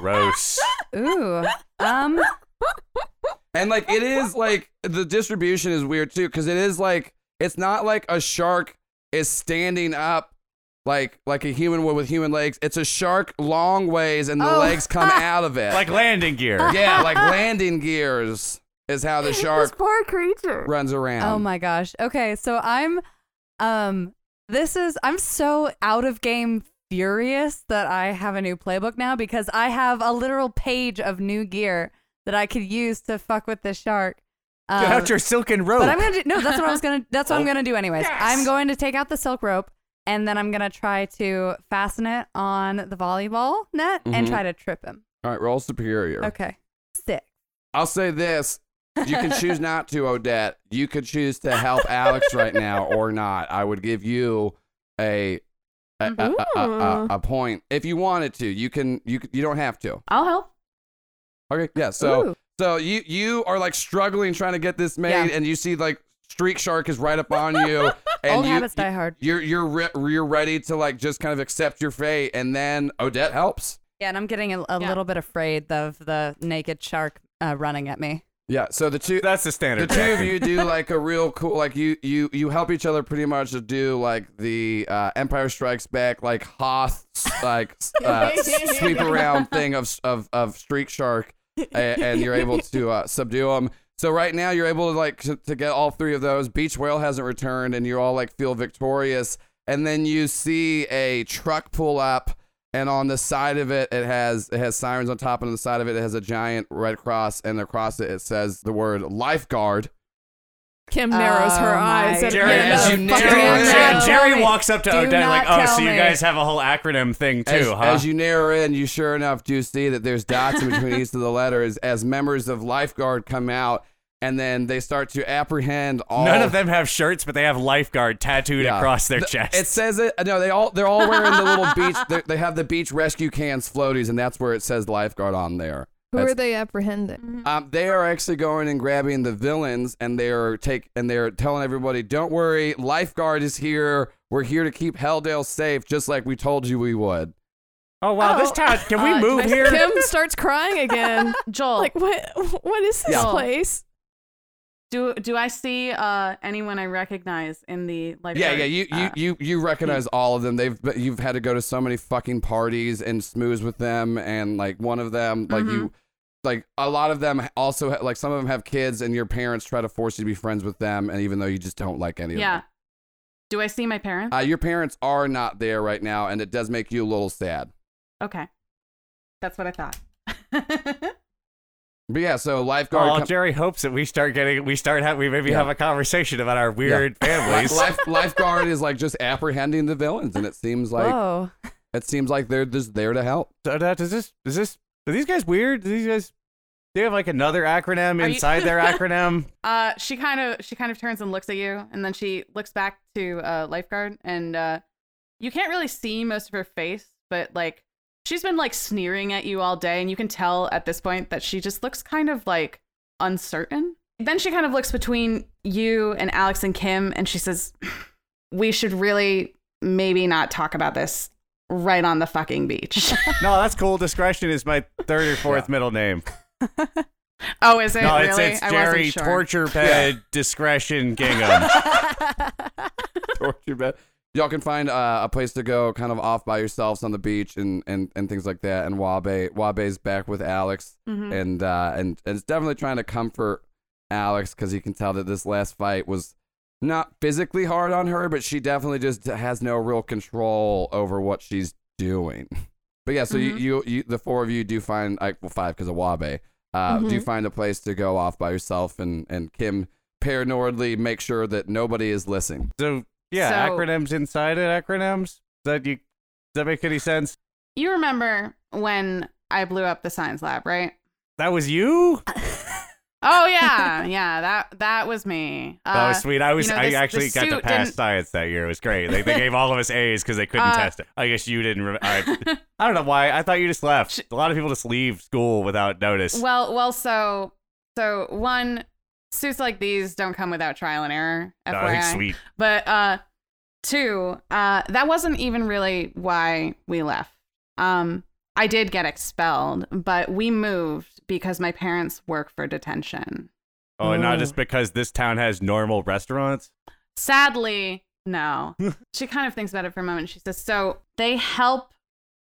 Gross. (gasps) Ooh. Um. And like it is like the distribution is weird too because it is like it's not like a shark is standing up like like a human would with human legs. It's a shark long ways and the Oh. legs come out of it. (laughs) like landing gear. yeah, like landing gears is how the This (laughs) shark poor creature. runs around. Oh my gosh. Okay, so I'm um this is I'm so out of game furious that I have a new playbook now because I have a literal page of new gear that I could use to fuck with the (laughs) shark. Um, Get out your silken rope. Oh. but I'm gonna do, no. That's what I was gonna. That's what (laughs) I'm Oh. gonna do anyways. I'm going to take out the silk rope and then I'm gonna try to fasten it on the volleyball net and Mhm. try to trip him. All right, roll superior. Okay, six. I'll say this. You can (laughs) choose not to, Odette. You could choose to help Alex right now or not. I would give you a a, a, a, a, a point if you wanted to. You can you c- you don't have to. I'll help. Okay, yeah. So Ooh. so you you are like struggling trying to get this made, Yeah. and you see like Streak Shark is right up on (laughs) you, and Old you, habits die hard. You're you're re- you're ready to like just kind of accept your fate, and then Odette helps. Yeah, and I'm getting a, a Yeah. little bit afraid of the naked shark uh, running at me. Yeah. So the two That's the the standard. two of (laughs) Jackson. you do like a real cool like you you you help each other pretty much to do like the uh, Empire Strikes Back like Hoth like s- uh, s- sweep around thing of of of Streak Shark, and, and you're able to uh, subdue him. So right now you're able to like to, to get all three of those. Beach Whale hasn't returned, and you all like feel victorious. And then you see a truck pull up, and on the side of it, it has it has sirens on top, and on the side of it, it has a giant red cross, and across it, it says the word lifeguard. Kim narrows her Oh, eyes. my At Jerry, the end as of you fucking narrow Jerry, it Jerry, down. Jerry walks up to Do Odette like, not oh, so tell you me." guys have a whole acronym thing too, as, huh? as you narrow in, you sure enough do see that there's dots in between each of the letters as members of lifeguard come out, and then they start to apprehend all. None of them have shirts, but they have lifeguard tattooed Yeah. across their Th- chest. It says it. No, they all they're all wearing the (laughs) little beach. they- They have the beach rescue cans floaties, and that's where it says lifeguard on there. Who That's- are they apprehending? Um, they are actually going and grabbing the villains, and they are take and they are telling everybody, "Don't worry, lifeguard is here. We're here to keep Helldale safe, just like we told you we would." oh wow, this Oh. town. Can we Uh, move nice- here? Kim starts (laughs) crying again. Joel, like what? What is this Yeah. place? do do I see uh, anyone I recognize in the like? Yeah, yeah. You, you, you, you recognize all of them. They've but you've had to go to so many fucking parties and smooze with them, and like one of them, like you, like a lot of them also ha- like some of them have kids, and your parents try to force you to be friends with them, and even though you just don't like any yeah. of them. Do I see my parents? Uh, your parents are not there right now, and it does make you a little sad. okay, that's what I thought. (laughs) But yeah, so lifeguard. Oh, com- Jerry hopes that we start getting, we start, ha- we maybe Yeah. have a conversation about our weird (laughs) families. Life, lifeguard is like just apprehending the villains, and it seems (laughs) like Whoa. it seems like they're just there to help. So, Odette, is this, is this, are these guys weird? Do these guys, do they have like another acronym Are you- (laughs) inside their acronym? Uh, she kind of she kind of turns and looks at you, and then she looks back to uh, lifeguard, and uh, you can't really see most of her face, but like she's been like sneering at you all day, and you can tell at this point that she just looks kind of like uncertain. Then she kind of looks between you and Alex and Kim, and she says, "We should really maybe not talk about this right on the fucking beach." No, that's cool. Discretion is my third or fourth middle name. oh, is it no, it's, really? it's I Jerry wasn't sure. Torture Bed (laughs) Discretion Gingham. torture bed. Y'all can find uh, a place to go kind of off by yourselves on the beach and, and, and things like that. And Wabe Wabe's back with Alex Mhm. and uh, and and it's definitely trying to comfort Alex because he can tell that this last fight was not physically hard on her, but she definitely just has no real control over what she's doing. (laughs) But yeah, so Mhm. you, you you the four of you do find like well five because of Wabe uh, do find a place to go off by yourself and and Kim paranoidly make sure that nobody is listening. So yeah, So- acronyms inside it. Acronyms. Does that you? Does that make any sense? You remember when I blew up the science lab, right? That was you. Oh yeah, yeah. That that was me. Uh, (laughs) that was sweet. I was. you know, I this- actually this got to suit pass didn't- science that year. It was great. Like they gave all of us A's because they couldn't Uh, test it. I guess you didn't. Re- (laughs) I, I don't know why. I thought you just left. A lot of people just leave school without notice. well, well. So, so one suits like these don't come without trial and error. No, I think FYI. sweet. But uh, two, uh, that wasn't even really why we left. Um, I did get expelled, but we moved because my parents work for detention. Oh, and not just because this town has normal restaurants. Sadly, no. she kind of thinks about it for a moment. She says, So they help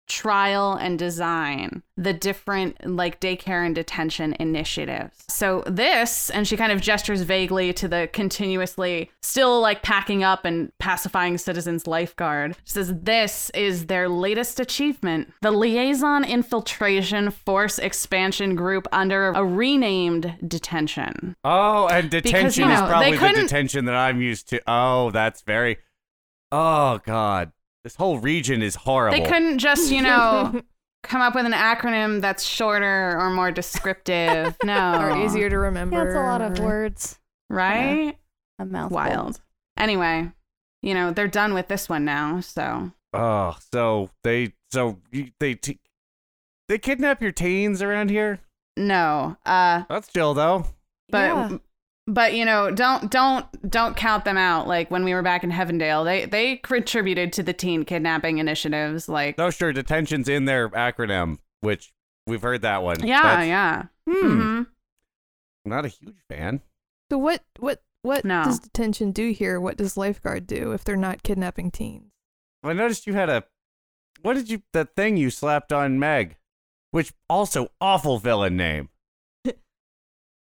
trial and design the different like daycare and detention initiatives. So this, and she kind of gestures vaguely to the continuously still like packing up and pacifying citizens lifeguard. She says, This is their latest achievement the liaison infiltration force expansion group under a renamed detention. Oh, and detention you know, is they probably the couldn't- detention that I'm used to. Oh, that's very. Oh God, this whole region is horrible. They couldn't just, (laughs) you know, come up with an acronym that's shorter or more descriptive. (laughs) No. Are easier to remember. Yeah, it's a lot of or- words. Right? A mouthful. Wild. Anyway, you know, they're done with this one now, so. Oh, so they so you, they t- they kidnap your teens around here. No. Uh That's chill though. but Yeah. but you know, don't don't don't count them out like when we were back in Heavendale. They they contributed to the teen kidnapping initiatives like No, sure, detention's in their acronym. which we've heard that one. Yeah, That's- yeah. Hmm. Mhm. Not a huge fan. So what what what No. does detention do here? What does lifeguard do if they're not kidnapping teens? I noticed you had a. What did you. That thing you slapped on Meg, which also awful villain name.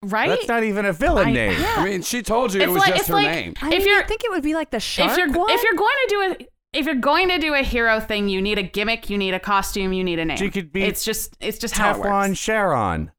Right? That's not even a villain I- name. I mean, she told you It's it was like- just it's her like- name. I If mean, you'd you're- think it would be like the shark if you're one. if you're going to do a if you're going to do a hero thing, you need a gimmick, you need a costume, you need a name. She could be it's just it's just how it Teflon works. Sharon.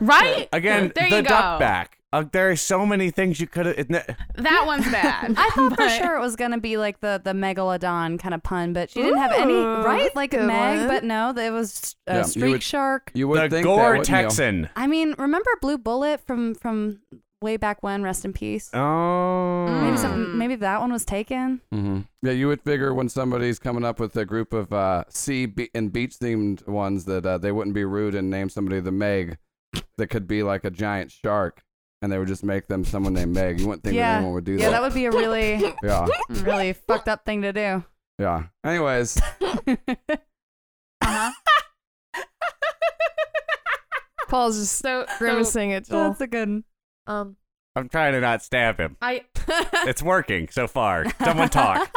Right? Again, there the you go. duckback. Uh, there are so many things you could have. That one's bad. (laughs) I thought for But- sure it was gonna be like the the megalodon kind of pun, but she didn't have any Ooh, right that's like a good Meg, one. but no, it was a Yeah, you streak would- shark. You would The think that Gore wouldn't you? Texan. I mean, remember Blue Bullet from from way back when? Rest in peace. Oh. Maybe Mm. some, maybe that one was taken. Mhm. Yeah, you would figure when somebody's coming up with a group of uh, sea be- and beach themed ones that uh, they wouldn't be rude and name somebody the Meg that could be like a giant shark and they would just make them someone named Meg. You wouldn't think that Yeah. anyone would do Yeah, that that. would be a really (laughs) yeah. really fucked up thing to do. Yeah. (laughs) Anyways, Paul's just so so grimacing at Joel. a good. One. Um, I'm trying to not (laughs) stab him. I It's working so far. Someone (laughs) talk.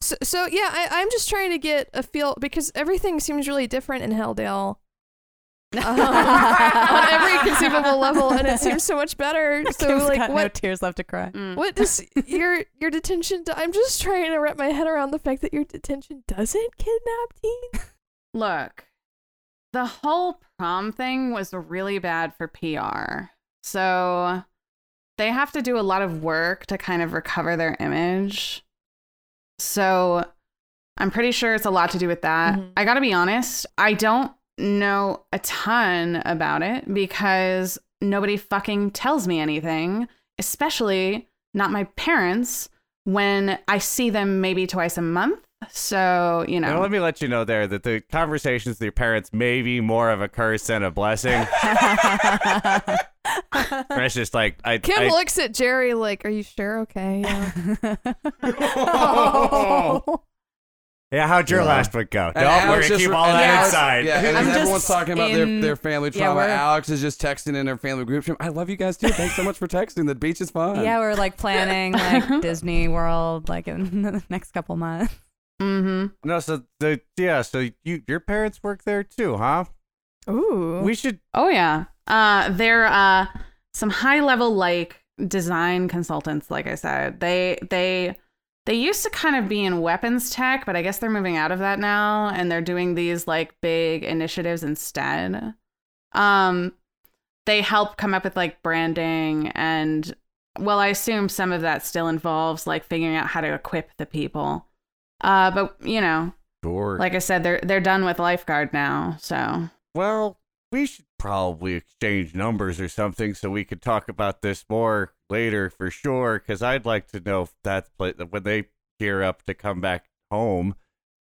so, so yeah, I, I'm just trying to get a feel because everything seems really different in (laughs) Helldale Um, on every conceivable level, and it seems so much better. So like, what tears left to cry. mm. what does your your detention? Do- I'm just trying to wrap my head around the fact that your detention doesn't kidnap teens. look. The whole prom thing was really bad for PR. So they have to do a lot of work to kind of recover their image. So I'm pretty sure it's a lot to do with that. Mhm. I got to be honest, I don't know a ton about it because nobody fucking tells me anything, especially not my parents when I see them maybe twice a month. So, you Now, know, let me let you know there that the conversations with your parents may be more of a curse than (laughs) a blessing. It's just like I. Kim I- looks at Jerry like, "Are you sure? Okay, (laughs) yeah." Oh. yeah, how'd your Yeah. last one go? And No, we're Alex gonna just keep re- all that Alex- inside. Yeah, and (laughs) I'm everyone's just talking about in- their, their family yeah, trauma. we're- Alex is just texting in her family group chat. I love you guys too. Thanks so much for texting. The beach is fun. yeah, we're like (laughs) planning like Disney World like in (laughs) the next couple months. mhm. No, so the yeah, so you your parents work there too, huh? Ooh. We should. Oh yeah. Uh they're uh some high level like design consultants like I said. They they they used to kind of be in weapons tech, but I guess they're moving out of that now and they're doing these like big initiatives instead. Um they help come up with like branding and well, I assume some of that still involves like figuring out how to equip the people. Uh but you know, Sure. like I said they're they're done with lifeguard now, so well, we should probably exchange numbers or something so we could talk about this more later for sure. Because I'd like to know if that pla- when they gear up to come back home,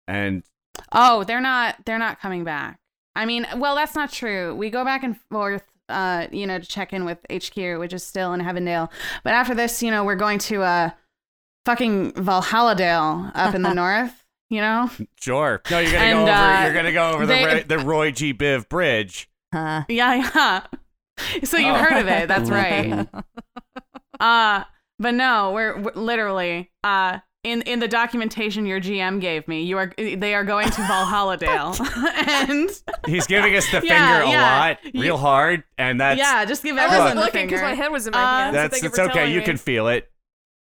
and Oh, they're not they're not coming back. I mean, well, that's not true. We go back and forth uh, you know, to check in with HQ, which is still in Heavendale. But after this, you know, we're going to uh fucking Valhalladale up (laughs) in the north, you know? sure. No, you're gonna And, go over. uh, you're gonna go over they- the Roy, the Roy G. Biv Bridge. Huh. Yeah, yeah. So you've Oh. heard of it. That's right. (laughs) Mhm. Uh but no, we're, we're literally uh in in the documentation your GM gave me, you are they are going to (laughs) Valhalladale. (laughs) and He's giving us the (laughs) Yeah, finger a yeah. lot, You- real hard, and that's yeah, just give I everyone wasn't the looking Um, because finger. my head was in my Uh, hand. so that's thank it's you for okay. telling You me. can feel it.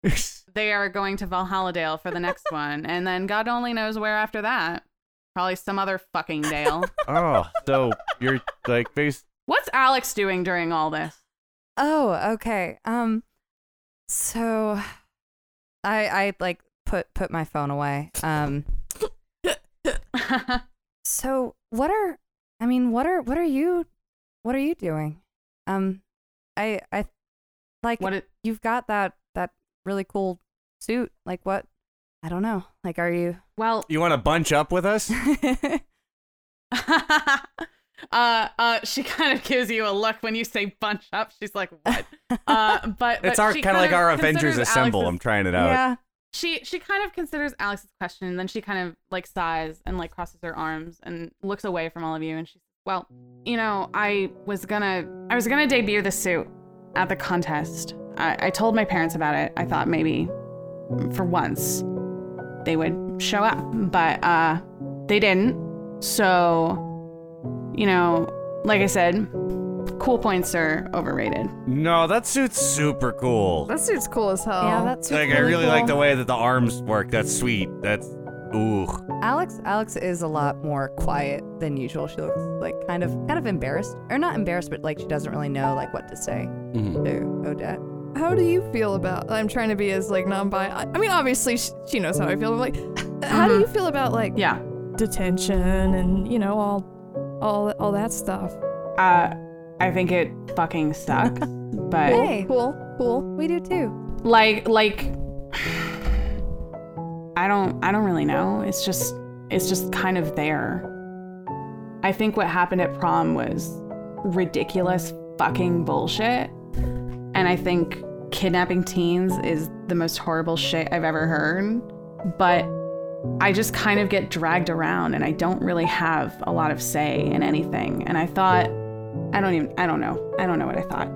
(laughs) they are going to Valhalladale for the next one, and then God only knows where after that. Probably some other fucking (laughs) dale. oh, so you're like based What's Alex doing during all this? (laughs) Oh, okay. Um, so I I like put put my phone away. Um, so what are I mean, what are what are you what are you doing? Um, I I like what it, you've got that that really cool suit. Like what? I don't know. Like, are you? (laughs) well, You want to bunch up with us? uh, (laughs) uh, she kind of gives you a look when you say bunch up. She's like, "What?" Uh, but, but (laughs) It's our she kind of like our Avengers considers Assemble. I'm Alex's- trying it out. yeah. she she kind of considers Alex's question, and then she kind of like sighs and like crosses her arms and looks away from all of you, and she says, "Well, you know, I was gonna I was gonna debut the suit at the contest. I, I told my parents about it. I thought maybe for once they would show up, but uh, they didn't. So, you know, like I said, cool points are overrated. No, that suit's super cool. That suit's cool as hell. Yeah, that's like I really like the way that the arms work. That's sweet. That's ooh. Alex Alex is a lot more quiet than usual. She looks like kind of kind of embarrassed. Or not embarrassed, but like she doesn't really know like what to say Mhm. to Odette. How do you feel about? I'm trying to be as like non-bi. I I mean, obviously she, she knows how I feel. But like, how do Mhm. you feel about like Yeah. detention and you know all, all all that stuff? Uh, I think it fucking sucks, but Hey. Cool, cool. We do too. like like I don't I don't really know. It's just it's just kind of there. I think what happened at prom was ridiculous fucking bullshit. And I think kidnapping teens is the most horrible shit I've ever heard. But I just kind of get dragged around and I don't really have a lot of say in anything. And I thought I don't even I don't know. I don't know what I thought.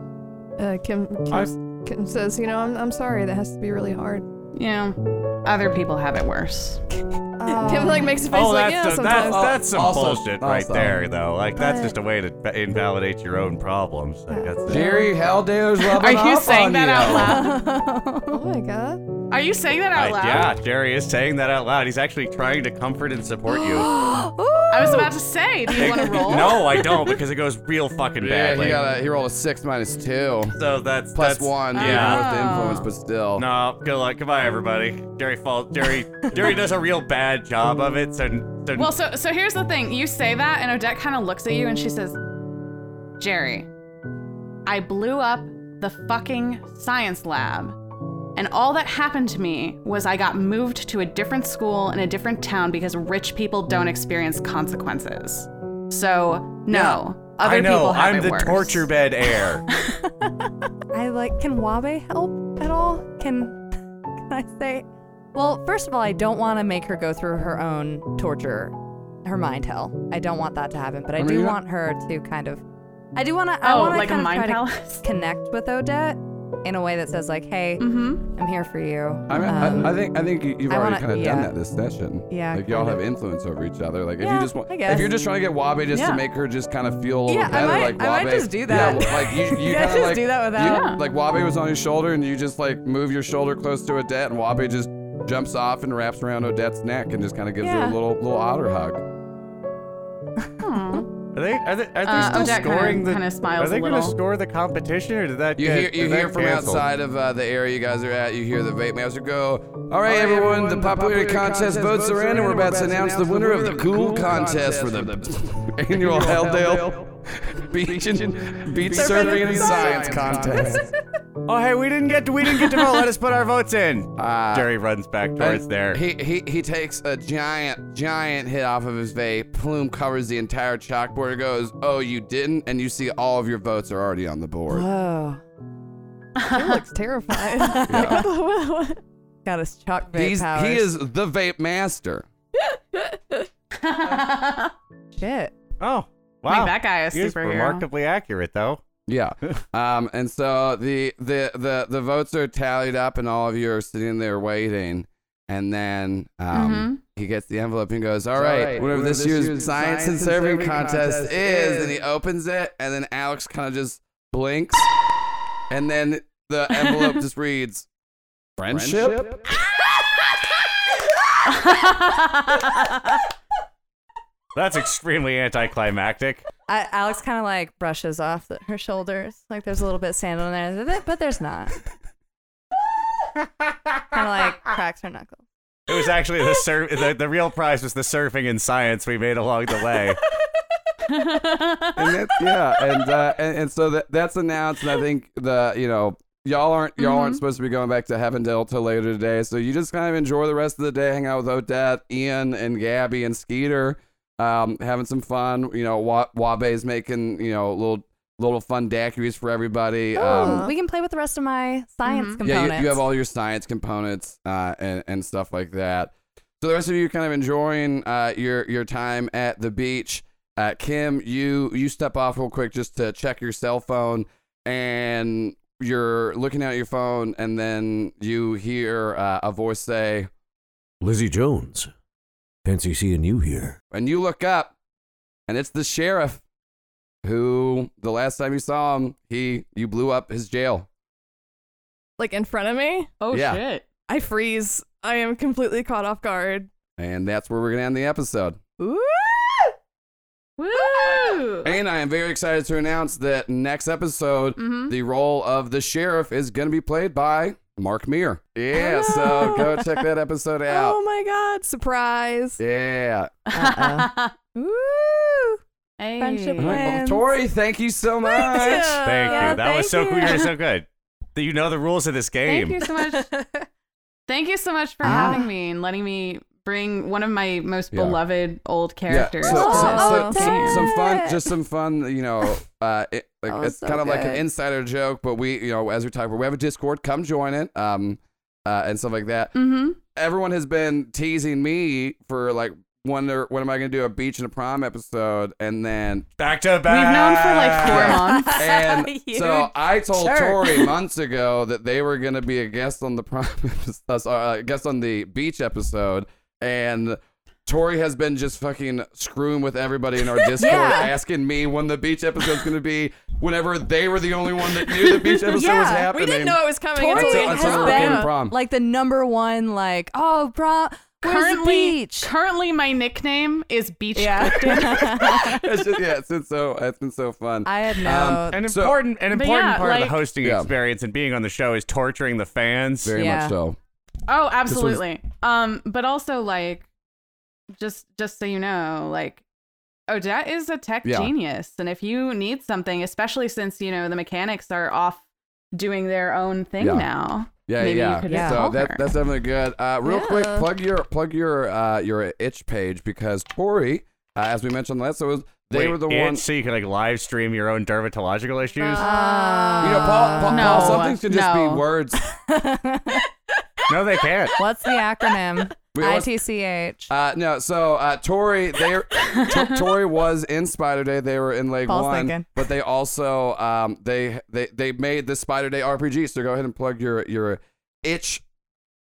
Uh, Kim, Kim, Kim says, you know, I'm I'm sorry. That has to be really hard. You know, other people have it worse. Kim like makes a face Oh, like that's yeah. the- that's sometimes that's some Also- bullshit right also. there, though. Like that's But- just a way to va- invalidate your own problems. Like, that's the- Jerry Haldare's Are rubbing you off saying on that you. out loud? (laughs) oh my (gasps) god. Are you saying that out Uh, loud? yeah, Jerry is saying that out loud. He's actually trying to comfort and support (gasps) you. Oh. I was about to say, do you want to roll? (laughs) no, I don't, because it goes real (laughs) fucking Yeah, badly. he got a, he rolled a six minus two. so that's Plus that's, one, yeah, Yeah. with Oh. the influence, but still. No, good luck. Goodbye, everybody. Jerry (laughs) falls. Jerry Jerry does a real bad job of it. So, so Well, so so here's the thing. You say that, and Odette kind of looks at you, and she says, "Jerry, I blew up the fucking science lab." And all that happened to me was I got moved to a different school in a different town because rich people don't experience consequences. So, no. Other I know people have I'm it the worse. torture bed (laughs) heir. I like can Wabe help at all? Can (laughs) can I say Well, first of all, I don't want to make her go through her own torture, her mind hell. I don't want that to happen, but I, I mean, do you're not- want her to kind of I do want to I Oh, want to like a kind of mind try palace? to connect with Odette in a way that says like, "Hey, (laughs) Mm-hmm. I'm here for you." I mean, Um, I, I think I think you- you've I already wanna- kind of done yeah. that this session. Yeah, like y'all kinda. have influence over each other. Like if Yeah, you just want, I if you're guess. just trying to get Wabe just Yeah. to make her just kind of feel a little Yeah, I better, might- like Wabe, I might just do that. Yeah, like (laughs) you, you guys kinda, just like, do that without- you- Yeah. Like Wabe was on his shoulder, and you just like move your shoulder close to Odette, and Wabe just jumps off and wraps around Odette's neck and just kind of gives her Yeah. a little little otter hug. Are they are they, are they Uh, still Odette kinda- scoring the? kinda smiles are they a gonna little. score the competition or did that? You get, hear you did that hear from cancel? outside of uh, the area you guys are at. You hear the vape master go. All right, everyone, the popularity contest, votes are in, and we're about to announce the winner of the cool contest for the (laughs) annual Helldale Beach and Beach Surfing and Science Contest. Oh hey, we didn't get to, we didn't get to vote. Let us put our votes in. (laughs) Uh, Jerry runs back towards and there. He, he he takes a giant giant hit off of his vape. Plume covers the entire chalkboard. and Goes, oh, you didn't, and you see all of your votes are already on the (laughs) board. Whoa. Kim (laughs) looks (laughs) terrified. Got his chalk vape He's powers. he is the vape master. Mm-hmm. (laughs) (laughs) shit. oh Like, wow, that guy is he is superhero. remarkably accurate though. Yeah. um, and so the, the the the votes are tallied up, and all of you are sitting there waiting. And then um, Mm-hmm. he gets the envelope and goes, "All right, whatever this, year's, science, and serving, contest, is, And he opens it, and then Alex kind of just blinks, and then the (laughs) envelope just reads, "Friendship." That's extremely anticlimactic. I, Alex kind of like brushes off the, her shoulders. Like there's a little bit of sand on there, th- but there's not. kind of (laughs) like cracks her knuckles. It was actually the surf. The, the real prize was the surfing and science we made along the (laughs) way. and that, yeah, and, uh, and and so that that's announced, and I think the you know y'all aren't y'all aren't supposed to be going back to Heavendale till later today, so you just kind of enjoy the rest of the day, hang out with Odette, Ian, and Gabby and Skeeter, um, having some fun. You know, Wa- Wabe's making you know little little fun daiquiris for everybody. Oh. Um, Ooh, we can play with the rest of my science Mhm. Mm-hmm. yeah, components. you, you have all your science components uh, and, and stuff like that. So the rest of you are kind of enjoying uh, your your time at the beach. Uh, Kim, you you step off real quick just to check your cell phone, and you're looking at your phone, and then you hear uh, a voice say, Lizzie Jones. Fancy seeing you here. and you look up, and it's the sheriff, who the last time you saw him, he you blew up his jail. like in front of me. Oh Yeah. shit. I freeze. I am completely caught off guard. And that's where we're gonna end the episode. Ooh! (laughs) Woo! And I am very excited to announce that next episode, Mhm. the role of the sheriff is going to be played by Mark Meir. Yeah, so Oh. go check that episode out. Oh my god! Surprise! yeah. Woo! (laughs) Hey. Friendship All right, well, Friends. Tori, thank you so much. Oh, Thank Yeah, you. That was so thank cool. you. You're so good. That You know the rules of this Thank game. you so much. (laughs) Thank you so much for having me and letting me bring one of my most Ah. Yeah. beloved old characters. Yeah. So, to so- this so- game. so- some fun, just some fun. You know, uh, it, like (laughs) That was it's so kind of like an good. insider joke, but we, you know, as we talk about, we have a Discord. Come join it, um, uh, and stuff like that. Mhm. everyone has been teasing me for like wonder when am I gonna do a beach and a prom episode and then Back to We've back. known for like four months. and You so I told jerk. Tori months ago that they were gonna be a guest on the prom (laughs) episode, uh, a guest on the beach episode and Tori has been just fucking screwing with everybody in our Discord, asking me when the beach episode's gonna be. Whenever they were the only one that knew the beach episode was Yeah, happening, We didn't know it was coming. Tori until, until- has until the been- fucking prom. like the number one, like oh, bro, where's the Currently, beach? currently, my nickname is Beach. (laughs) yeah, It's just- yeah, it's been so it's been so fun. I had no. Um, An So- important, an But important yeah, part of like- the hosting Yeah. experience and being on the show is torturing the fans. Very Yeah. much so. Oh, absolutely. Um, but also like, just just so you know, like, Odette is a tech Yeah. genius, and if you need something, especially since you know the mechanics are off doing their own thing Yeah. now. Yeah, Maybe you yeah. could Yeah. So call that, her. that's definitely good. Uh, real quick, Yeah. plug your plug your uh, your itch page because Tori, uh, as we mentioned last, so they Wait, were the it's one. so you can like live stream your own dermatological issues. You know, Paul, Uh, Paul, No, Paul some things can just no. be words. no, they can't. What's the acronym? We always- ITCH. uh, no, so uh, Tori, they T- Tori was in Spider Day. They were in Leg Paul's One, thinking. but they also um, they they they made the Spider Day RPG. So go ahead and plug your your itch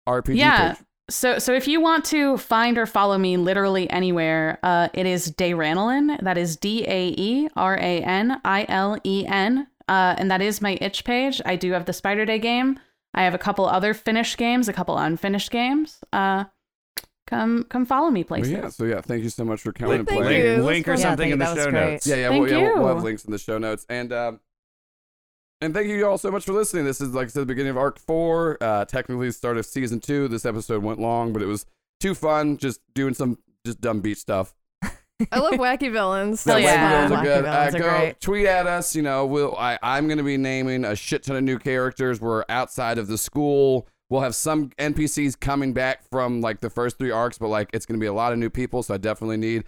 RPG. Yeah. page. So so if you want to find or follow me literally anywhere, uh, it is Dayranelin. That is D A E R A N I L E N. Uh, and that is my itch page. I do have the Spider Day game. I have a couple other finished games, a couple unfinished games. Uh, come come follow me, Well, places. yeah. So yeah, thank you so much for coming Link, and Thank playing. you. link, That's link or great. Yeah, something thank you. in the That was show great. notes. Yeah, yeah, Thank we'll, yeah, we'll- we'll have you. links in the show notes. And um, and thank you all so much for listening. This is like I said, the beginning of Arc Four. Uh, technically, the start of season two. This episode went long, but it was too fun. Just doing some just dumb beach stuff. I love wacky villains. Hell Oh, Wacky yeah. Villains are Wacky good. Villains uh, are go great. tweet at us. You know, we'll, I, I'm going to be naming a shit ton of new characters. We're outside of the school. We'll have some NPCs coming back from like the first three arcs, but like it's going to be a lot of new people. So I definitely need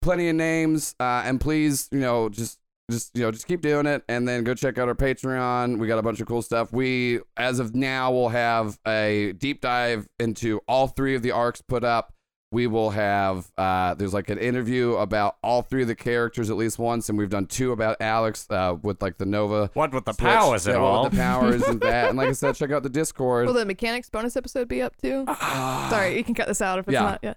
plenty of names. Uh, and please, you know, just just you know just keep doing it and then go check out our patreon we got a bunch of cool stuff we as of now will have a deep dive into all three of the arcs put up we will have uh, there's like an interview about all three of the characters at least once and we've done two about alex uh, with like the nova What with the Switch. powers Yeah, at what with all? the powers and that and like i (laughs) said check out the discord Will the mechanics bonus episode be up too? Sorry, you can cut this out if it's Ah. Yeah. not. Yeah.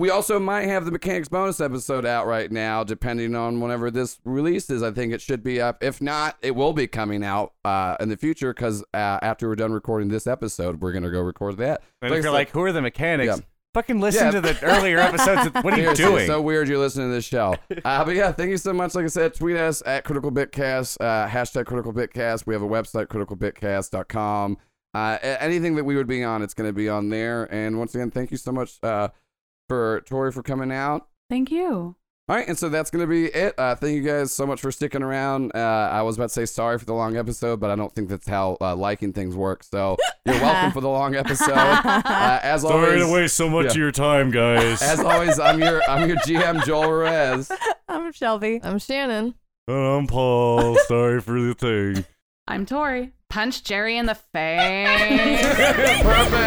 We also might have the mechanics bonus episode out right now, depending on whenever this releases. I think it should be up. If not, it will be coming out uh, in the future because uh, after we're done recording this episode, we're gonna go record that. And if I you're said- like, who are the mechanics? Yeah. Fucking listen Yeah. to the earlier episodes. Of, what are you Seriously, doing? So weird you're listening to this (laughs) show. Uh, but yeah, thank you so much. Like I said, tweet us at Critical Bitcast, uh, hashtag Critical Bitcast. We have a website, criticalbitcast.com. Uh, a- anything that we would be on, it's going to be on there. And once again, thank you so much uh, for Tori for coming out. Thank you. All right, and so that's gonna be it. Uh, thank you guys so much for sticking around. Uh, I was about to say sorry for the long episode, but I don't think that's how uh, liking things work. So you're welcome for the long episode. Uh, as always, waste so much Yeah. of your time, (laughs) guys. as always, I'm your I'm your GM Joel Rez. I'm Shelby. I'm Shannon. And I'm Paul. Sorry for the thing. I'm Tori. Punch Jerry in the face. Perfect.